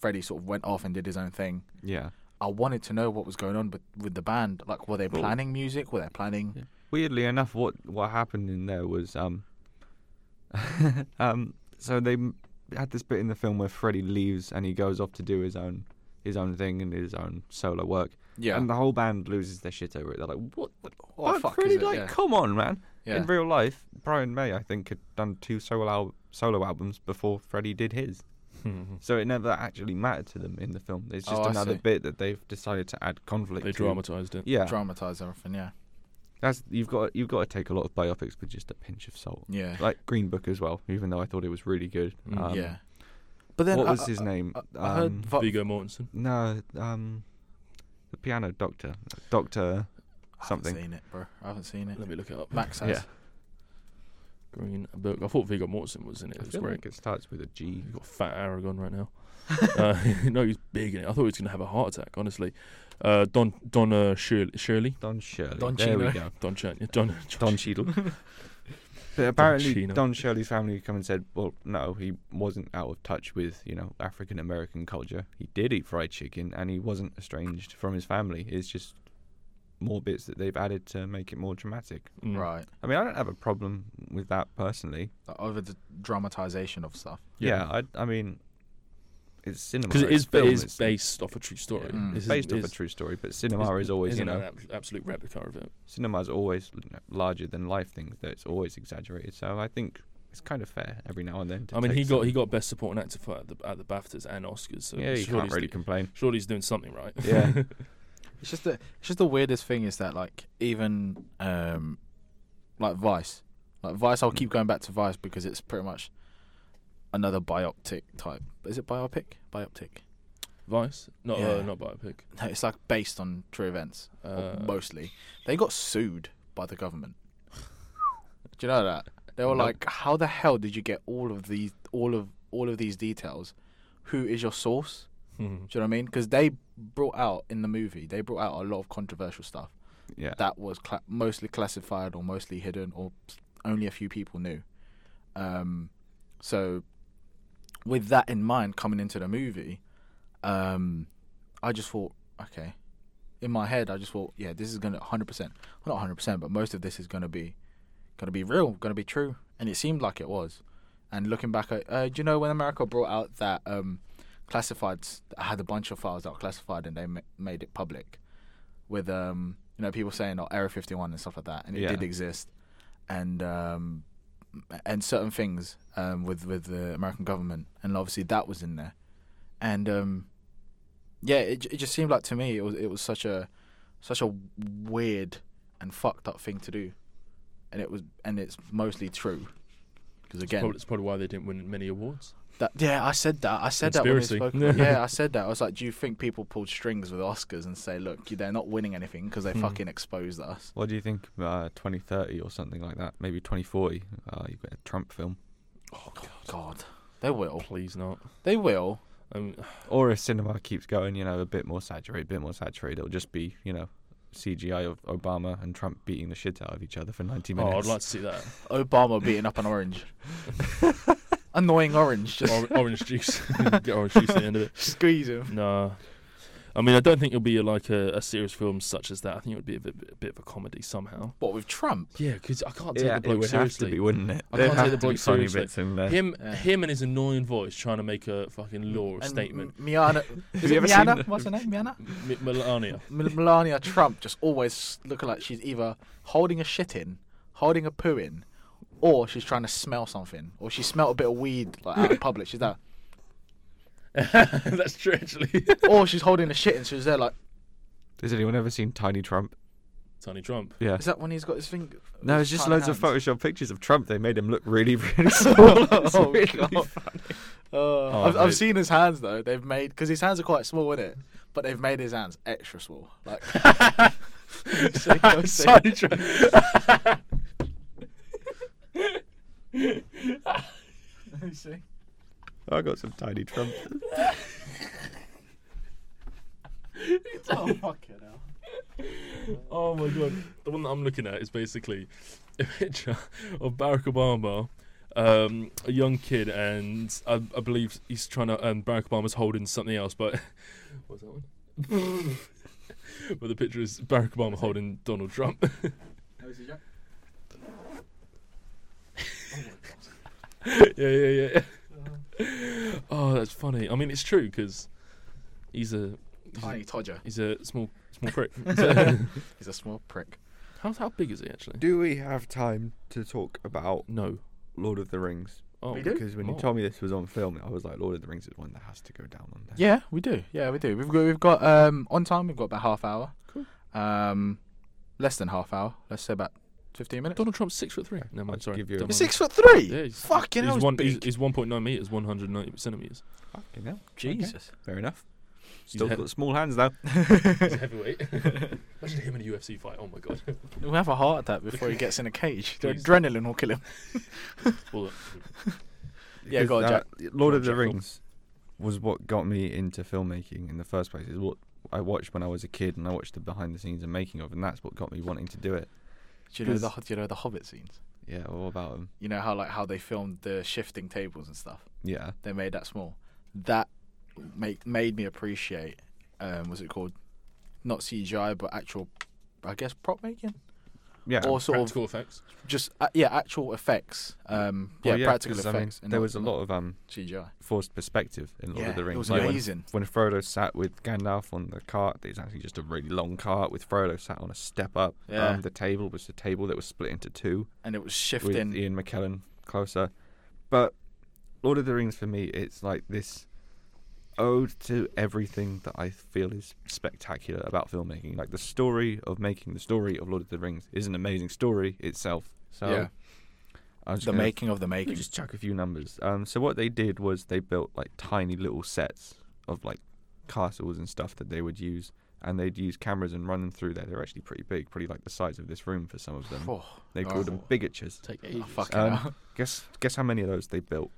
A: Freddie sort of went off and did his own thing.
B: Yeah.
A: I wanted to know what was going on with, with the band. Like, were they
B: Well-
A: planning music? Were they planning?
B: Yeah. Weirdly enough, what what happened in there was um, um. So they m- had this bit in the film where Freddie leaves and he goes off to do his own his own thing and his own solo work,
A: Yeah.
B: and the whole band loses their shit over it. They're like, "What the
A: What the
B: fuck,
A: fuck is
B: Freddie?
A: it?"
B: Like,
A: Yeah.
B: come on, man!"
A: yeah.
B: In real life, Brian May, I think, had done two solo al- solo albums before Freddie did his. So it never actually mattered to them in the film. It's just
A: Oh, I
B: another
A: see.
B: bit that they've decided to add conflict.
C: they
B: to.
C: dramatized it.
B: Yeah,
A: dramatize everything. Yeah,
B: that's you've got you've got to take a lot of biopics with just a pinch of salt.
A: yeah,
B: Like Green Book as well, even though I thought it was really good.
C: Mm.
B: Um,
A: yeah. But then
B: what
A: I-
B: was
A: I-
B: his name?
A: I, I heard
B: Um,
A: vo-
C: Viggo Mortensen.
B: No, um, the piano doctor, doctor.
A: I haven't
B: something.
A: Seen it, bro. I haven't seen it.
C: Let me look it up.
A: Max has.
B: Yeah.
C: Green book. I thought Viggo Mortensen was in it.
B: I
C: It was
B: feel
C: great.
B: like it starts with a G.
C: You've got fat Aragon right now. uh, no, he's big in it. I thought he was going to have a heart attack. Honestly, uh, Don Don uh, Shirley, Shirley
B: Don Shirley.
A: Don
B: there we
A: Chino.
B: go.
C: Don Chan, yeah, Don
B: Don Cheadle. but apparently,
C: Chino.
B: Don, Shirley's family come and said, "Well, no, he wasn't out of touch with you know African American culture. He did eat fried chicken, and he wasn't estranged from his family. It's just more bits that they've added to make it more dramatic.
C: Mm.
A: Right.
B: I mean, I don't have a problem with that personally.
A: Like, over the dramatization of stuff.
B: Yeah, I, I mean, it's cinema.
C: because it
B: it's
C: is
B: film,
C: it is
B: it's-
C: based off a true story.
B: yeah,
A: Mm.
C: This
B: It's
C: is-
B: based off a
C: is-
B: true story, but cinema is always, you
C: isn't
B: know,
C: an ab- absolute replica of it.
B: cinema is always you know, larger than life things. That it's always exaggerated. So I think it's kind of fair every now and then. To
C: I mean,
B: take
C: he got
B: some-
C: he got best supporting actor for at the, at the BAFTAs and Oscars. So
B: yeah, you
C: surely
B: can't
C: he's
B: really
C: do-
B: complain.
C: surely he's doing something right.
B: Yeah.
A: It's just the it's just the weirdest thing is that like even um like Vice, like Vice. I'll keep going back to Vice because it's pretty much another biopic type. Is it biopic? Bioptic.
C: Vice, not uh,
A: Yeah.
C: not biopic.
A: No, it's like based on true events
C: Uh,
A: or mostly. They got sued by the government. Do you know that? They were
B: Nope.
A: like, "How the hell did you get all of these, all of all of these details? Who is your source?
C: mhm.
A: Do you know what I mean? Because they brought out in the movie, they brought out a lot of controversial stuff
B: Yeah.
A: that was cla- mostly classified or mostly hidden or only a few people knew. Um, so, with that in mind, coming into the movie, um, I just thought, okay. In my head, I just thought, yeah, this is gonna 100%, well, not 100%, but most of this is gonna be, gonna be real, gonna be true, and it seemed like it was. And looking back, at, uh, do you know when America brought out that um, classifieds that had a bunch of files that were classified and they ma- made it public with um, you know, people saying oh, Area 51 and stuff like that, and it
B: Yeah.
A: did exist, and um, and certain things um, with with the American government, and obviously that was in there, and um, yeah, it j- it just seemed like to me it was it was such a such a weird and fucked up thing to do, and it was and it's mostly true. Because
C: It's
A: again,
C: probably, it's probably why they didn't win many awards.
A: that, yeah, I said that. I said that when we
C: Conspiracy.
A: spoke. about- yeah, I said that. I was like, do you think people pulled strings with Oscars and say, look, they're not winning anything because they
C: Hmm.
A: fucking exposed us?
B: What do you think? Uh, 2030 or something like that? Maybe 2040. Uh, you get a Trump film
C: Oh God,
A: God, they will.
C: please not.
A: They will.
C: Um,
B: or if cinema keeps going, you know, a bit more saturated, a bit more saturated, it'll just be, you know, CGI of Obama and Trump beating the shit out of each other for 90
C: oh,
B: minutes.
C: I'd like to see that.
A: Obama beating up an orange. Annoying orange. Just
C: Or- orange juice. Get orange juice at the end of it.
A: squeeze him.
C: No. I mean, I don't think it'll be like a, a serious film such as that. I think it would be a bit, a bit of a comedy somehow.
A: What with Trump?
C: Yeah, because I can't take
B: yeah,
C: the
B: it
C: bloke
B: would have to
C: seriously.
B: be, wouldn't it?
C: I
B: There'd
C: can't
B: have
C: take the
B: to be
C: bloke
B: funny
C: seriously.
B: bits in there.
C: him,
A: Yeah.
C: him, and his annoying voice trying to make a fucking law or
A: And
C: statement.
A: M- Miana. Is it
B: you ever seen
A: Miana?
B: the-
A: What's her name? Miana.
C: M- Melania.
A: Mel- Melania Trump just always looking like she's either holding a shit in, holding a poo in, or she's trying to smell something, or she smelled a bit of weed like out in public. She's that,
C: That's true, actually.
A: or she's holding a shit and she's there like,
B: Has anyone ever seen Tiny Trump?
C: Tiny Trump.
B: Yeah.
A: is that when he's got his finger?
B: No, it's
A: his
B: just
A: tiny
B: loads of
A: hands?
B: Photoshop pictures of Trump. They made him look really, really small. It's
A: Oh,
B: really
A: God.
B: funny. Oh,
A: Uh, I've, I've
C: mate.
A: seen his hands though. They've made because his hands are quite small, is it? But they've made his hands extra small. Like, Shake your thing.
C: Tiny Trump.
B: I got some Tiny Trump.
A: oh fuck it hell.
C: Oh my god. The one that I'm looking at is basically a picture of Barack Obama, um, a young kid, and I, I believe he's trying to. Um, Barack Obama's holding something else, but. What's that one? but the picture is Barack Obama holding Donald Trump. yeah, yeah, yeah. Oh, that's funny. I mean, it's true because he's a he's a,
A: Tiny Todger.
C: he's a small small prick.
A: He's a small prick.
C: how how big is he actually?
B: Do we have time to talk about
C: No.
B: Lord of the Rings?
C: Oh,
A: We do?
B: Because when
C: Oh.
B: you told me this was on film, I was like, Lord of the Rings is one that has to go down on there.
A: Yeah, we do. Yeah, we do. We've got we've got um on time. We've got about half hour.
C: Cool.
A: Um, less than half hour. Let's say about fifteen minutes.
C: Donald Trump's six foot three. No,
B: I'll
C: mind,
B: just
C: sorry.
B: give you a
C: Don't
B: moment.
A: He's
C: mind.
A: six foot three.
C: Yeah, he's,
A: Fucking hell,
C: he's
A: he's
C: one. He's,
A: big.
C: he's one point nine meters, one hundred ninety centimeters.
B: Fucking hell.
A: Jesus.
B: Fair enough.
C: He's
B: Still
C: a he-
B: got small hands though.
C: he's a heavyweight. Imagine him in a UFC fight. Oh my god.
A: We'll have a heart attack before he gets in a cage. The
C: Please.
A: adrenaline will kill him.
C: Well, uh,
A: Yeah, go on,
B: Because,
A: Jack.
B: uh, Lord
C: Go
B: of
C: on,
B: the
C: Jack.
B: Rings was what got me into filmmaking in the first place. Is what I watched when I was a kid, and I watched the behind the scenes and making of, and that's what got me wanting to do it.
A: Do you know the do you know the Hobbit scenes?
B: Yeah, all about him.
A: You know how like how they filmed the shifting tables and stuff.
B: Yeah,
A: They made that small. That make made me appreciate. Um, was it called? Not CGI, but actual, I guess prop making
B: yeah.
A: or sort of
C: practical effects.
A: just uh, yeah, actual effects. Um, yeah,
B: Well,
A: practical
B: 'cause, I mean,
A: effects. and
B: there
A: not-
B: was a lot of um
A: CGI.
B: forced perspective in Lord
A: yeah,
B: of the Rings.
A: it was
B: Like, when-
A: amazing.
B: when Frodo sat with Gandalf on the cart, it's actually just a really long cart with Frodo sat on a step up.
A: Yeah.
B: Um, the table was the table that was split into two
A: and it was
B: with
A: shifting.
B: Ian McKellen closer. But Lord of the Rings for me, it's like this ode to everything that I feel is spectacular about filmmaking. Like the story of making the story of Lord of the Rings is an amazing story itself. So
A: Yeah.
B: I was
A: the
B: gonna
A: making of the
B: you
A: making.
B: just chuck a few numbers. Um, so what they did was they built like tiny little sets of like castles and stuff that they would use, and they'd use cameras and run them through there. They're actually pretty big, probably like the size of this room for some of them.
A: Oh,
B: They called them
A: Oh.
B: bigatures.
C: Take
A: oh,
C: ages.
A: fucking hell.
B: Um, guess guess how many of those they built?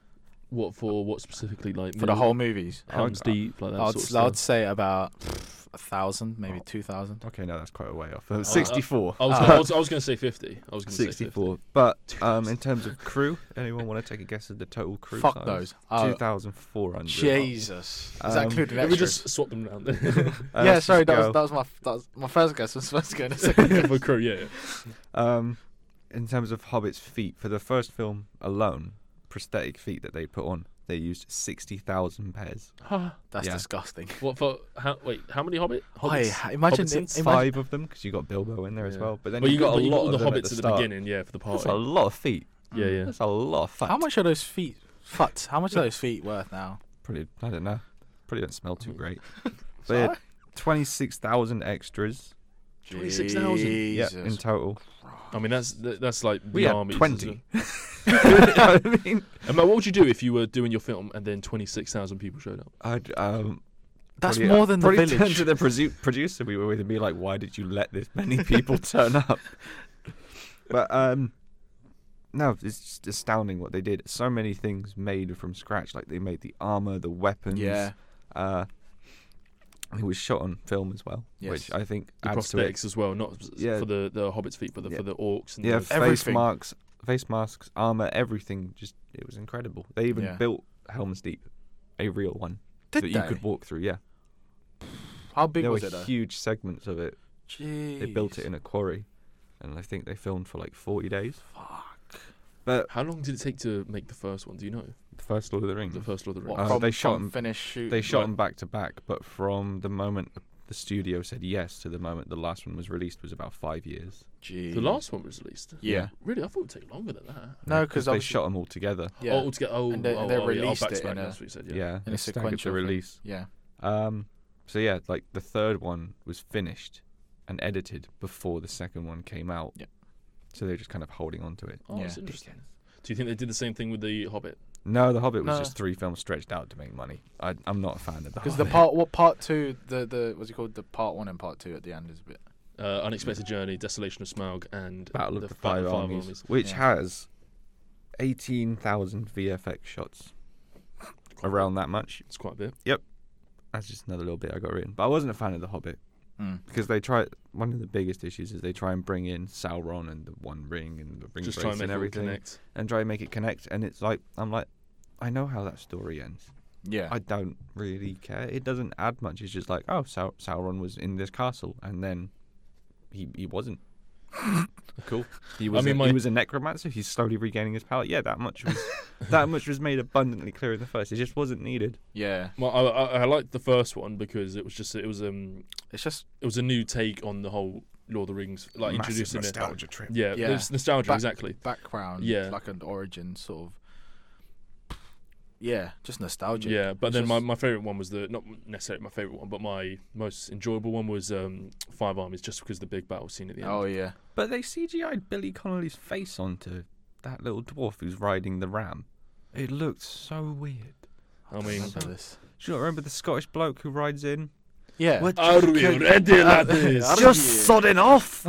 C: What for? What specifically? Like
A: for the
C: middle-
A: whole movies.
C: Helms
B: I'd-
C: Deep, like that
A: I'd,
C: sort of
A: I'd
C: stuff.
A: say about pff, a thousand, maybe two thousand.
B: Okay, no, that's quite a way
A: Oh,
B: off. Uh, Sixty-four.
C: I was,
A: Ah.
C: I was, I was going to say fifty. I was going to say 50.
B: Sixty-four. But um, in terms of crew, anyone want to take a guess of the total crew?
A: Fuck
B: size?
A: those. Oh,
B: Two thousand four hundred.
A: Jesus. Is that
B: Um,
A: including
C: Can we
A: extras?
C: just swap them around?
B: uh,
A: yeah, sorry, that was, that was my that was my first guess. Was supposed to go in a second.
C: For crew, yeah. yeah.
B: Um, in terms of Hobbit's feet, for the first film alone, prosthetic feet that they put on, they used 60,000 pairs.
A: That's
B: Yeah.
A: disgusting.
C: What for? How, wait, how many Hobbit?
A: Oi,
C: Hobbits?
A: ha- imagine
C: Hobbitsons?
A: it- imagine-
B: Five of them, because you got Bilbo in there as
C: Yeah.
B: well. But then
C: Well, you
B: you've
C: got,
B: got,
C: you
B: a
C: got
B: lot
C: all
B: of
C: the
B: them at
C: hobbits at
B: the,
C: the,
B: start.
C: beginning, yeah, for the party.
B: That's a lot of feet.
C: yeah, yeah.
B: That's a lot of fat.
A: How much are those feet? Futs. How much are those feet worth now?
B: Probably, I don't know. Probably don't smell
C: Mm.
B: too great. But yeah, 26,000 extras.
C: 26,000?
B: Yeah,
A: Jesus.
B: in total.
C: I mean, that's th- that's like
B: We
C: the
B: had
C: armies.
B: 20. You know what I mean?
C: And Matt, what would you do if you were doing your film and then twenty six thousand people showed up?
B: I'd, um,
A: That's
B: probably-
A: more than the
B: probably turn
A: village.
B: to the produ- producer we were with and be like, "Why did you let this many people turn up?" But um, no, it's just astounding what they did. So many things made from scratch. Like they made the armor, the weapons.
A: yeah.
B: Uh, and it was shot on film as well,
A: Yes.
B: which I think
C: The
B: adds to it.
C: prosthetics as well, not s-
B: Yeah.
C: for the, the hobbits' feet, but the,
B: Yeah.
C: for the orcs and
B: Yeah,
C: the,
B: face
A: Everything.
B: marks, face masks, armor, everything. Just it was incredible. They even
A: Yeah.
B: built Helm's Deep, a real one
A: Did
B: that
A: they?
B: you could walk through. Yeah,
A: How big
B: there
A: was
B: were
A: it though?
B: huge segments of it They built
A: Jeez.
B: it in a quarry, and I think they filmed for like 40 days.
A: Fuck.
B: But
C: How long did it take to make the first one? Do you know
B: the first Lord of the Rings,
C: the first Lord of the
A: What,
C: Rings?
B: Uh,
A: from,
B: they shot
A: from
B: him-
A: finished shoot.
B: they shot
A: right.
B: them back to back. But from the moment the studio said yes to the moment the last one was released was about five years.
A: Jeez.
C: the last one was released.
A: Yeah.
C: Really, I thought it would take longer than that.
A: No, because
B: because they shot them all together.
A: Yeah.
C: Oh, altogether. Oh,
A: And they-
C: oh,
A: and they
C: oh, yeah, oh,
A: released
C: back to
A: it
C: back,
A: in a-
C: That's what you said.
B: Yeah,
C: Yeah.
A: In a
B: they staggered the
A: sequential thing.
B: release.
A: yeah.
B: Um, so yeah, like the third one was finished and edited before the second one came out.
A: Yeah.
B: So they're just kind of holding on to it.
C: Oh,
A: Yeah.
C: that's interesting. Do you think they did the same thing with the Hobbit?
B: No, The Hobbit was
A: No.
B: just three films stretched out to make money. I, I'm not a fan
C: Oh,
B: of that.
A: Because the part what part two the the what's it called the part one and part two at the end is a bit.
C: Uh, Unexpected Journey, Desolation of Smaug, and
B: Battle of the,
C: Battle
B: Five,
C: of
B: Armies, which
A: Yeah.
B: has 18,000 VFX shots around that much.
C: It's quite a bit.
B: That's just another little bit I got written. But I wasn't a fan of The Hobbit
A: Mm.
B: because they try one of the biggest issues is they try and bring in Sauron and the One Ring and the Ring
C: Just try
B: Brace
C: and
B: and
C: make it all
B: everything
C: connect.
B: and try and make it connect and it's like I'm like I know how that story ends.
A: Yeah.
B: I don't really care. It doesn't add much. It's just like, oh, Sau- Sauron was in this castle, and then he he wasn't. cool. He was.
C: mean,
B: a,
C: my-
B: he was a necromancer. He's slowly regaining his power. Yeah, that much was that much was made abundantly clear in the first. It just wasn't needed.
A: yeah.
C: Well, I, I, I liked the first one because it was just it was um
A: It's just
C: it was a new take on the whole Lord of the Rings, like introducing it.
B: trip.
C: Yeah,
A: Yeah.
C: it's nostalgia
A: Back-
C: exactly.
A: background.
C: Yeah.
A: Like an origin sort of. Yeah, just nostalgia.
C: Yeah, but
A: It's
C: then my,
A: just-
C: my favorite one was the not necessarily my favorite one, but my most enjoyable one was um, Five Armies, just because of the big battle scene at the end.
A: Oh yeah.
B: But they CGI'd Billy Connolly's face onto that little dwarf who's riding the ram. It looked so weird.
C: I mean,
A: Remember this.
B: Do you not remember the Scottish bloke who rides in?
A: Yeah.
B: What
C: are we ready,
A: Are
C: lads?
A: we-
B: sodding off.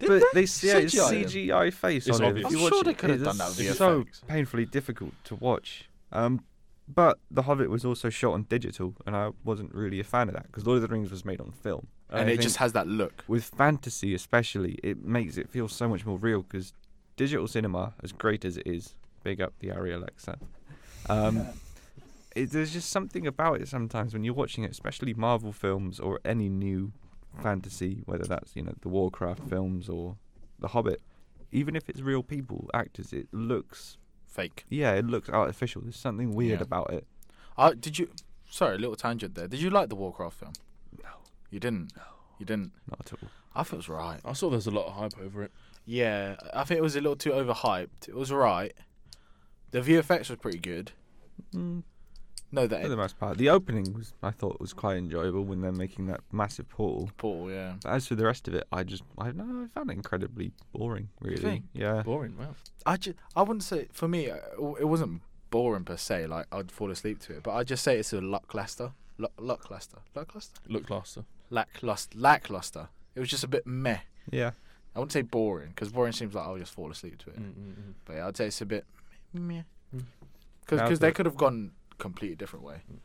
B: but they, yeah, it's
A: CGI them?
B: CGI face
C: It's
B: on it.
C: obvious.
B: If you
A: I'm
B: watch
A: sure they
B: it,
A: could have
B: it's
A: done that with
B: It's
A: VFX.
B: so painfully difficult to watch. Um, but The Hobbit was also shot on digital, and I wasn't really a fan of that because Lord of the Rings was made on film,
A: and
B: I
A: it just
B: think
A: has that look.
B: with fantasy especially, it makes it feel so much more real because digital cinema, as great as it is, big up the Arri Alexa. Um, it, there's just something about it sometimes when you're watching it, especially Marvel films or any new fantasy, whether that's you know the Warcraft films or The Hobbit. Even if it's real people, actors, it looks
A: Fake.
B: yeah, it looks artificial. There's something weird
A: Yeah.
B: about it.
A: Uh, did you? Sorry, a little tangent there. Did you like the Warcraft film?
B: No.
A: You didn't. No. You didn't.
B: Not at all.
A: I thought it was right.
C: I saw there's a lot of hype over it.
A: Yeah, I think it was a little too overhyped. It was alright. The VFX was pretty good.
B: Mm,
A: No, that
B: for the
A: it,
B: most part, the opening was I thought was quite enjoyable when they're making that massive portal.
A: Paul, yeah.
B: But as for the rest of it, I just I don't know I found it incredibly boring. Really,
A: think?
B: yeah.
C: Boring, wow.
A: I just, I wouldn't say for me uh, it wasn't boring per se. Like I'd fall asleep to it, but I'd just say it's a lackluster, luck, lackluster, lackluster,
C: Look laster.
A: lackluster, lackluster. It was just a bit meh.
B: yeah.
A: I wouldn't say boring because boring seems like "Oh, I'll just fall asleep to it.
C: Mm, mm, mm.
A: But yeah, I'd say it's a bit meh.
C: Mm.
A: Because
B: Yeah,
A: they
B: but-
A: could have gone completely different way.
C: Mm.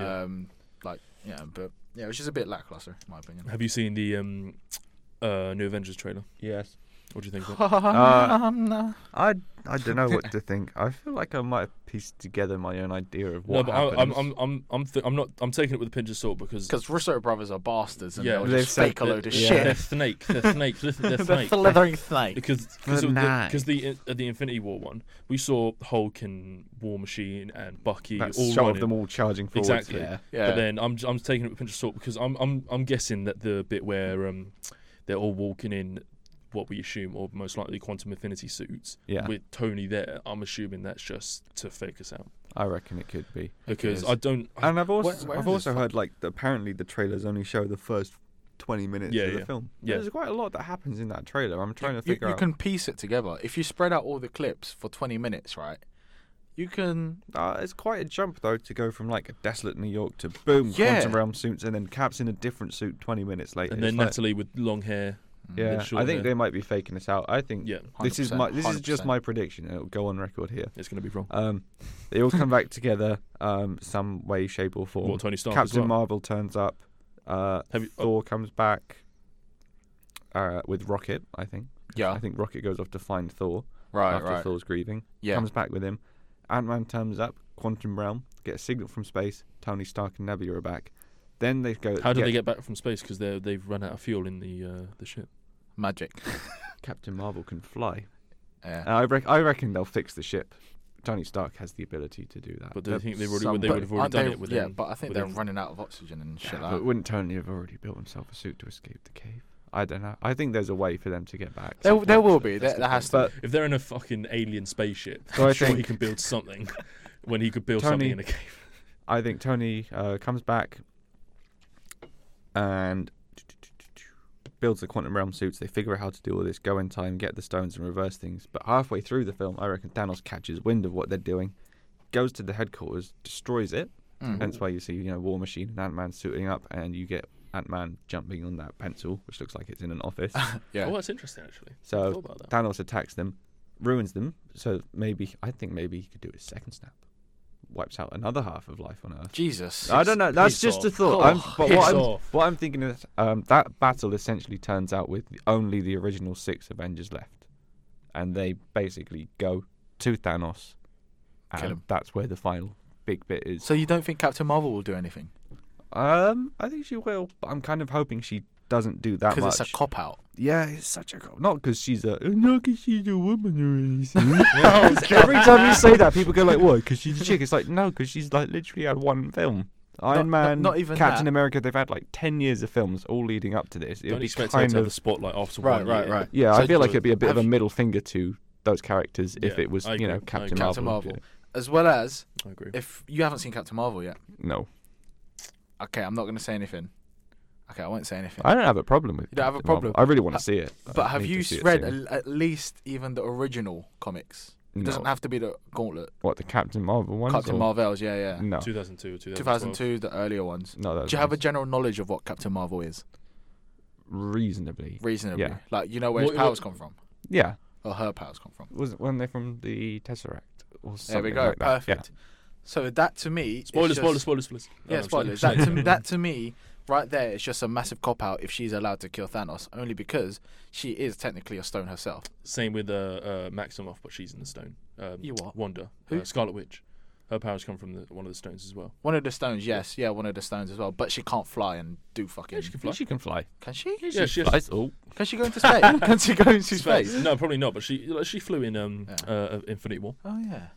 C: Yeah.
A: Um, like yeah, but
C: mm.
A: yeah, it was just a bit lackluster in my opinion.
C: Have you seen the um, uh, new Avengers trailer?
B: Yes.
C: What do you think? Bob? Um,
B: Uh, I I don't know what to think. I feel like I might have pieced together my own idea of
C: no,
B: what
C: but I,
B: happens.
C: I'm I'm I'm I'm, th- I'm not I'm taking it with a pinch of salt because
A: Because Russo brothers are bastards and
C: Yeah,
A: they'll
B: they've
A: just
B: said
A: fake a load of
C: they're,
A: shit.
C: They're snake. They're snake. Listen, they're snake.
A: slithering snake.
C: because because
E: The
C: of the,
E: knife.
C: 'cause the uh, the Infinity War one, we saw Hulk and War Machine and Bucky
B: That
C: all
B: shot
C: running.
B: of them all charging forward.
C: Exactly.
B: Yeah.
A: Yeah.
C: But then I'm j- I'm taking it with a pinch of salt because I'm I'm I'm guessing that the bit where um they're all walking in what we assume or most likely quantum affinity suits
B: Yeah.
C: with Tony there, I'm assuming that's just to fake us out
B: I reckon it could be.
C: because
A: is.
C: I don't. I,
B: And I've also
A: where- where
B: I've
A: is
B: also
A: this
B: heard like that apparently the trailers only show the first twenty minutes
C: Yeah,
B: of the
C: yeah.
B: film.
C: Yeah.
B: There's quite a lot that happens in that trailer. I'm trying to
A: you,
B: figure
A: you
B: out.
A: can piece it together. If you spread out all the clips for 20 minutes, right? You can.
B: Uh, it's quite a jump though to go from like a desolate New York to boom
A: Yeah.
B: quantum realm suits and then Cap's in a different suit twenty minutes later.
C: and then
B: It's like-
C: Natalie with long hair.
B: yeah,
C: short
B: I think
C: hair.
B: they might be faking us out. I think
C: Yeah,
B: this is
A: 100%,
B: my this is just
A: 100%.
B: my prediction. and It'll go on record here.
C: it's gonna be wrong.
B: Um, they all come back together, um, some way, shape, or form.
C: What Tony Stark as
B: Captain
C: well.
B: Marvel turns up. Uh,
C: Have you- oh.
B: Thor comes back uh, with Rocket. I think.
C: Ah.
A: Yeah.
B: I think Rocket goes off to find Thor
A: Right,
B: after
A: right.
B: Thor's grieving.
A: Yeah.
B: Comes back with him. Ant Man turns up. Quantum realm. Get a signal from space. Tony Stark and Nebula are back. Then they go.
C: How do they get back from space? Because they they've run out of fuel in the uh, the ship.
A: Magic.
B: Captain Marvel can fly.
A: Yeah.
C: Uh,
B: And I, rec- I reckon they'll fix the ship. Tony Stark has the ability to do that.
C: But do you think they already
A: Some-
C: they
A: but
C: would have already
A: aren't
C: done
A: they-
C: it with
A: Yeah, but I think they're
C: within-
A: running out of oxygen and shit
B: Yeah,
A: like
B: but
A: that.
B: wouldn't Tony have already built himself a suit to escape the cave? I don't know. I think there's a way for them to get back.
A: There, there will be.
C: That's
A: There,
C: the
A: there has to.
B: But
C: If they're in a fucking alien spaceship,
B: So I
C: I'm sure he
B: think-
C: can build something when he could build
B: Tony-
C: something in a cave.
B: I think Tony uh, comes back and builds the quantum realm suits. They figure out how to do all this, go in time, get the stones, and reverse things. But halfway through the film, I reckon Thanos catches wind of what they're doing, goes to the headquarters, destroys it.
A: Mm.
B: Hence why you see, you know, War Machine and Ant Man suiting up, and you get Ant Man jumping on that pencil, which looks like it's in an office.
A: Yeah.
C: Oh, that's interesting
A: Uh,
C: actually. I
B: so
C: thought about that.
B: Thanos attacks them, ruins them. So maybe I think maybe he could do his second snap, wipes out another half of life on Earth.
A: Jesus.
B: I don't know. That's
C: piss
B: just a
C: off.
B: thought.
A: Oh,
B: I'm, but
C: piss
B: what I'm,
C: off.
B: what I'm thinking is um, that battle essentially turns out with only the original six Avengers left, and they basically go to Thanos, and
A: Kill him.
B: that's where the final big bit is.
A: So you don't think Captain Marvel will do anything?
B: Um, I think she will, but I'm kind of hoping she doesn't do that
A: Because
B: much.
A: it's a cop out.
B: yeah, it's such a cop. Not because she's a not because she's a woman or anything. 'Cause every time you say that, people go like, "What?" Because she's a chick. It's like no, because she's like literally had one film. Iron
A: not-
B: Man,
A: not even
B: Captain
A: that.
B: America. They've had like ten years of films all leading up to this. It would
C: Don't
B: be
C: expect her to
B: kind
C: have the
B: of
C: spotlight after
A: Right,
C: one
A: right,
C: year.
A: right.
B: yeah. I
C: so
B: feel like
C: to
B: it'd be a bit of a
A: have-
B: middle finger to those characters if
C: Yeah,
B: it was
C: I
B: you know
C: agree, I
B: Captain
C: agree.
B: Marvel.
A: Captain Marvel. As well as,
C: I agree.
A: if you haven't seen Captain Marvel yet.
B: No,
A: Okay, I'm not going to say anything. Okay, I won't say anything.
B: I don't have a problem with.
A: You don't have a
B: Captain Marvel.
A: problem.
B: I really want
A: Ha-
B: to see it. I
A: But have
B: need to
A: you
B: see it
A: read
B: soon.
A: a, at least even the original comics? It doesn't
B: No.
A: have to be the Gauntlet.
B: What the Captain Marvel one?
A: Captain Marvel's, yeah, yeah.
B: No,
C: 2002 or 2012.
A: 2002, the earlier ones.
B: no. That was
A: Do you have a
B: nice.
A: general knowledge of what Captain Marvel is,
B: reasonably?
A: reasonably?
B: Yeah.
A: Like you know where his
C: What- what-
A: powers come from,
B: Yeah,
A: or her powers come from.
B: was when they're from the Tesseract or something
A: There we go,
B: like that. Yeah.
A: perfect. So that to me, is
C: Spoilers,
A: just-
C: spoilers, spoilers, spoilers. No,
A: Yeah,
C: no, I'm
A: spoilers.
C: sorry.
A: That to, that to me, right there, it's just a massive cop out if she's allowed to kill Thanos, only because she is technically a stone herself.
C: Same with uh, uh, Maximoff, but she's in the stone. Um,
A: You what?
C: Wanda.
A: Who?
C: Uh, Scarlet Witch. Her powers come from the, one of the stones as well.
A: One of the stones, yes, yeah, one of the stones as well. But she can't fly and do fucking.
C: she can
B: But
C: fly.
B: She can fly.
A: Can she?
C: Yeah, she has
B: flies. Oh,
A: Can she go into space? Can she go into space?
C: No, probably not. But she like, she flew in um
A: Yeah.
C: uh, uh, Infinity War.
A: Oh yeah.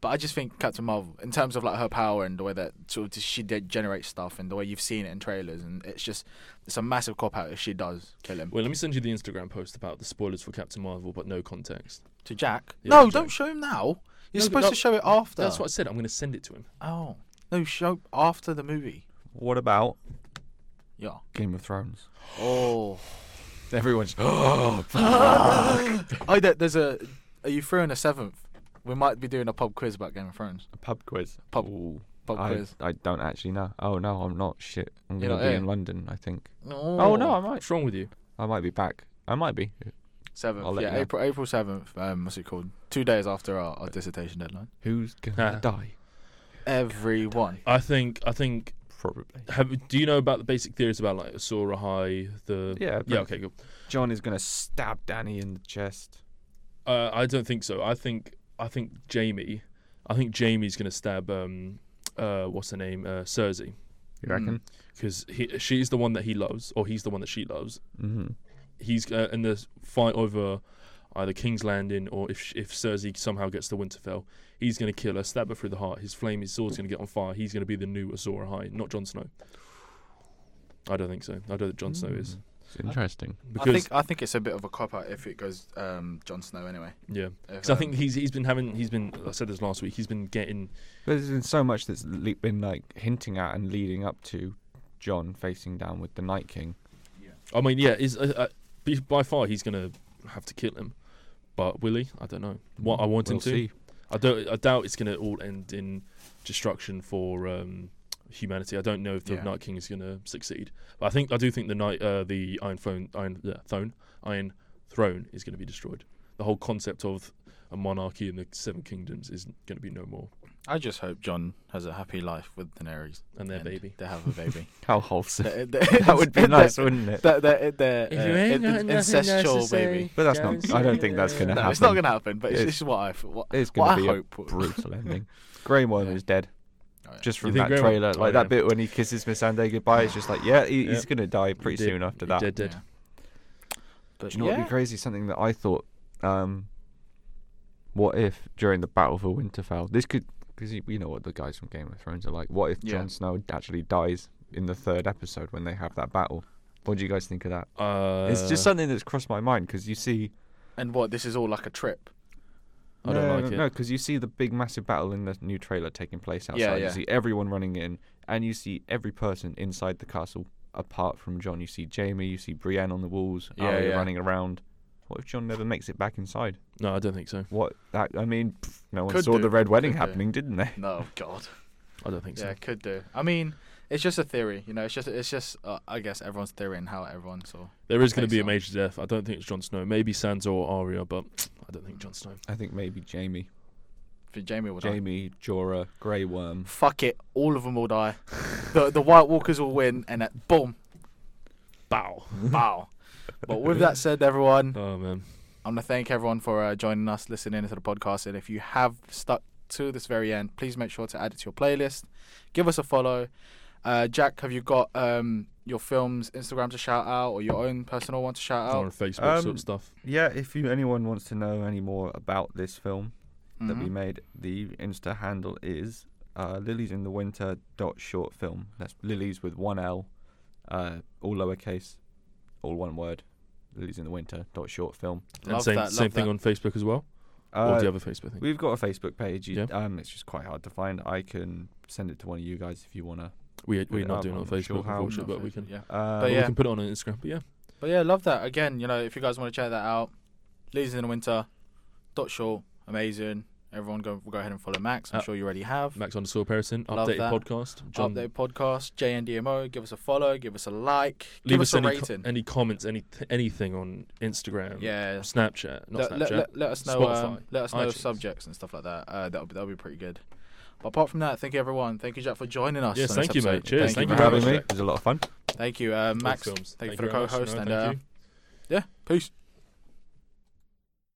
A: But I just think Captain Marvel, in terms of like her power and the way that sort of she did generate stuff and the way you've seen it in trailers, and it's just it's a massive cop out if she does kill him.
C: Well, let me send you the Instagram post about the spoilers for Captain Marvel, but no context.
A: To Jack,
C: Yeah,
A: no,
C: to Jack.
A: don't show him now. You're
C: No,
A: supposed
C: but
A: to show it after.
C: That's what I said. I'm going to send it to him.
A: Oh no, show after the movie.
B: what about
A: Yeah.
B: Game of Thrones?
A: Oh.
B: Everyone's.
A: Oh, there, there's a. Are you through in the seventh? We might be doing a pub quiz about Game of Thrones.
B: A pub quiz.
A: Pub-
B: Ooh,
A: Pub
B: I,
A: quiz.
B: I don't actually know. Oh no, I'm not. Shit, I'm
A: You're
B: gonna
A: not
B: be in
A: here?
B: London. I think.
A: Oh,
B: Oh, no, I might.
C: What's wrong with you?
B: I might be back. I might be.
A: Seventh.
B: I'll let
A: yeah,
B: you know.
A: April April seventh. Um, what's it called? Two days after our,
B: Ah.
A: our dissertation deadline.
B: Who's gonna die?
A: Everyone.
C: I think I think
B: probably.
C: Have, do you know about the basic theories about like Asura High? The
B: Yeah,
C: yeah.
B: pretty-
C: Okay, cool.
B: John is gonna stab Danny in the chest.
C: Uh, I don't think so. I think I think Jamie. I think Jamie's gonna stab. Um, uh, what's her name? Uh, Cersei,
B: You reckon?
C: because she's the one that he loves, or he's the one that she loves.
A: Mm.
B: Mm-hmm.
C: He's uh, in the fight over either King's Landing or if if Cersei somehow gets to Winterfell, he's gonna kill her, stab her through the heart. His flame, his sword's gonna get on fire. He's gonna be the new Azor High, not Jon Snow. I don't think so. I don't think Jon Snow is
B: It's interesting.
C: because
A: I think I think it's a bit of a cop out if it goes um, Jon Snow anyway.
C: yeah.
A: If,
C: Because I
A: um,
C: think he's he's been having he's been I said this last week he's been getting
B: But there's been so much that's le- been like hinting at and leading up to John facing down with the Night King.
C: I mean yeah is uh, uh, be- by far he's gonna have to kill him but will he I don't know what I want
B: We'll
C: him to
B: see.
C: I don't I doubt it's gonna all end in destruction for um, humanity I don't know if the
A: Yeah.
C: Night King is gonna succeed but I think I do think the night uh, the Iron Throne Iron yeah, Throne Iron Throne is gonna be destroyed the whole concept of a monarchy in the Seven Kingdoms is gonna be no more
A: I just hope John has a happy life with Daenerys
C: and their baby
A: They have a baby.
B: How wholesome.
A: that
B: wouldn't it?
A: Their, their, their, uh, in- incestual baby.
B: But that's not. I don't think that's gonna
A: No,
B: happen.
A: it's not gonna happen. But it's,
B: It's-
A: this is what I f- what,
B: It's
A: what
B: gonna
A: I
B: be
A: hope.
B: a brutal ending. Grey Worm is dead.
A: Oh, yeah.
B: Just
C: You
B: from
C: think
B: that
C: Grey Worm-
B: trailer,
C: oh,
B: like
C: yeah.
B: that bit when he kisses Miss Missandei goodbye, it's just like, yeah, he, he's
C: Yeah.
B: gonna die pretty
C: Dead.
B: soon after that.
C: dead dead
A: Yeah. But
B: Do you know what'd
A: yeah.
B: be crazy? Something that I thought, um, what if during the battle for Winterfell, this could, because you know what the guys from Game of Thrones are like. What if
A: Yeah.
B: Jon Snow actually dies in the third episode when they have that battle? What do you guys think of that?
C: Uh,
B: it's just something that's crossed my mind because you see,
A: And what? This is all like a trip.
C: I
B: no,
C: don't like
B: no,
C: it.
B: No, because you see the big massive battle in the new trailer taking place outside.
A: Yeah, yeah.
B: You see everyone running in, and you see every person inside the castle apart from John. You see Jamie, you see Brienne on the walls,
A: Yeah,
B: Arya
A: yeah.
B: running around. What if John never makes it back inside?
C: No, I don't think so.
B: What that? I mean, pff, no one
A: Could
B: saw
A: do,
B: the red wedding
A: could do.
B: happening, didn't they?
A: No, God.
C: I don't think
A: Yeah,
C: so.
A: it could do. I mean, it's just a theory, you know. It's just, it's just, uh, I guess everyone's theory and how everyone saw.
C: There is going
A: think
C: to be a
A: so.
C: major death. I don't think it's Jon Snow. Maybe Sansa or Arya, but I don't think Jon Snow.
B: I think maybe Jamie,
A: For Jamie will die.
B: Jamie, Jorah, Grey Worm.
A: Fuck it, all of them will die. the the White Walkers will win, and that boom,
C: Bow.
A: bow. but with that said, everyone,
C: Oh man.
A: I'm gonna thank everyone for uh, joining us, listening to the podcast, and if you have stuck to this very end, please make sure to add it to your playlist. Give us a follow. Uh, Jack, have you got um, your film's Instagram to shout out or your own personal one to shout
C: Or
A: out?
C: on Facebook
B: um,
C: sort of stuff.
B: Yeah, if you, anyone wants to know any more about this film that we
C: Mm-hmm.
A: Mhm.
B: made, the Insta handle is uh, lilies in the winter dot short film. That's lilies with one L, uh, all lowercase, all one word. Lilies in the winter dot short film.
A: Love
C: and same
A: that, love
C: same thing
A: that.
C: on Facebook as well. or
B: Uh,
C: the other Facebook thing.
B: We've got a Facebook page. You,
C: Yeah.
B: um, it's just quite hard to find. I can send it to one of you guys if you wanna.
C: We we're
B: it
C: not
B: up,
C: doing it on
B: I'm not
C: Facebook,
B: sure how.
C: unfortunately, but we
A: Facebook,
C: can.
A: Yeah.
B: Uh,
A: But
C: but
A: yeah.
C: we can put it on Instagram. But yeah,
A: But yeah, love that. Again, you know, if you guys want to check that out, Ladies in the Winter, Dot Short, amazing. Everyone go go ahead and follow Max. I'm
C: Uh,
A: sure you already have.
C: Max underscore Perison,
A: Love
C: updated
A: that.
C: podcast. John,
A: Update podcast, JNDMO. Give us a follow. Give us a like.
C: leave
A: give us, a
C: any, co-
A: rating.
C: any comments, any anything on Instagram,
A: yeah.
C: Snapchat, not
A: Let,
C: Snapchat.
A: let, let, let us know.
C: Spotify,
A: Um, let us know
C: iTunes.
A: subjects and stuff like that. Uh, that'll be that'll be pretty good. But apart from that, thank you everyone. Thank you Jack for joining us.
C: Yes,
A: on this
C: thank you, mate.
A: episode.
C: Cheers. Thank
B: for
C: you
A: very
B: having
C: very
A: much.
B: me.
C: much.
B: It was a lot of fun.
A: Thank you, uh,
C: All
A: Max.
C: films.
A: Thank you for the
C: very much.
A: co-host
C: No,
A: and
C: thank
A: uh,
C: you.
A: yeah, peace.